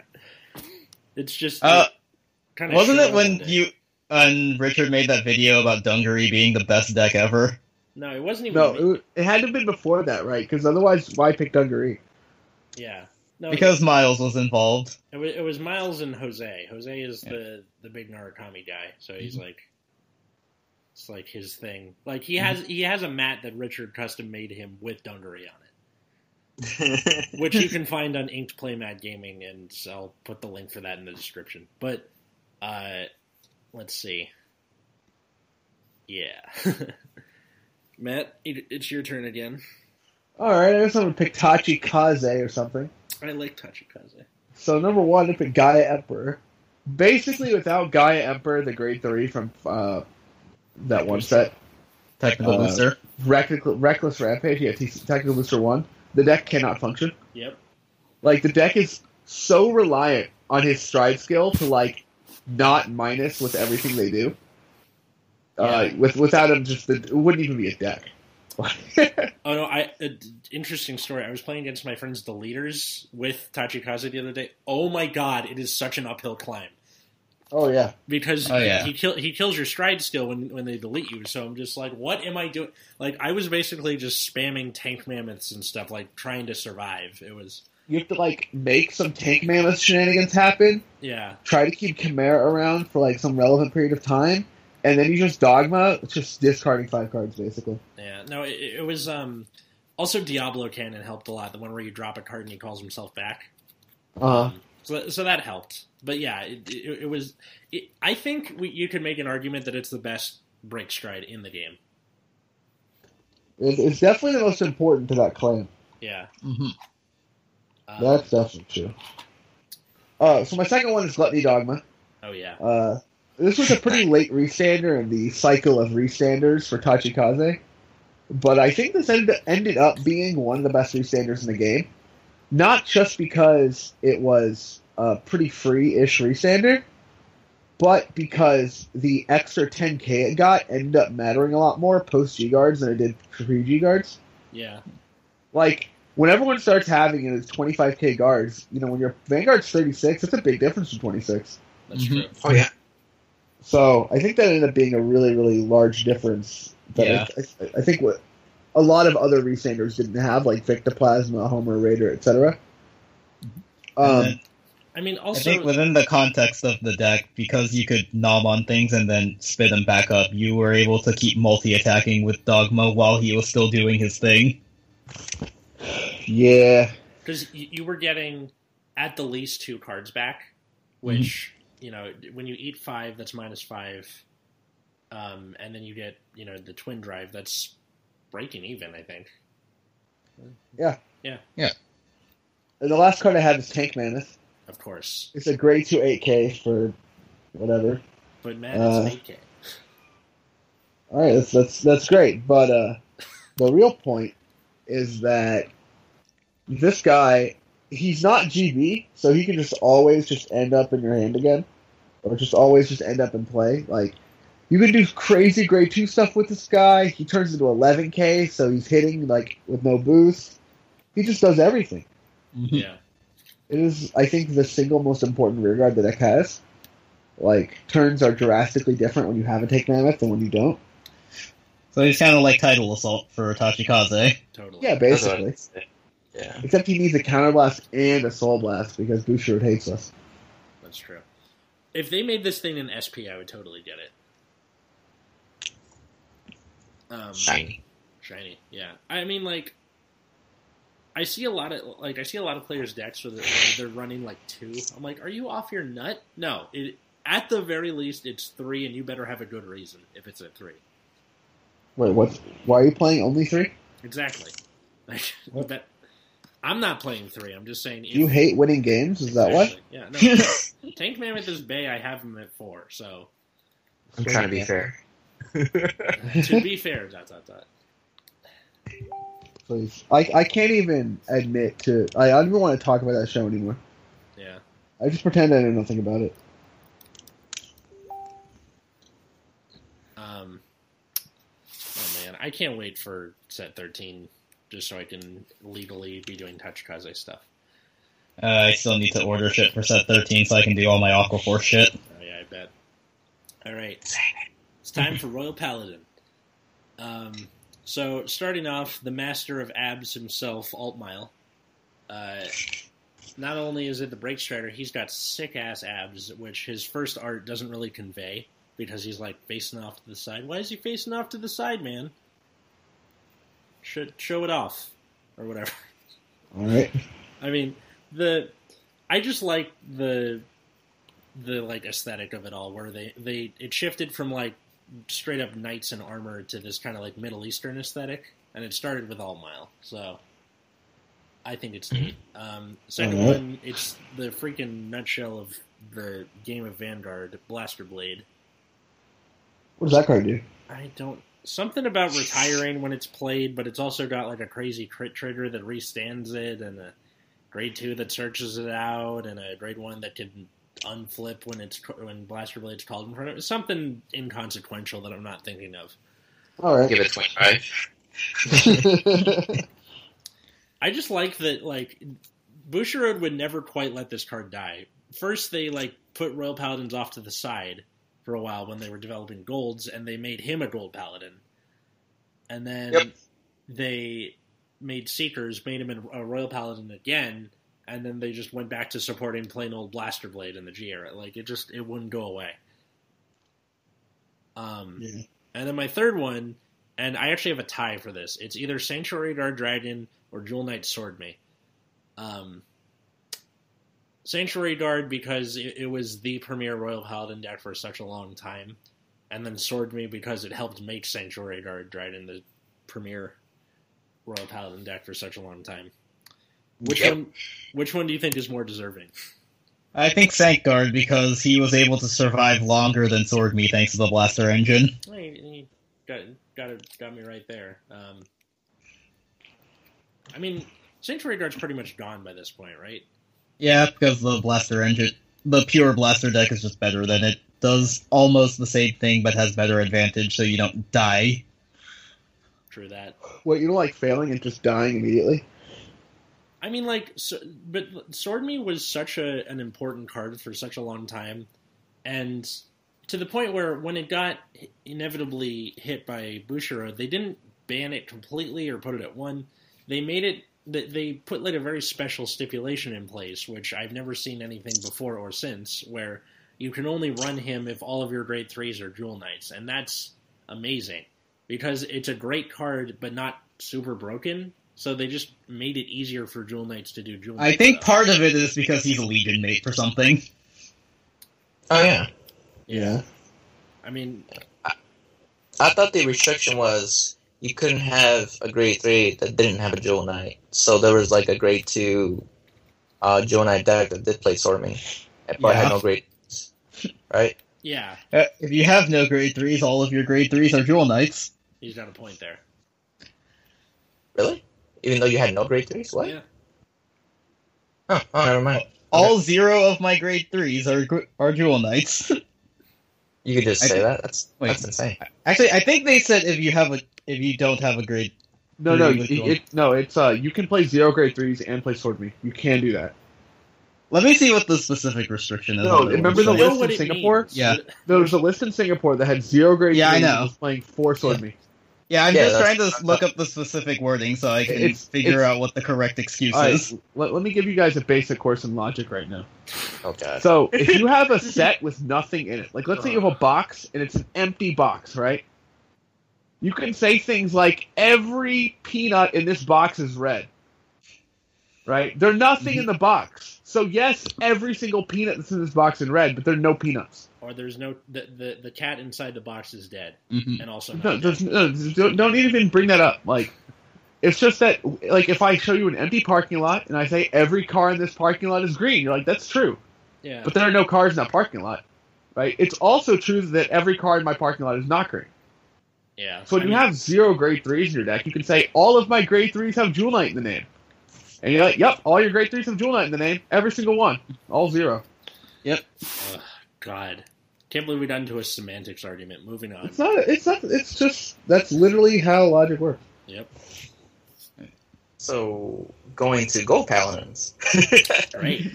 Speaker 1: it's just
Speaker 3: Uh,
Speaker 1: kind
Speaker 3: wasn't it when you and Richard made that video about Dungaree being the best deck ever?
Speaker 1: No, it wasn't even.
Speaker 2: no,
Speaker 1: No,
Speaker 2: it, wa- it had to have been before that, right? Because otherwise, why pick Dungaree?
Speaker 1: yeah, no,
Speaker 3: because Miles was involved.
Speaker 1: it, was, it was Miles and Jose. Jose is the the big Narukami guy, so he's like, it's like his thing. Like he has he has a mat that Richard custom made him with Dungaree on it, which you can find on Inked Playmat Gaming, and so I'll put the link for that in the description. But uh, let's see. Yeah, Matt, it, it's your turn again.
Speaker 2: All right, I guess I'm gonna pick Tachi Kaze or something.
Speaker 1: I like Tachikaze.
Speaker 2: So number one, I picked Gaia Emperor. Basically, without Gaia Emperor, the grade three from uh, that one set,
Speaker 3: Technical
Speaker 2: Uh,
Speaker 3: booster.
Speaker 2: Reckless, Reckless Rampage, yeah, TC Technical Booster one. The deck cannot function.
Speaker 1: Yep.
Speaker 2: Like the deck is so reliant on his stride skill to like not minus with everything they do. Uh, with without him, just the, it wouldn't even be a deck.
Speaker 1: Oh no! I uh, d- interesting story. I was playing against my friends, the leaders, with Tachikaze the other day. Oh my god, it is such an uphill climb
Speaker 2: oh yeah,
Speaker 1: because
Speaker 3: Oh, yeah.
Speaker 1: he kill, he kills your stride skill when when they delete you. So I'm just like, what am I doing? Like I was basically just spamming tank mammoths and stuff, like trying to survive. It was
Speaker 2: you have to like make some tank mammoth shenanigans happen.
Speaker 1: yeah,
Speaker 2: Try to keep Chimera around for like some relevant period of time, and then you just dogma, just discarding five cards basically.
Speaker 1: yeah. No, it, it was um. Also, Diablo Cannon helped a lot. The one where you drop a card and he calls himself back.
Speaker 2: Uh,
Speaker 1: So, so that helped. But yeah, it, it, it was. It, I think we, you could make an argument that it's the best break stride in the game.
Speaker 2: it, it's definitely the most important to that claim.
Speaker 1: Yeah.
Speaker 3: Mhm.
Speaker 1: Um,
Speaker 2: That's definitely true. Uh, so my second one is Gluttony Dogma.
Speaker 1: oh yeah.
Speaker 2: Uh, this was a pretty late restander in the cycle of restanders for Tachikaze, but I think this ended, ended up being one of the best restanders in the game. Not just because it was a pretty free-ish restander, but because the extra 10k it got ended up mattering a lot more post G guards than it did pre G guards
Speaker 1: Yeah.
Speaker 2: like when everyone starts having it, it's 25k guards. You know, when your vanguard's 36, that's a big difference from 26.
Speaker 1: That's
Speaker 3: Mhm.
Speaker 1: true.
Speaker 4: oh yeah.
Speaker 2: So I think that ended up being a really, really large difference. That I-
Speaker 3: Yeah.
Speaker 2: I, I, think what a lot of other resanders didn't have, like Victoplasma, Homer Raider, etc.
Speaker 3: And
Speaker 2: Um,
Speaker 3: then-
Speaker 1: I I mean,
Speaker 3: I
Speaker 1: also
Speaker 3: think within the context of the deck, because you could nom on things and then spit them back up, you were able to keep multi-attacking with Dogma while he was still doing his thing.
Speaker 2: Yeah.
Speaker 1: because you, you were getting at the least two cards back, which you know when you eat five, that's minus five, um, and then you get you know the twin drive that's breaking even. I think.
Speaker 2: And the last card I had is Tank Mammoth.
Speaker 1: Of course,
Speaker 2: It's a grade two eight K for whatever.
Speaker 1: but man, it's
Speaker 2: Uh,
Speaker 1: an eight K.
Speaker 2: All right, that's that's that's great. But uh, the real point is that this guy, he's not GB, so he can just always just end up in your hand again, or just always just end up in play. Like you can do crazy grade two stuff with this guy. He turns into 11K, so he's hitting like with no boost. He just does everything.
Speaker 1: Yeah,
Speaker 2: It is, I think, the single most important rear guard the deck has. Like turns are drastically different when you have a take mammoth than when you don't.
Speaker 3: So he's kind of like Tidal Assault for Tachikaze.
Speaker 1: totally.
Speaker 2: Yeah,
Speaker 4: That's what
Speaker 2: basically.
Speaker 4: I'd say. Yeah.
Speaker 2: Except he needs a counter blast and a soul blast because Bouchard hates us.
Speaker 1: that's true. If they made this thing an SP, I would totally get it. Um,
Speaker 4: Shiny.
Speaker 1: Shiny, yeah. I mean, like, I see a lot of like I see a lot of players' decks where they're, where they're running like two. I'm like, are you off your nut? No, it at the very least it's three, and you better have a good reason if it's at three.
Speaker 2: Wait, what? Why are you playing only three?
Speaker 1: Exactly. Like that. I'm not playing three. I'm just saying. If,
Speaker 2: You hate winning games? Is that why?
Speaker 1: Actually, Yeah. No. Tank Mammoth is Bay. I have him at four. So
Speaker 4: I'm trying to be fair.
Speaker 1: to be fair, dot dot dot.
Speaker 2: Please. I, I can't even admit to. I, I don't even want to talk about that show anymore.
Speaker 1: Yeah.
Speaker 2: I just pretend I know nothing about it.
Speaker 1: Um, oh man, I can't wait for set thirteen, just so I can legally be doing Tachikaze stuff.
Speaker 3: Uh, I still need to order shit for set 13 so I can do all my Aqua Force shit.
Speaker 1: Oh yeah, I bet. All right, it's time for Royal Paladin. Um, so starting off, the master of abs himself, Altmile. Uh, not only is it the break strider, he's got sick ass abs, which his first art doesn't really convey because he's like facing off to the side. Why is he facing off to the side, man? Should show it off or whatever.
Speaker 2: All right.
Speaker 1: I mean, the I just like the the like aesthetic of it all, where they they it shifted from like straight up knights in armor to this kind of like Middle Eastern aesthetic, and it started with All Mile, so I think it's neat. Um, second
Speaker 2: Alright.
Speaker 1: one, it's the freaking nutshell of the game of Vanguard, Blaster Blade.
Speaker 2: What does that card do?
Speaker 1: I don't. Something about retiring when it's played, but it's also got like a crazy crit trigger that restands it, and a grade two that searches it out, and a grade one that can unflip when it's when blaster blade's called in front of it. Something inconsequential that I'm not thinking of.
Speaker 2: All right.
Speaker 4: Give it 25.
Speaker 1: I just like that like Bushiroad would never quite let this card die. First they like put Royal Paladins off to the side for a while when they were developing golds and they made him a gold paladin. And then
Speaker 4: Yep.
Speaker 1: they made Seekers, made him a Royal Paladin again, and then they just went back to supporting plain old Blaster Blade in the G era. Like it just it wouldn't go away. Um
Speaker 2: Yeah.
Speaker 1: and then my third one, and I actually have a tie for this. It's either Sanctuary Guard Dragon or Jewel Knight Sword Me. Um, Sanctuary Guard because it, it was the premier Royal Paladin deck for such a long time, and then Sword Me because it helped make Sanctuary Guard Dragon the premier Royal Paladin deck for such a long time. Which
Speaker 4: Yep.
Speaker 1: one? Which one do you think is more deserving?
Speaker 3: I think Sankguard because he was able to survive longer than Sword Me thanks to the Blaster Engine.
Speaker 1: Well, you, you got got it, got me right there. Um, I mean, Sanctuary Guard's pretty much gone by this point, right?
Speaker 3: Yeah, because the blaster engine, the pure blaster deck is just better than it does almost the same thing, but has better advantage, so you don't die.
Speaker 1: True that.
Speaker 2: What, you don't like failing and just dying immediately?
Speaker 1: I mean, like, so, but Sword Me was such a an important card for such a long time, and to the point where when it got inevitably hit by Bushiro, they didn't ban it completely or put it at one. They made it they, they put like a very special stipulation in place, which I've never seen anything before or since, where you can only run him if all of your grade threes are jewel knights, and that's amazing because it's a great card, but not super broken. So they just made it easier for jewel knights to do jewel.
Speaker 3: I
Speaker 1: Knight
Speaker 3: think
Speaker 1: stuff.
Speaker 3: part of it is because he's a legion mate for something.
Speaker 4: Oh yeah.
Speaker 2: Yeah.
Speaker 1: I mean,
Speaker 4: I thought the restriction was you couldn't have a grade three that didn't have a jewel knight. So there was like a grade two uh, jewel knight deck that did play Stormy, but probably had
Speaker 3: Yeah.
Speaker 4: no grade. Right?
Speaker 1: yeah,
Speaker 3: Uh, If you have no grade threes, all of your grade threes are jewel knights.
Speaker 1: he's got a point there.
Speaker 4: Really? Even though you had no grade threes? What?
Speaker 1: Yeah.
Speaker 4: Huh. Oh, never mind.
Speaker 3: All zero of my grade threes are gr- are jewel knights.
Speaker 4: You could just
Speaker 3: I
Speaker 4: say
Speaker 3: think-
Speaker 4: that. That's
Speaker 3: wait.
Speaker 4: that's insane.
Speaker 3: Actually, I think they said if you have a if you don't have a grade,
Speaker 2: No, no,
Speaker 3: Yeah,
Speaker 2: it, it- no. It's uh, you can play zero grade threes and play sword me. You can do that.
Speaker 3: let me see what the specific restriction is.
Speaker 2: No,
Speaker 3: on that
Speaker 2: remember the
Speaker 3: one.
Speaker 1: Know
Speaker 2: list
Speaker 1: what
Speaker 2: in
Speaker 1: it
Speaker 2: Singapore?
Speaker 1: means.
Speaker 3: Yeah.
Speaker 2: There was a list in Singapore that had zero grade
Speaker 3: Yeah, I
Speaker 2: threes and
Speaker 3: know.
Speaker 2: was playing four sword me.
Speaker 3: Yeah, I'm
Speaker 4: Yeah,
Speaker 3: just
Speaker 4: that's-
Speaker 3: trying to look up the specific wording so I can
Speaker 2: It's-
Speaker 3: figure
Speaker 2: it's-
Speaker 3: out what the correct excuse
Speaker 2: All right,
Speaker 3: is.
Speaker 2: let, let me give you guys a basic course in logic right now.
Speaker 4: Oh god.
Speaker 2: So if you have a set with nothing in it, like let's say you have a box and it's an empty box, right? You can say things like every peanut in this box is red. Right? They're nothing in the box. So yes, every single peanut that's in this box is red, but there are no peanuts.
Speaker 1: Or there's no the, the the cat inside the box is dead,
Speaker 3: Mhm.
Speaker 1: and also
Speaker 2: No,
Speaker 1: not dead.
Speaker 2: there's, no there's- don't, don't even bring that up. Like, it's just that, like, if I show you an empty parking lot and I say every car in this parking lot is green, you're like, that's true.
Speaker 1: Yeah,
Speaker 2: But there are no cars in that parking lot, right? It's also true that every car in my parking lot is not green.
Speaker 1: yeah.
Speaker 2: So when
Speaker 1: I
Speaker 2: you
Speaker 1: mean,
Speaker 2: have zero grade threes in your deck, you can say all of my grade threes have Jewel Knight in the name. And you're like, yep, all your grade threes have Jewel Knight in the name. Every single one. All zero.
Speaker 1: ugh, God, can't believe we got into a semantics argument. Moving on.
Speaker 2: It's not, it's not, it's just, that's literally how logic works.
Speaker 1: Yep.
Speaker 4: So going to gold paladins.
Speaker 1: Right.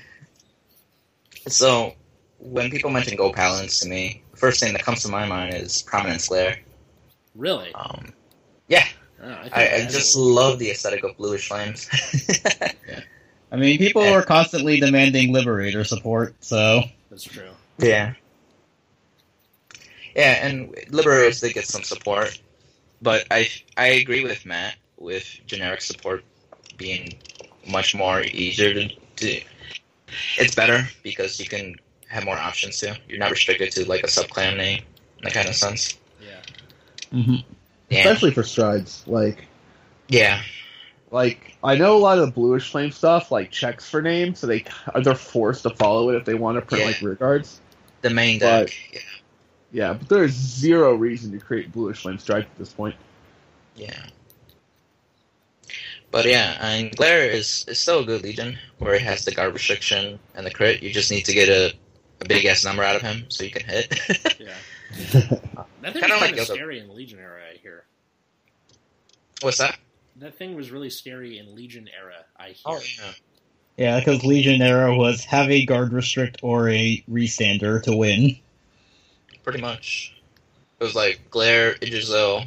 Speaker 4: So when people mention gold paladins to me, the first thing that comes to my mind is prominence layer.
Speaker 1: Really?
Speaker 4: Um,
Speaker 1: Oh, I, think
Speaker 4: I, I
Speaker 1: that's-
Speaker 4: just love the aesthetic of bluish flames.
Speaker 3: I mean, people
Speaker 4: Yeah.
Speaker 3: are constantly demanding liberator support, so
Speaker 1: that's true.
Speaker 4: Yeah. Yeah, and liberators they get some support, but I I agree with Matt with generic support being much more easier to do. It's better because you can have more options too. You're not restricted to like a subclan name, in that kind of sense.
Speaker 1: Yeah.
Speaker 4: Yeah,
Speaker 2: Especially for strides. Like,
Speaker 4: yeah,
Speaker 2: like I know a lot of the bluish flame stuff like checks for names, so they they're forced to follow it if they want to print
Speaker 4: Yeah.
Speaker 2: like rear guards.
Speaker 4: the main deck. yeah,
Speaker 2: Yeah, but there's zero reason to create bluish flame strike at this point.
Speaker 4: yeah. But yeah, and Glare is is still a good Legion where it has the guard restriction and the crit. You just need to get a, a big ass number out of him so you can hit.
Speaker 1: Yeah. that thing was
Speaker 4: Kinda
Speaker 1: kind
Speaker 4: like
Speaker 1: of
Speaker 4: the other-
Speaker 1: scary in Legion era. I hear
Speaker 4: What's that?
Speaker 1: that thing was really scary in Legion era. I hear.
Speaker 4: Oh, yeah.
Speaker 3: yeah, because Legionnaire was have a guard restrict or a restander to win.
Speaker 4: Pretty much. It was like Glare, Idrisil,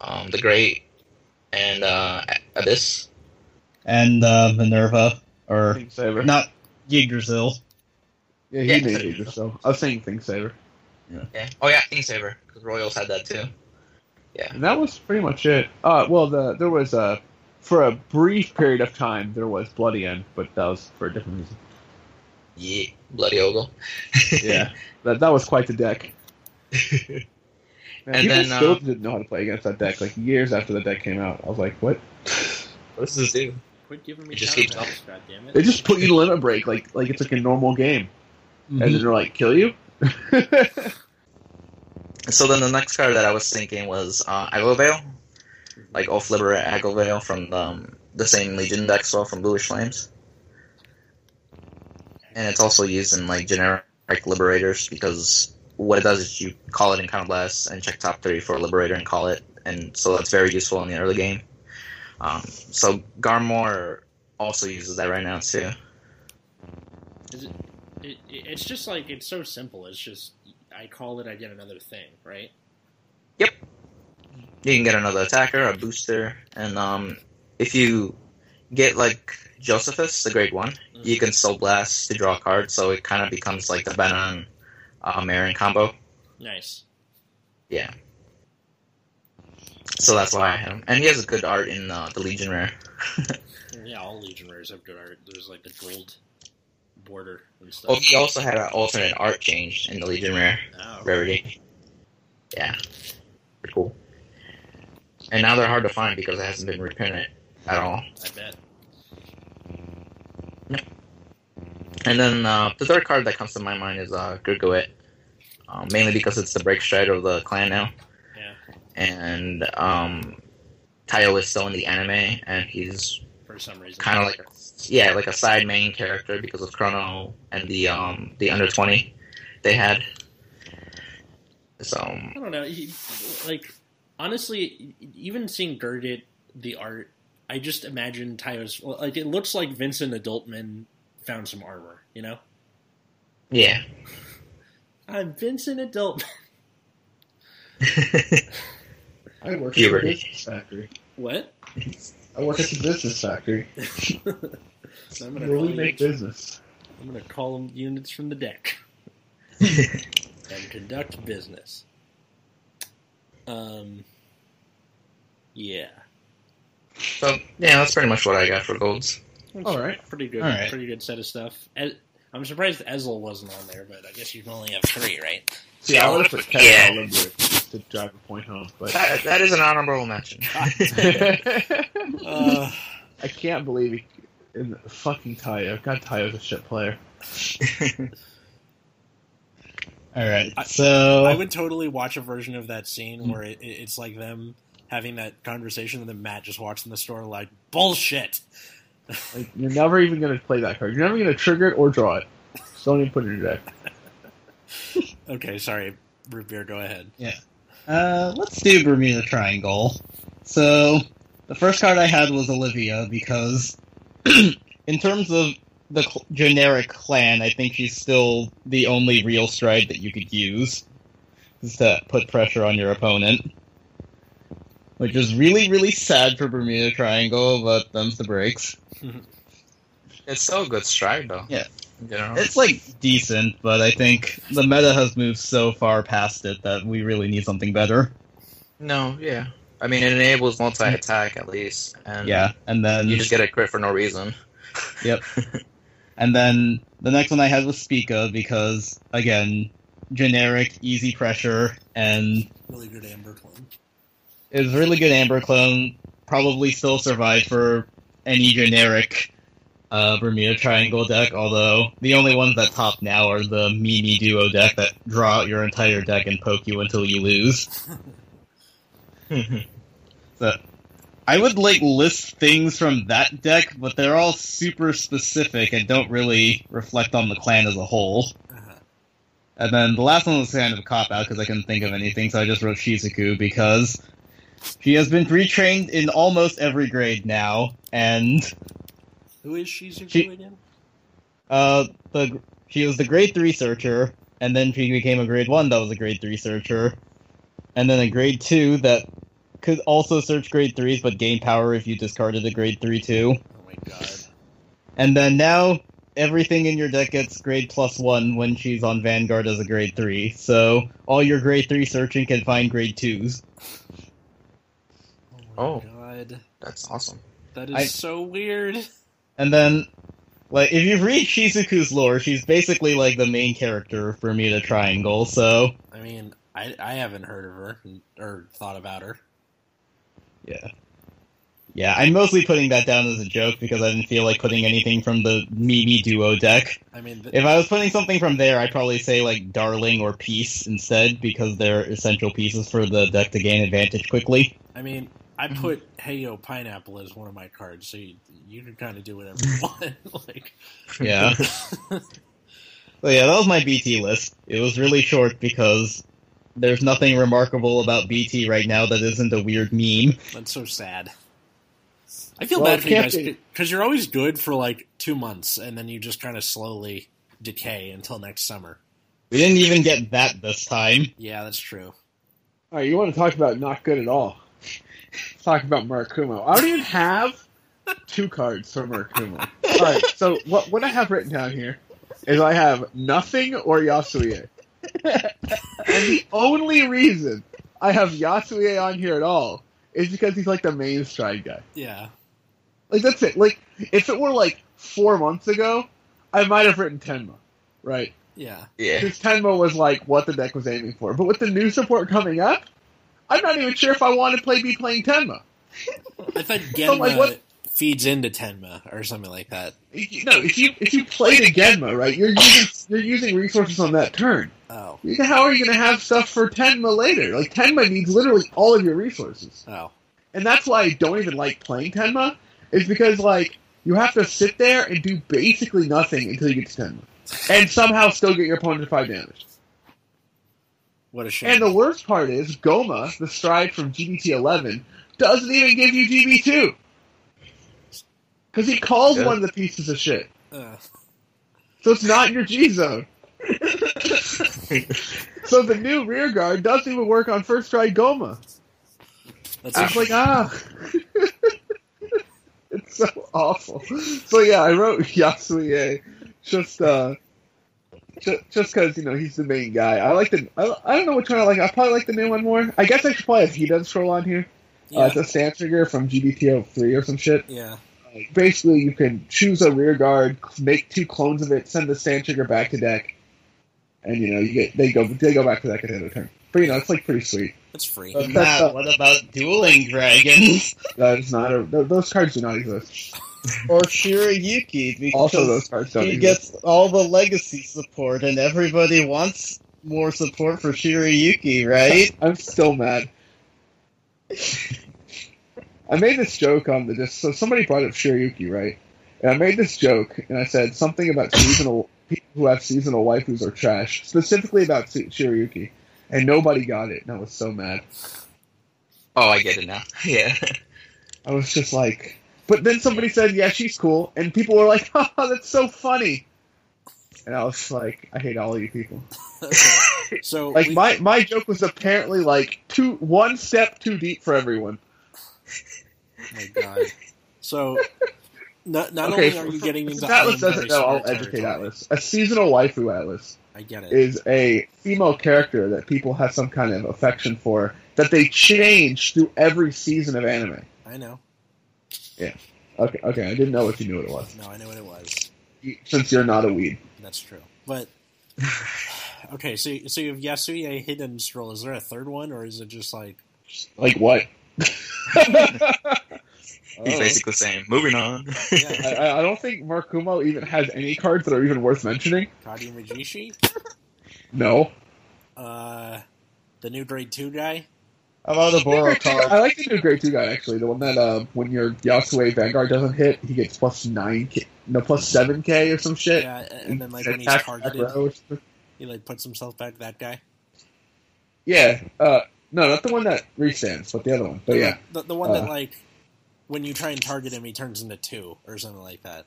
Speaker 4: um, the Great, and uh, Abyss.
Speaker 3: And uh, Minerva, or
Speaker 2: Thing saver.
Speaker 3: not Yggdrasil.
Speaker 2: yeah, he
Speaker 4: Yeah.
Speaker 2: made it so. I was saying thing saver,
Speaker 4: Yeah. Oh yeah, Kingsaver. Because Royals had that too.
Speaker 2: and that was pretty much it. Uh, well, the there was a for a brief period of time there was bloody end, but that was for a different reason.
Speaker 4: Yeah. Bloody Ogle.
Speaker 2: Yeah, that that was quite the deck. Man,
Speaker 4: And
Speaker 2: people
Speaker 4: then, uh,
Speaker 2: still didn't know how to play against that deck. Like years after the deck came out, I was like, "What?
Speaker 4: What does this do?
Speaker 1: Quit giving me
Speaker 4: It just
Speaker 1: counter
Speaker 4: keeps
Speaker 1: battles, God damn
Speaker 2: They
Speaker 1: it!
Speaker 2: just put you to limit break, like like it's like a normal game."
Speaker 4: Mhm.
Speaker 2: and then they're like, "Kill you."
Speaker 4: So then the next card that I was thinking was uh, Aggle Veil. Like Oath Liberator Aggle Veil from the, um, the same Legion deck as well from Bluish Flames. And it's also used in like generic Liberators because what it does is you call it in Count Blast and check top three for a Liberator and call it. And so that's very useful in the early game. Um, so Garmore also uses that right now too.
Speaker 1: Is it, it, it- it's just like it's so simple. It's just I call it, I get another thing, right?
Speaker 4: you can get another attacker, a booster, and um, if you get like Josephus, the Great One.
Speaker 1: Mhm.
Speaker 4: You can soul blast to draw a card, so it kind of becomes like the Venom uh, Marin combo.
Speaker 1: Nice.
Speaker 4: So that's why I have him, and he has a good art in uh, the Legion rare.
Speaker 1: Yeah, all Legion rares have good art. There's like the gold border and stuff.
Speaker 4: Oh, he also had an alternate art change in the Legion rare.
Speaker 1: Oh,
Speaker 4: rarity. Yeah, pretty cool. And now they're hard to find because it hasn't been reprinted at all.
Speaker 1: I bet.
Speaker 4: And then uh, the third card that comes to my mind is uh, Gurguit, uh, mainly because it's the break stride of the clan now.
Speaker 1: Yeah.
Speaker 4: And um, Tayo is still in the anime, and he's
Speaker 1: For some reason.
Speaker 4: kind of like yeah, like a side main character because of Chrono and the um, the under twenty they had. So
Speaker 1: I don't know. He, like, honestly, even seeing Gurgit, the art, I just imagine Tayo's. Like, it looks like Vincent Adultman found some armor, you know?
Speaker 4: yeah.
Speaker 1: I'm Vincent Adultman.
Speaker 2: I work at the
Speaker 4: Puberty.
Speaker 2: business factory.
Speaker 1: What?
Speaker 2: I work at the business factory.
Speaker 1: So I'm
Speaker 2: Where we
Speaker 1: call
Speaker 2: make
Speaker 1: you-
Speaker 2: business.
Speaker 1: I'm going to call them units from the deck and conduct business. Um, yeah,
Speaker 4: So yeah, that's pretty much what I got for golds.
Speaker 2: All right.
Speaker 1: pretty good,
Speaker 3: All right.
Speaker 1: pretty good set of stuff. Ez- I'm surprised Ezzel wasn't on there, but I guess you can only have three, right?
Speaker 2: See, I would have put Cat
Speaker 4: Yeah.
Speaker 2: all over it to drive a point home, but
Speaker 4: That, that is an honorable mention.
Speaker 2: I
Speaker 1: Uh,
Speaker 2: can't believe he, in fucking Tayo. God, Tayo's a shit player.
Speaker 3: All right.
Speaker 1: I-
Speaker 3: so
Speaker 1: I would totally watch a version of that scene where it, it- it's like them having that conversation, and then Matt just walks in the store like bullshit.
Speaker 2: Like, you're never even gonna play that card. You're never gonna trigger it or draw it. Just don't even put it in your deck.
Speaker 1: Okay, sorry, root beer. Go ahead.
Speaker 3: Uh, let's do Bermuda Triangle. So, the first card I had was Olivia because, in terms of the cl- generic clan, I think she's still the only real stride that you could use is to put pressure on your opponent. Which is really, really sad for Bermuda Triangle, but them's the breaks.
Speaker 4: it's still a good stride though.
Speaker 3: Yeah.
Speaker 4: In general.
Speaker 3: It's like decent, but I think the meta has moved so far past it that we really need something better.
Speaker 4: no, yeah. I mean, it enables multi-attack at least, and
Speaker 3: Yeah, and then
Speaker 4: you just get a crit for no reason.
Speaker 3: And then the next one I had was Spica because again, generic, easy pressure, and
Speaker 1: Really good Amber clone.
Speaker 3: it was a really good Amber clone. Probably still survive for any generic uh, Bermuda Triangle deck. Although the only ones that top now are the Mimi Duo deck that draw out your entire deck and poke you until you lose. I would like list things from that deck, but they're all super specific and don't really reflect on the clan as a whole.
Speaker 1: Uh-huh.
Speaker 3: And then the last one was kind of a cop out because I couldn't think of anything, so I just wrote Shizuku because she has been retrained in almost every grade now, and
Speaker 1: Who is Shizuku
Speaker 3: She-
Speaker 1: again?
Speaker 3: uh, the she was the grade three searcher, and then she became a grade one that was a grade three searcher, and then a grade two that could also search grade threes but gain power if you discarded a grade three too.
Speaker 1: Oh my god.
Speaker 3: And then now everything in your deck gets grade plus one when she's on Vanguard as a grade three. So all your grade three searching can find grade twos.
Speaker 4: Oh.
Speaker 1: my god.
Speaker 4: That's awesome.
Speaker 1: That is
Speaker 3: I-
Speaker 1: so weird.
Speaker 3: And then like if you read Shizuku's lore, she's basically like the main character of Bermuda Triangle, so
Speaker 1: I mean, I I haven't heard of her or thought about her.
Speaker 3: yeah. Yeah, I'm mostly putting that down as a joke because I didn't feel like putting anything from the Mimi Duo deck.
Speaker 1: I mean, th-
Speaker 3: If I was putting something from there, I'd probably say like Darling or Peace instead because they're essential pieces for the deck to gain advantage quickly.
Speaker 1: I mean, I
Speaker 2: Mm-hmm.
Speaker 1: put Hey Yo Pineapple as one of my cards, so you, you can kind of do whatever you want. like,
Speaker 2: Uh.
Speaker 3: Yeah. so yeah, that was my BT list. It was really short because there's nothing remarkable about BT right now that isn't a weird meme.
Speaker 1: that's so sad. I feel
Speaker 2: Well,
Speaker 1: bad
Speaker 2: it
Speaker 1: for you
Speaker 2: can't
Speaker 1: guys
Speaker 2: be.
Speaker 1: because you're always good for like two months, and then you just kind of slowly decay until next summer.
Speaker 3: We didn't even get that this time.
Speaker 1: Yeah, that's true.
Speaker 2: All right, you want to talk about not good at all? Let's talk about Murakumo. I don't even have two cards from Murakumo. All right, so what what I have written down here is I have nothing or Yasuye, and the only reason I have Yasuye on here at all is because he's like the main stride guy.
Speaker 1: Yeah.
Speaker 2: Like that's it. Like if it were like four months ago, I might have written Tenma, right?
Speaker 1: Yeah.
Speaker 7: Yeah.
Speaker 2: Because Tenma was like what the deck was aiming for. But with the new support coming up, I'm not even sure if I want to play be playing Tenma.
Speaker 1: I thought Genma
Speaker 2: So, like, what-
Speaker 1: feeds into Tenma or something like that.
Speaker 2: If you- No, if you if you played a Genma, right, you're using you're using resources on that turn.
Speaker 1: Oh.
Speaker 2: You- How are you going to have stuff for Tenma later? Like Tenma needs literally all of your resources,
Speaker 1: Oh.
Speaker 2: and that's why I don't even like playing Tenma. Is because like you have to sit there and do basically nothing until you get to Tenma, and somehow still get your opponent five damage.
Speaker 1: What a shame.
Speaker 2: And the worst part is Goma, the stride from GBT 11, doesn't even give you GB2 because he calls
Speaker 7: Yeah.
Speaker 2: one of the pieces of shit.
Speaker 1: Ugh.
Speaker 2: So it's not your G zone. so the new rear guard doesn't even work on first try Goma.
Speaker 1: that's
Speaker 2: It's
Speaker 1: a,
Speaker 2: like ah. it's so awful. So yeah, I wrote Yasuye just uh ju- just because you know he's the main guy. I like the I, I don't know which one I like. I probably like the new one more. I guess I should probably have he does scroll on here. Uh,
Speaker 1: yeah.
Speaker 2: it's a stand trigger from GBTO three or some shit.
Speaker 1: yeah.
Speaker 2: Like, basically, you can choose a rear guard, make two clones of it, send the sand trigger back to deck, and you know you get they go they go back to deck at the end of the turn. But you know it's like pretty sweet.
Speaker 1: That's free.
Speaker 2: Uh,
Speaker 3: But Matt, what about dueling dragons
Speaker 2: That is not a, th- those cards do not exist.
Speaker 3: or Shirayuki? Because
Speaker 2: Also, those cards don't
Speaker 3: he
Speaker 2: exist.
Speaker 3: gets all the legacy support, and everybody wants more support for Shirayuki, right?
Speaker 2: I'm still mad. I made this joke on the disc. So somebody brought up Shiryuki, right? And I made this joke, and I said something about seasonal people who have seasonal waifus are trash, specifically about Shi- Shiryuki, and nobody got it, and I was so mad.
Speaker 7: Oh, I get it now. Yeah.
Speaker 2: I was just like, but then somebody said, "Yeah, she's cool," and people were like, "Ha, ha, that's so funny," and I was like, "I hate all you people."
Speaker 1: Okay. So
Speaker 2: Like
Speaker 1: we,
Speaker 2: my my joke was apparently like two one step too deep for everyone.
Speaker 1: oh my god. So not, not
Speaker 2: okay,
Speaker 1: only are you
Speaker 2: for-
Speaker 1: getting
Speaker 2: since
Speaker 1: into
Speaker 2: Atlas
Speaker 1: Iron
Speaker 2: doesn't
Speaker 1: Fairy
Speaker 2: know. I'll
Speaker 1: Spirit
Speaker 2: educate
Speaker 1: territory,
Speaker 2: Atlas. A seasonal waifu Atlas
Speaker 1: I get it.
Speaker 2: is a female character that people have some kind of affection for that they change through every season of anime.
Speaker 1: I know.
Speaker 2: Okay, okay, I didn't know if you knew what it was.
Speaker 1: No, I know what it was.
Speaker 2: You- Since you're not a weed.
Speaker 1: That's true. But okay, so so you have Yasuye Hidden Stroll. Is there a third one, or is it just like
Speaker 2: Like what? Uh,
Speaker 7: He's basically saying, moving on.
Speaker 1: yeah,
Speaker 2: I- I, I don't think Markumo even has any cards that are even worth mentioning.
Speaker 1: Kadi Majishi,
Speaker 2: No.
Speaker 1: uh, the new grade two guy?
Speaker 3: How about the Boro
Speaker 2: I
Speaker 3: card?
Speaker 2: like the new grade two guy actually, the one that uh, when your Yasue Vanguard doesn't hit, he gets plus nine k, no plus seven k or some shit.
Speaker 1: Yeah, and then like
Speaker 2: Attack
Speaker 1: when he's
Speaker 2: back
Speaker 1: targeted,
Speaker 2: row or something.
Speaker 1: he like puts himself back. That guy.
Speaker 2: Yeah, uh, no, not the one that restands, but the other one. But yeah,
Speaker 1: the, the one
Speaker 2: Uh.
Speaker 1: that like when you try and target him, he turns into two or something like that.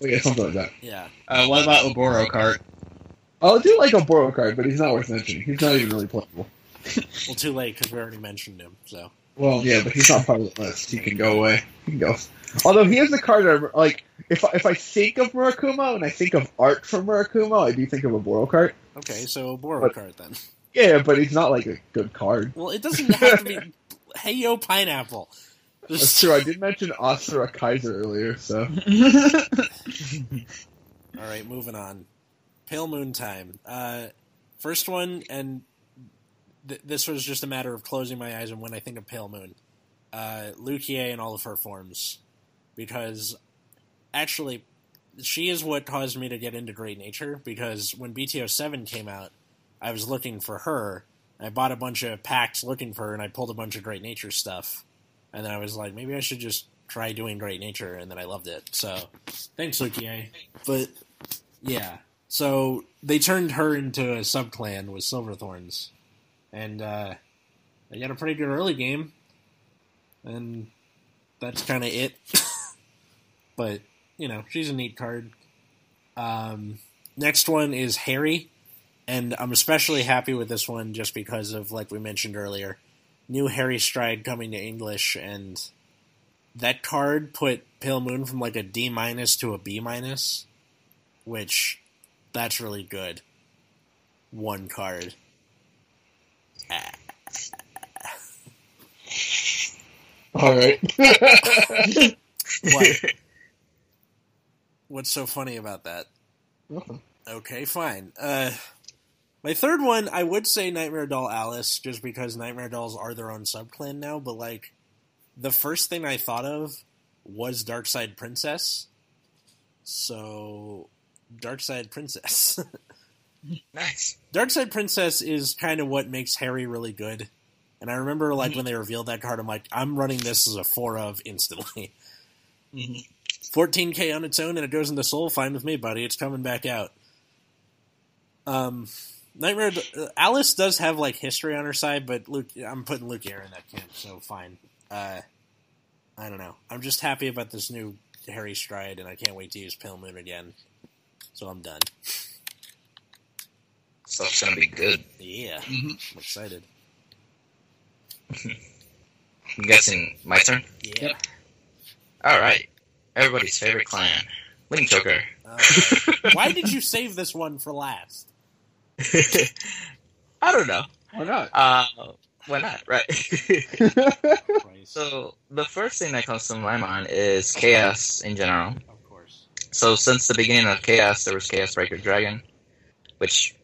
Speaker 2: but yeah, something like that.
Speaker 1: Yeah,
Speaker 3: Uh, what about Oboro card?
Speaker 2: I do like a Boro card, but he's not worth mentioning. He's not even really playable.
Speaker 1: well, too late because we already mentioned him. So
Speaker 2: Well, yeah, but he's not part of the list. He can go away. He can go. Although he is the card I like. If I, if I think of Murakumo and I think of art from Murakumo, I do think of a Boro card.
Speaker 1: okay, so Boro
Speaker 2: But-
Speaker 1: card then.
Speaker 2: Yeah, but he's not like a good card.
Speaker 1: Well, it doesn't have to be. hey yo, pineapple.
Speaker 2: That's true. I did mention Asura Kaiser earlier, so
Speaker 1: All right, moving on. Pale Moon time. Uh, first one, and th- this was just a matter of closing my eyes and when I think of Pale Moon. Uh, Lukier and all of her forms. Because, actually, she is what caused me to get into Great Nature, because when BTO7 came out, I was looking for her. I bought a bunch of packs looking for her, and I pulled a bunch of Great Nature stuff. And then I was like, maybe I should just try doing Great Nature, and then I loved it. So, thanks, Lukier. But yeah, so they turned her into a subclan with Silverthorns, and uh, they got a pretty good early game, and that's kind of it. but you know, she's a neat card. Um, next one is Harry, and I'm especially happy with this one just because of like we mentioned earlier, new Harry Stride coming to English and that card put Pale Moon from like a D minus to a B minus, which that's really good. One card.
Speaker 2: All right.
Speaker 1: What? What's so funny about that? Okay, fine. Uh, my third one, I would say Nightmare Doll Alice, just because Nightmare Dolls are their own subclan now. But like, the first thing I thought of was Dark Side Princess, so Dark Side Princess.
Speaker 4: Nice.
Speaker 1: Dark Side Princess is kind of what makes Harry really good. And I remember like when they revealed that card, I'm like, I'm running this as a four of instantly.
Speaker 3: Mhm.
Speaker 1: 14k on its own, and it goes into soul. Fine with me, buddy. It's coming back out. Um, Nightmare uh, Alice does have like history on her side, but Luke, I'm putting Luke Air in that camp, so fine. Uh, I don't know. I'm just happy about this new Harry stride, and I can't wait to use Pale Moon again. So I'm done.
Speaker 4: Stuff's gonna be good.
Speaker 1: Yeah,
Speaker 3: Mhm.
Speaker 1: I'm excited.
Speaker 4: I'm guessing my turn.
Speaker 1: Yeah.
Speaker 3: Yep.
Speaker 4: All right. Everybody's favorite clan, Link Joker.
Speaker 1: Uh, why did you save this one for last?
Speaker 4: I don't know.
Speaker 2: Why not?
Speaker 4: Uh, why not? Right.
Speaker 2: All
Speaker 1: Christ,
Speaker 4: so the first thing that comes to my mind is chaos in general.
Speaker 1: of course.
Speaker 4: So since the beginning of chaos, there was Chaos Breaker Dragon, which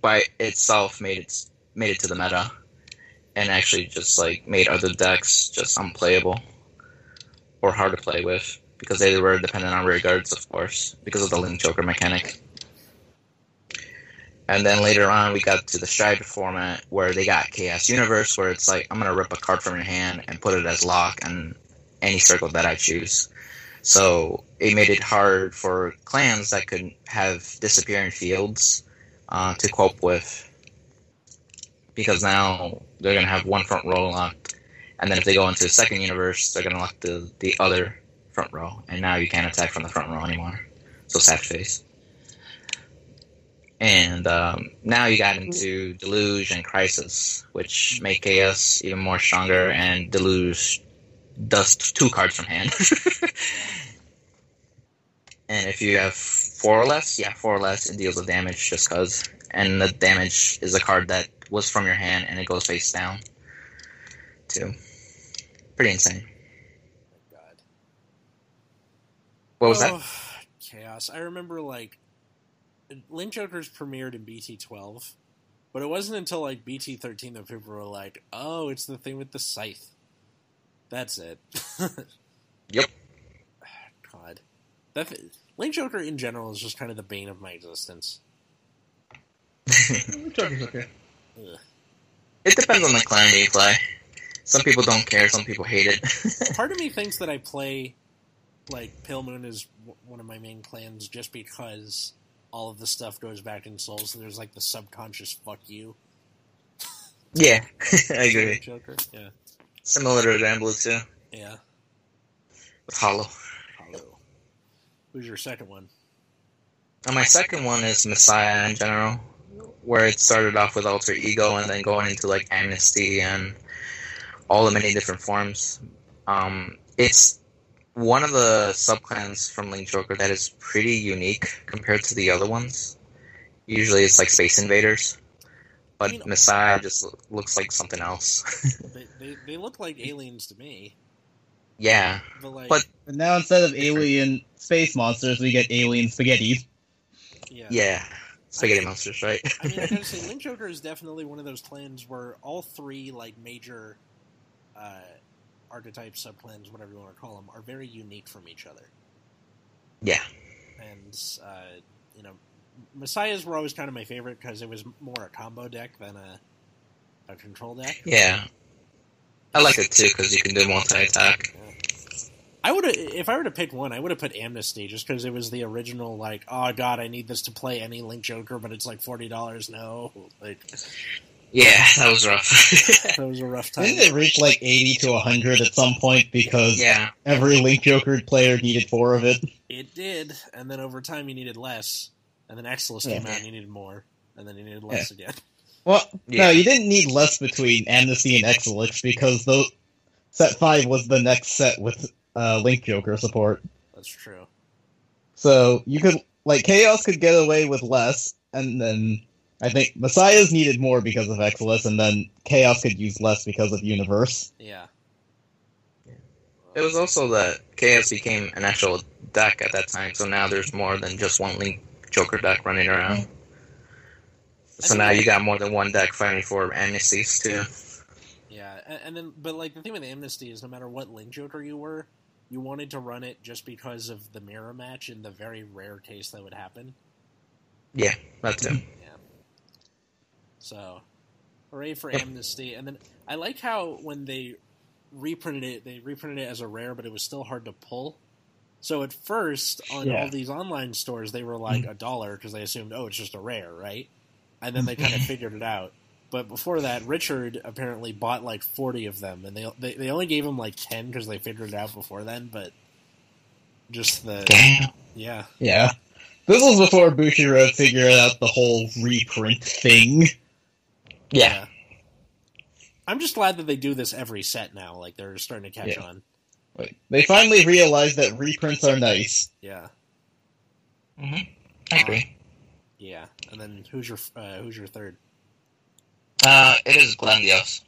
Speaker 4: by itself made it made it to the meta, and actually just like made other decks just unplayable or hard to play with because they were dependent on rear guards, of course, because of the Link Joker mechanic. And then later on, we got to the Stride format where they got Chaos Universe, where it's like I'm gonna rip a card from your hand and put it as lock on any circle that I choose. So it made it hard for clans that could have disappearing fields uh, to cope with. Because now they're going to have one front row locked. And then if they go into the second universe, they're going to lock the, the other front row. And now you can't attack from the front row anymore. So sad face. And um, now you got into Deluge and Crisis, which make Chaos even more stronger, and Deluge does two cards from hand. and if you have four or less, yeah, four or less, it deals the damage just because. And the damage is a card that was from your hand and it goes face down, too. Pretty insane.
Speaker 1: My God.
Speaker 4: What was that?
Speaker 1: Oh, Chaos. I remember like Link Jokers premiered in BT twelve, but it wasn't until like BT thirteen that people were like, "Oh, it's the thing with the scythe." That's it.
Speaker 4: Yep.
Speaker 1: God, that thi- Link Joker in general is just kind of the bane of my existence.
Speaker 2: Chucky's okay.
Speaker 1: Ugh.
Speaker 4: It depends on the clan that you play. Some people don't care, some people hate it.
Speaker 1: part of me thinks that I play like Pale Moon is w- one of my main clans just because all of the stuff goes back in Souls. So there's like the subconscious "fuck you"
Speaker 4: yeah, I agree.
Speaker 1: Joker. Yeah,
Speaker 4: Similar to Ramble, too,
Speaker 1: yeah.
Speaker 4: with Hollow.
Speaker 1: Hello. Who's your second one?
Speaker 4: And my second one is Messiah in general, where it started off with Alter Ego and then going into like Amnesty and all the many different forms. Um, it's one of the subclans from Link Joker that is pretty unique compared to the other ones. Usually it's like Space Invaders, but
Speaker 1: You know-
Speaker 4: Messiah just lo- looks like something else.
Speaker 1: They, they they look like aliens to me,
Speaker 4: yeah,
Speaker 1: but like
Speaker 4: But-
Speaker 3: But now instead of alien space monsters, we get alien spaghetti.
Speaker 1: yeah.
Speaker 4: yeah. Spaghetti Monsters, right?
Speaker 1: I mean, I gotta say, Link Joker is definitely one of those clans where all three like major uh, archetype subclans, whatever you want to call them, are very unique from each other.
Speaker 4: yeah.
Speaker 1: and uh, you know, Messiahs were always kind of my favorite because it was more a combo deck than a a control deck.
Speaker 4: Yeah. I like it too because you can do multi attack.
Speaker 1: I would have if I were to pick one, I would have put Amnesty just because it was the original. Like, oh god, I need this to play any Link Joker, but it's like forty dollars. No, like
Speaker 4: Yeah, that was rough.
Speaker 1: that was a rough time.
Speaker 3: Didn't it reach like 80 to 100 at some point because
Speaker 4: yeah,
Speaker 3: every Link Joker player needed four of it?
Speaker 1: It did, and then over time you needed less, and then Exilus
Speaker 3: Yeah.
Speaker 1: came out and you needed more, and then you needed less again.
Speaker 3: Well,
Speaker 4: yeah,
Speaker 3: no, you didn't need less between Amnesty and Exilix because the set five was the next set with uh, Link Joker support.
Speaker 1: That's true.
Speaker 3: So you could like Chaos could get away with less, and then I think Messiah's needed more because of Exodus, and then Chaos could use less because of Universe.
Speaker 1: Yeah.
Speaker 4: It was also that KS became an actual deck at that time, so now there's more than just one Link Joker deck running around. So now you got more than one deck fighting for amnesties too.
Speaker 1: Yeah, and, and then but like the thing with Amnesty is no matter what Link Joker you were, you wanted to run it just because of the mirror match in the very rare case that would happen.
Speaker 4: That too.
Speaker 1: So, hooray for Amnesty! And then I like how when they reprinted it, they reprinted it as a rare, but it was still hard to pull. So at first, on
Speaker 3: Yeah. Hmm.
Speaker 1: all these online stores, they were like a dollar because they assumed, oh, it's just a rare, right? And then they kind of figured it out. But before that, Richard apparently bought like forty of them, and they they, they only gave him like ten because they figured it out before then. But just the
Speaker 4: Damn.
Speaker 1: yeah,
Speaker 3: Yeah. This was before Bushiroad figured out the whole reprint thing.
Speaker 4: Yeah.
Speaker 1: I'm just glad that they do this every set now. Like they're starting to catch
Speaker 3: Yeah.
Speaker 1: on.
Speaker 3: Like, they finally realized that reprints are nice.
Speaker 1: Yeah,
Speaker 4: I agree.
Speaker 1: yeah. And then who's your uh, who's your third?
Speaker 4: Uh, it is Glendios.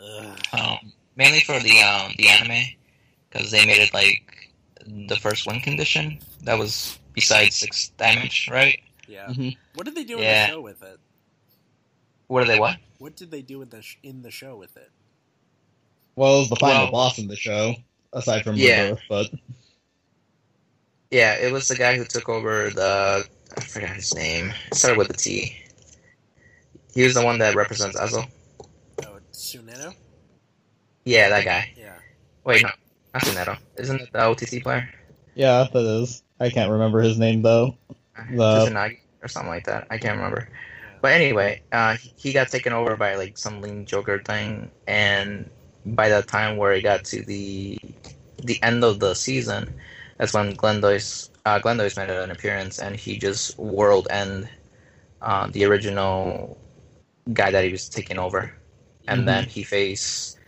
Speaker 1: Ugh.
Speaker 4: Um, mainly for the um, the anime, because they made it like the first win condition. That was besides six damage, right?
Speaker 1: Yeah.
Speaker 3: Mhm.
Speaker 1: What did they do in
Speaker 4: Yeah.
Speaker 1: the show with it?
Speaker 4: What are they? What?
Speaker 1: What did they do in the sh- in the show with it?
Speaker 3: Well, it was the final
Speaker 4: Well-
Speaker 3: boss in the show, aside from
Speaker 4: Yeah.
Speaker 3: Rebirth, but
Speaker 4: Yeah, it was the guy who took over the. I forgot his name. It started with a T. He was the one that represents Ezel.
Speaker 1: Oh, Suneno.
Speaker 4: Yeah, that guy.
Speaker 1: Yeah.
Speaker 4: Wait, no, not Sunetto. Isn't it the OTC player?
Speaker 3: yeah, that is. I can't remember his name though. The-
Speaker 4: Tsunagi or something like that. I can't remember.
Speaker 1: Yeah.
Speaker 4: But anyway, uh, he- he got taken over by like some lean Joker thing, and by the time where it got to the the end of the season, that's when Glendois uh, Glendois made an appearance, and he just world end uh, the original guy that he was taking over, and
Speaker 3: Mhm.
Speaker 4: then he faced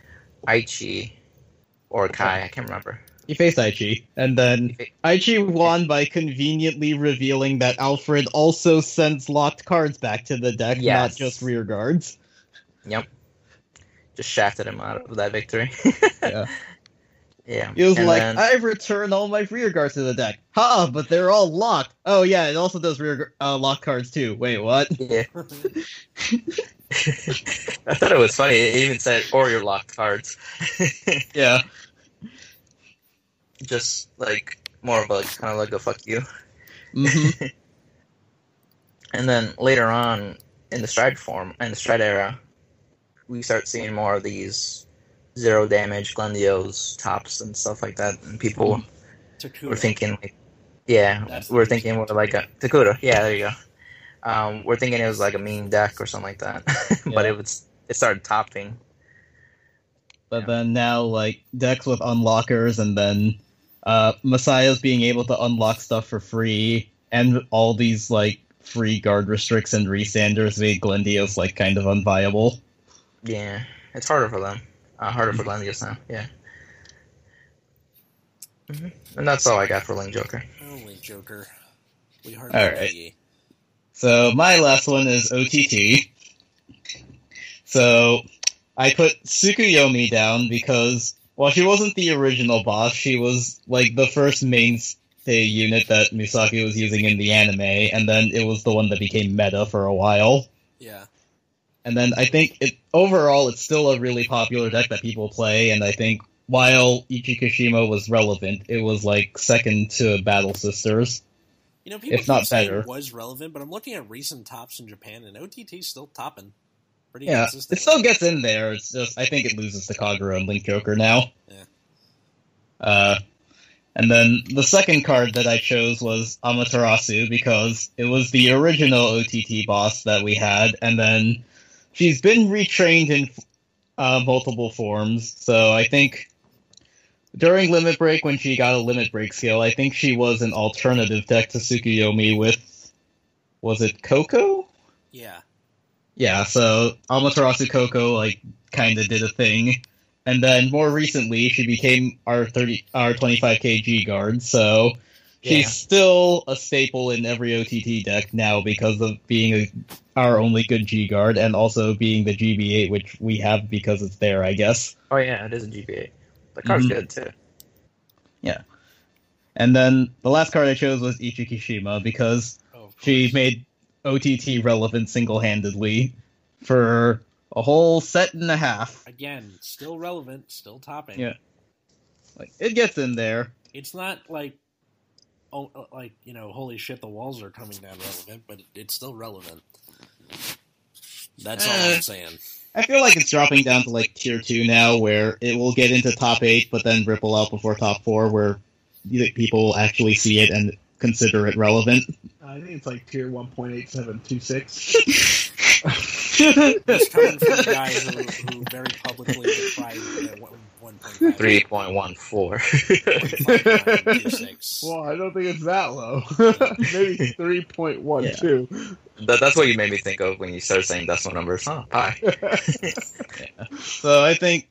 Speaker 4: Aichi or Kai, I can't remember.
Speaker 3: He faced Aichi, and then Aichi won by conveniently revealing that Alfred also sends locked cards back to the deck,
Speaker 4: Yes.
Speaker 3: not just rear guards.
Speaker 4: Just shafted him out of that victory.
Speaker 3: Yeah.
Speaker 4: Yeah.
Speaker 3: It was
Speaker 4: And
Speaker 3: like,
Speaker 4: then-
Speaker 3: I've returned all my rear guards to the deck. Ha, but they're all locked. Oh, yeah, it also does rear gu- uh, lock cards too. Wait, what?
Speaker 4: Yeah. I thought it was funny. It even said, or your locked cards.
Speaker 3: Yeah.
Speaker 4: Just like more of a kind of like a fuck you.
Speaker 3: hmm
Speaker 4: And then later on in the stride form, in the stride era, we start seeing more of these zero damage Glendios tops and stuff like that. And people
Speaker 1: Takuya.
Speaker 4: were thinking, like, yeah,
Speaker 1: That's the
Speaker 4: we're
Speaker 1: reason.
Speaker 4: thinking more like a Takuta. Yeah, there you go. Um, we're thinking it was like a mean deck or something like that. but
Speaker 3: Yeah.
Speaker 4: it was, it started topping.
Speaker 3: But then now, like, decks with unlockers, and then uh, Messiah's being able to unlock stuff for free, and all these, like, free guard restricts and resanders made Glendios, like, kind of unviable.
Speaker 4: Yeah, it's harder for them. Uh, harder for Lendius now. Yeah. hmm
Speaker 7: Mm-hmm.
Speaker 4: And that's all I got for Link Joker.
Speaker 1: Only Joker. We hardly
Speaker 3: All
Speaker 1: know
Speaker 3: right.
Speaker 1: ye.
Speaker 3: So my last one is OTT. So I put Tsukuyomi down because while she wasn't the original boss, she was like the first mainstay unit that Misaki was using in the anime, and then it was the one that became meta for a while.
Speaker 1: Yeah.
Speaker 3: And then I think it overall it's still a really popular deck that people play, and I think while Ichikushima was relevant, it was like second to Battle Sisters.
Speaker 1: You know, people
Speaker 3: If not
Speaker 1: keep saying
Speaker 3: better.
Speaker 1: it was relevant, but I'm looking at recent tops in Japan, and OTT's still topping. Pretty
Speaker 3: Yeah,
Speaker 1: consistently.
Speaker 3: it still gets in there. It's just I think it loses to Kagura and Link Joker now.
Speaker 1: Yeah.
Speaker 3: Uh, and then the second card that I chose was Amaterasu because it was the original OTT boss that we had, and then she's been retrained in uh, multiple forms. So I think during Limit Break, when she got a Limit Break skill, I think she was an alternative deck to Tsukuyomi with was it Coco?
Speaker 1: Yeah.
Speaker 3: Yeah, so Amaterasu Coco like kind of did a thing, and then more recently she became our thirty our twenty five kg guard. So she's
Speaker 7: Yeah.
Speaker 3: still a staple in every OTT deck now because of being a, our only good G guard and also being the GB8, which we have because it's there, I guess.
Speaker 7: Oh yeah, it is a GBA. The card's
Speaker 3: Mhm.
Speaker 7: good too.
Speaker 3: And then the last card I chose was Ichikishima because
Speaker 8: Oh,
Speaker 3: she made OTT relevant single handedly for a whole set and a half.
Speaker 1: Again, still relevant, still topping.
Speaker 3: Yeah. Like it gets in there.
Speaker 1: It's not like, oh, uh, like you know, holy shit, the walls are coming down relevant, but it's still relevant. That's all I'm saying.
Speaker 3: I feel like it's dropping down to like tier two now, where it will get into top eight, but then ripple out before top four, where you- people will actually see it and consider it relevant.
Speaker 2: I think it's like tier 1.8726.
Speaker 1: This coming from the guy who, who very publicly decried uh, one point
Speaker 7: Three point one four.
Speaker 2: Well, I don't think it's that low. Maybe 3.12.
Speaker 7: That, that's what you made me think of when you started saying decimal numbers. Huh? Hi.
Speaker 3: So I think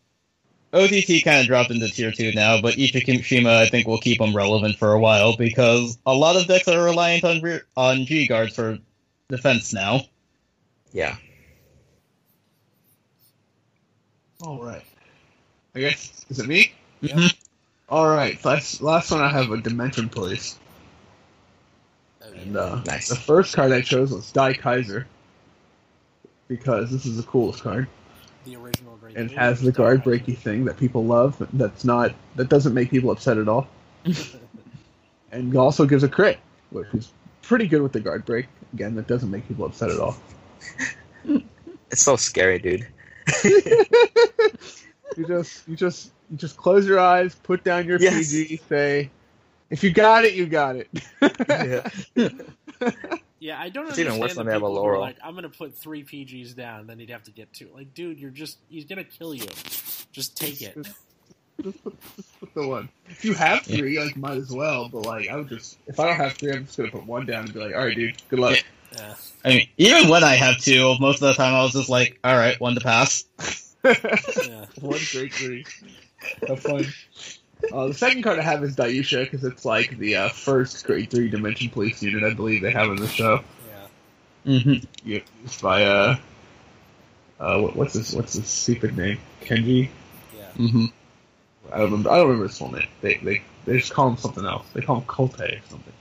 Speaker 3: OTT kind of dropped into tier two now, but Ichikishima I think will keep them relevant for a while because a lot of decks are reliant on rear, on G guards for defense now.
Speaker 7: Yeah.
Speaker 2: All right. I guess is it me?
Speaker 3: Yep.
Speaker 2: Mhm. All right. Last last one. I have a dimension police, and uh,
Speaker 7: Nice.
Speaker 2: the first card I chose was Die Kaiser because this is the coolest card
Speaker 1: the original great
Speaker 2: and it
Speaker 1: Leader
Speaker 2: has
Speaker 1: was
Speaker 2: the guard
Speaker 1: done by-
Speaker 2: breaky thing that people love. That's not that doesn't make people upset at all, and also gives a crit, which is pretty good with the guard break. Again, that doesn't make people upset at all.
Speaker 7: It's so scary, dude.
Speaker 2: You just you just you just close your eyes, put down your
Speaker 7: Yes.
Speaker 2: PG, say, if you got it, you got it.
Speaker 7: Yeah.
Speaker 1: Yeah, I don't
Speaker 7: It's
Speaker 1: understand
Speaker 7: even worse
Speaker 1: the
Speaker 7: than they have a
Speaker 1: people who are
Speaker 7: Laurel.
Speaker 1: Like, I'm gonna put three PGs down, then he'd have to get two. Like, dude, you're just he's gonna kill you. Just take it.
Speaker 2: Just put, just put the one. If you have three, like might as well. But like, I would just if I don't have three, I'm just gonna put one down and be like, all right, dude, good luck.
Speaker 1: Yeah.
Speaker 3: I mean, even when I have two, most of the time I was just like, all right, one to pass.
Speaker 1: yeah.
Speaker 2: one great three. Have fun. Uh, the second card I have is Dayusha because it's like the uh, first grade three dimension police unit I believe they have in the show.
Speaker 1: Yeah.
Speaker 3: Mm-hmm.
Speaker 2: Yeah, Used by uh, uh, what, what's this? What's this stupid name? Kenji.
Speaker 1: Yeah.
Speaker 3: Mm-hmm.
Speaker 2: I don't remember. I don't remember his full name. They they they just call him something else. They call him Kote or something.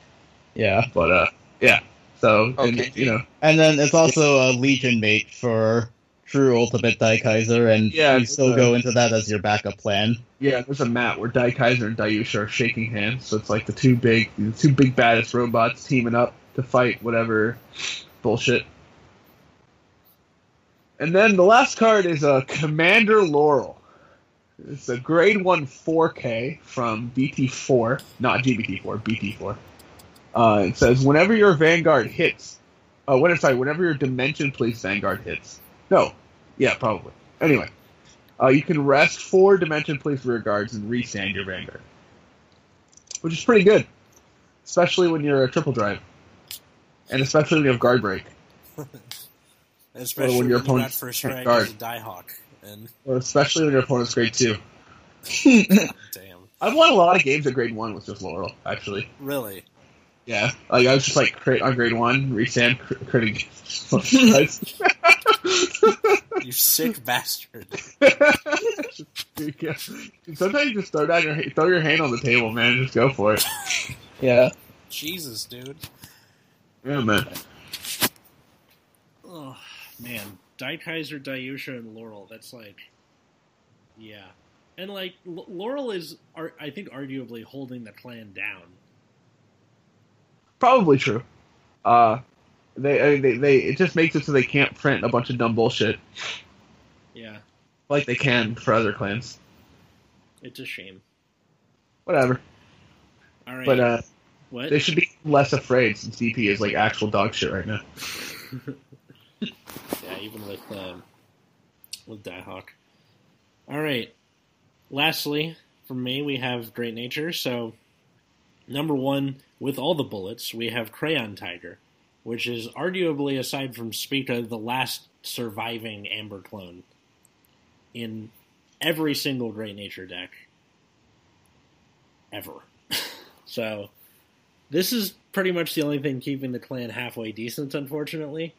Speaker 3: Yeah.
Speaker 2: But uh, yeah. So and,
Speaker 7: Okay.
Speaker 2: you know,
Speaker 3: And then it's also a Legion mate for True Ultimate Die Kaiser, and
Speaker 2: Yeah,
Speaker 3: you still
Speaker 2: uh,
Speaker 3: go into that as your backup plan.
Speaker 2: Yeah, there's a mat where Dai Kaiser and Dayusha are shaking hands, so it's like the two big, the two big baddest robots teaming up to fight whatever bullshit. And then the last card is a uh, Commander Laurel. It's a grade one 4K from BT4, not GBT4, BT4. Uh, it says whenever your Vanguard hits, uh, when sorry, whenever your Dimension Police Vanguard hits. No, yeah, probably. Anyway. Uh, you can rest four dimension police rear guards and resand your vanguard, which is pretty good, especially when you're a triple drive, and especially when you have guard break
Speaker 1: Especially
Speaker 2: your
Speaker 1: when, your you got
Speaker 2: opponent's
Speaker 1: first
Speaker 2: can't
Speaker 1: strike
Speaker 2: guard.
Speaker 1: as a Diehawk. And
Speaker 2: or especially when your opponent's grade two.
Speaker 1: damn.
Speaker 2: I've won a lot of games at grade one with just Laurel, actually.
Speaker 1: Really?
Speaker 2: Yeah, like I was just like crit on grade one, resand, cr- critting.
Speaker 1: You sick bastard.
Speaker 2: Sometimes you just throw down your ha- throw your hand on the table, man, and just go for it.
Speaker 3: Yeah.
Speaker 1: Jesus, dude.
Speaker 2: Yeah, man.
Speaker 1: Oh man. Dykaiser, Dayusha, and Laurel, that's like Yeah. And like L- Laurel is ar- I think arguably holding the clan down.
Speaker 2: Probably true. Uh, they, I mean, they they it just makes it so they can't print a bunch of dumb bullshit
Speaker 1: Yeah.
Speaker 2: like they can for other clans.
Speaker 1: It's a shame.
Speaker 2: Whatever.
Speaker 1: All right.
Speaker 2: But uh,
Speaker 1: what?
Speaker 2: they should be less afraid since DP is like actual dog shit right now.
Speaker 1: Yeah, even with um, with Diehawk. All right. Lastly, from me, we have Great Nature. So, number one, with all the bullets, we have Crayon Tiger, which is arguably, aside from Spica, the last surviving Amber clone in every single Great Nature deck ever. so this is pretty much the only thing keeping the clan halfway decent, unfortunately.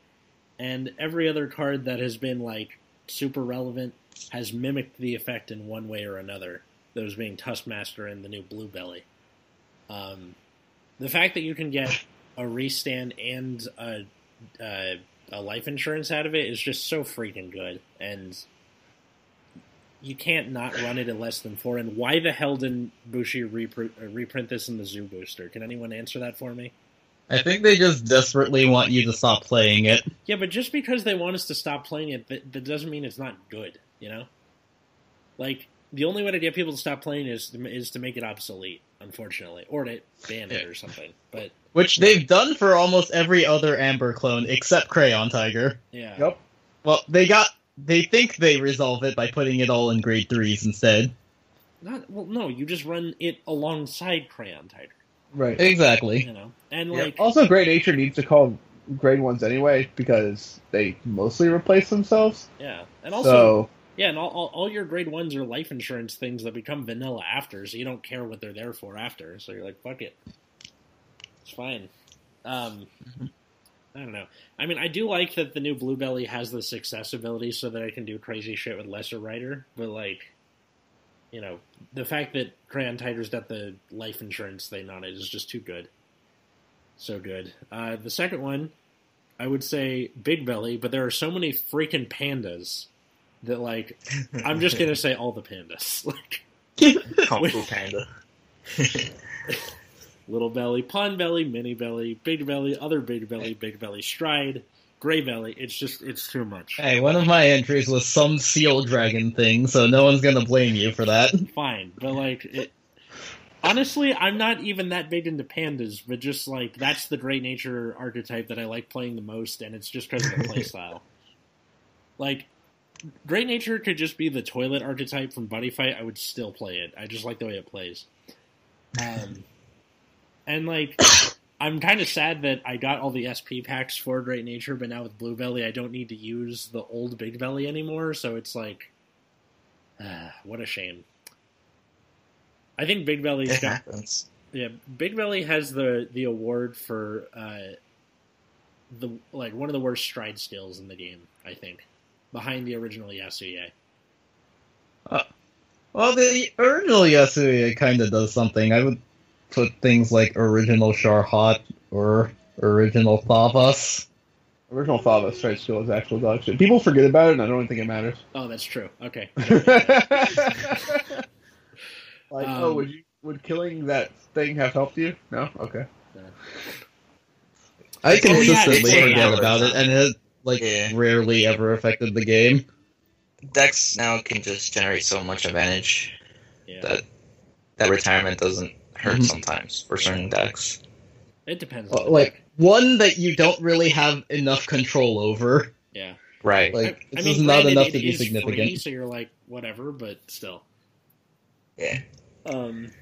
Speaker 1: And every other card that has been like super relevant has mimicked the effect in one way or another. Those being Tuskmaster and the new Blue Belly. Um, the fact that you can get a restand and a, a a life insurance out of it is just so freaking good, and you can't not run it in less than four. And why the hell didn't Bushi reprint, uh, reprint this in the Zoo Booster? Can anyone answer that for me?
Speaker 3: I think they just desperately want you to stop playing it.
Speaker 1: Yeah, but just because they want us to stop playing it, that, that doesn't mean it's not good. You know, like the only way to get people to stop playing is to, is to make it obsolete, unfortunately, or to ban it or something. But
Speaker 3: Which they've done for almost every other Amber clone except Crayon Tiger.
Speaker 1: yeah,
Speaker 2: Yep.
Speaker 3: Well, they got. They think they resolve it by putting it all in grade threes instead.
Speaker 1: not well. No, you just run it alongside Crayon Tiger.
Speaker 2: Right.
Speaker 3: Exactly.
Speaker 1: You know, and
Speaker 7: Yeah.
Speaker 1: like
Speaker 2: Also, Great Nature needs to call grade ones anyway because they mostly replace themselves.
Speaker 1: yeah, and also
Speaker 2: so
Speaker 1: yeah, and all, all all your grade ones are life insurance things that become vanilla after, so you don't care what they're there for after. So you're like, fuck it, it's fine. Um, I don't know. I mean, I do like that the new Blue Belly has this accessibility so that I can do crazy shit with Lesser Rider, but like, you know, the fact that Crayon Tiger's got the life insurance thing on it is just too good. So good. Uh, the second one, I would say Big Belly, but there are so many freaking pandas that, like, I'm just going to say all the pandas. like,
Speaker 7: Kung Fu Panda.
Speaker 1: Little Belly, Pond Belly, Mini Belly, Big Belly, Other Big Belly, Big Belly, Stride, Gray Belly. It's just, it's too much.
Speaker 3: Hey, one of my entries was some seal dragon thing, so no one's gonna blame you for that.
Speaker 1: fine. But like, it, honestly, I'm not even that big into pandas. But just like that's the great nature archetype that I like playing the most, and it's just because of the playstyle. like, great nature could just be the toilet archetype from Buddy Fight. I would still play it. I just like the way it plays. Um, and like. I'm kind of sad that I got all the SP packs for Great Nature, but now with Blue Belly, I don't need to use the old Big Belly anymore. So it's like, ah, what a shame. I think Big Belly's
Speaker 7: It
Speaker 1: got
Speaker 7: happens.
Speaker 1: yeah. Big Belly has the the award for uh, the like one of the worst stride skills in the game. I think behind the original Yasuye.
Speaker 3: Well, the original Yasuya kind of does something. I would put things like original Sharhat or original Thavas.
Speaker 2: original thought of straight school is actual dog shit. People forget about it, and I don't think it matters.
Speaker 1: Oh, that's true. Okay.
Speaker 2: like, oh,
Speaker 1: Um,
Speaker 2: would you would killing that thing have helped you? No, okay.
Speaker 1: Oh,
Speaker 3: I
Speaker 1: yeah,
Speaker 3: consistently
Speaker 7: it's
Speaker 3: forget
Speaker 7: hours.
Speaker 3: about it, and it like
Speaker 7: Yeah.
Speaker 3: rarely ever affected the game.
Speaker 7: Dex now can just generate so much advantage
Speaker 1: Yeah.
Speaker 7: that that retirement doesn't hurt
Speaker 3: Mhm.
Speaker 7: sometimes for certain decks.
Speaker 1: It depends. on
Speaker 3: Well,
Speaker 1: the
Speaker 3: Uh, Like
Speaker 1: deck.
Speaker 3: one that you don't really have enough control over.
Speaker 1: yeah.
Speaker 7: Right.
Speaker 3: Like
Speaker 1: I
Speaker 3: this
Speaker 1: mean,
Speaker 3: is not
Speaker 1: granted,
Speaker 3: enough
Speaker 1: it
Speaker 3: to be
Speaker 1: is free,
Speaker 3: significant.
Speaker 1: so you're like, whatever, but still.
Speaker 7: Yeah.
Speaker 1: Um,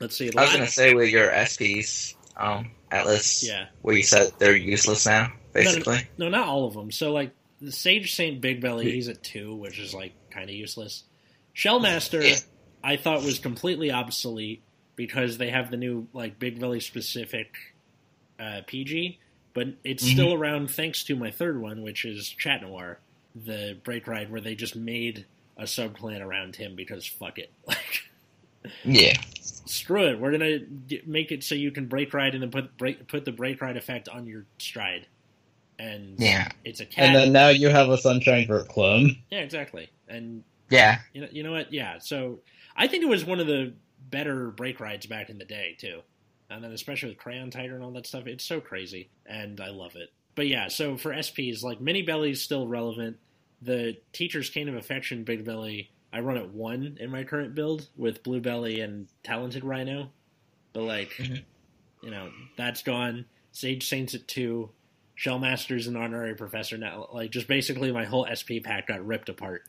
Speaker 1: let's see.
Speaker 7: I was gonna say with your SPs, um, Atlas,
Speaker 1: yeah.
Speaker 7: where you said they're useless now, basically.
Speaker 1: No, not all of them. So like the Sage Saint Big Belly, he's at two, which is like kind of useless. Shellmaster,
Speaker 7: Yeah.
Speaker 1: I thought was completely obsolete because they have the new like Big Belly specific uh, PG, but it's still around thanks to my third one, which is Chat Noir, the break ride where they just made a subclan around him because fuck it, like
Speaker 7: Yeah.
Speaker 1: screw it, we're gonna get, make it so you can break ride and then put break, put the break ride effect on your stride, and
Speaker 7: Yeah.
Speaker 1: it's a cat.
Speaker 3: And then now you have a Sunshine Vert clone.
Speaker 1: Yeah, exactly. And
Speaker 7: Yeah.
Speaker 1: you know, you know what? Yeah. So I think it was one of the better break rides back in the day too. And then especially with Crayon Tiger and all that stuff, it's so crazy, and I love it. But yeah, so for SPs, like Mini Belly's still relevant. The Teacher's Cane of Affection Big Belly, I run at one in my current build with Blue Belly and Talented Rhino. But like,
Speaker 7: Mhm.
Speaker 1: you know, that's gone. Sage Saints at two. Shellmaster's an honorary professor now. Like, just basically my whole SP pack got ripped apart.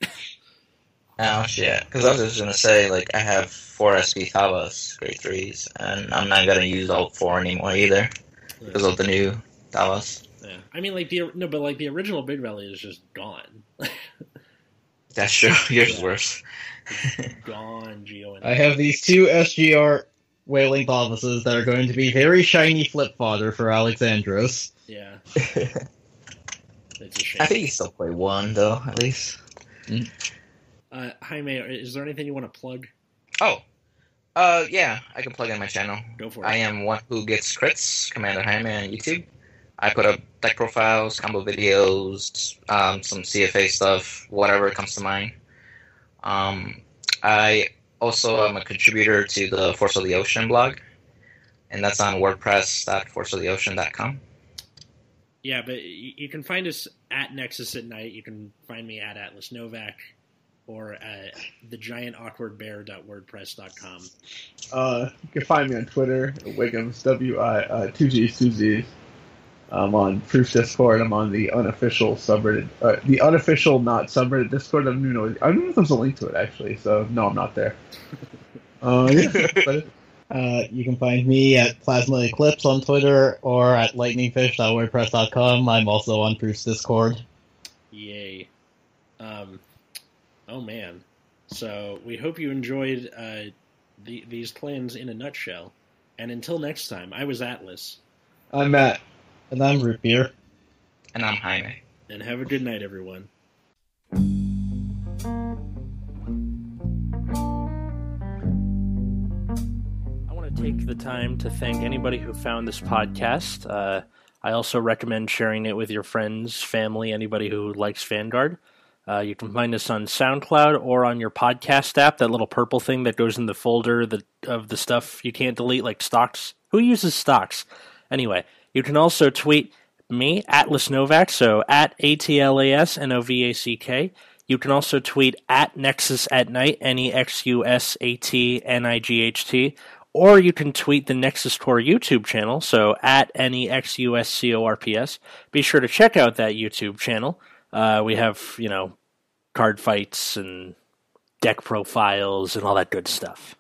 Speaker 7: Oh shit. Because I was just gonna say, like, I have four SP Thavas, grade threes, and I'm not gonna use all four anymore either because of the new Thavas.
Speaker 1: Yeah, I mean, like the no, but like the original Big Belly is just gone.
Speaker 4: That's true. Yours is worse.
Speaker 1: Gone, Geo.
Speaker 3: I have these two SGR whaling Bobuses that are going to be very shiny flip fodder for Alexandros.
Speaker 1: Yeah,
Speaker 4: I
Speaker 1: it's a shame.
Speaker 4: think you still play one though, at least.
Speaker 1: Uh, Jaime, is there anything you want to plug?
Speaker 4: Oh, uh, yeah, I can plug in my channel.
Speaker 1: Go for it.
Speaker 4: I am one who gets crits, Commander Jaime on YouTube. I put up deck profiles, combo videos, um, some CFA stuff, whatever comes to mind. Um, I also am a contributor to the Force of the Ocean blog, and that's on WordPress.forceoftheocean.com.
Speaker 1: Yeah, but you, you can find us at Nexus at night. You can find me at Atlas Novak or at thegiantawkwardbear.wordpress.com.
Speaker 2: Uh, you can find me on Twitter, at Wiggums, W I uh, 2G, 2G. I'm on Proof Discord. I'm on the unofficial subreddit, uh, the unofficial not subreddit Discord. I don't even know. I don't know if there's a link to it actually. So no, I'm not there. Uh, yeah, but
Speaker 3: Uh, you can find me at Plasma Eclipse on Twitter or at lightningfish.wordpress.com. I'm also on Proof's Discord.
Speaker 1: Yay. Um, oh, man. So we hope you enjoyed uh, the, these plans in a nutshell. And until next time, I was Atlas.
Speaker 2: I'm at
Speaker 3: And I'm Root Beer.
Speaker 4: And I'm Jaime.
Speaker 1: And have a good night, everyone. I want to take the time to thank anybody who found this podcast. Uh, I also recommend sharing it with your friends, family, anybody who likes Vanguard. Uh, you can find us on SoundCloud or on your podcast app, that little purple thing that goes in the folder that, of the stuff you can't delete, like stocks. Who uses stocks? Anyway, you can also tweet me, Atlas Novak, so at A T L A S N O V A C K. You can also tweet at Nexus at Night, N E X U S A T N I G H T, or you can tweet the Nexus Core YouTube channel, so at N E X U S C O R P S. Be sure to check out that YouTube channel. Uh, we have, you know, card fights and deck profiles and all that good stuff.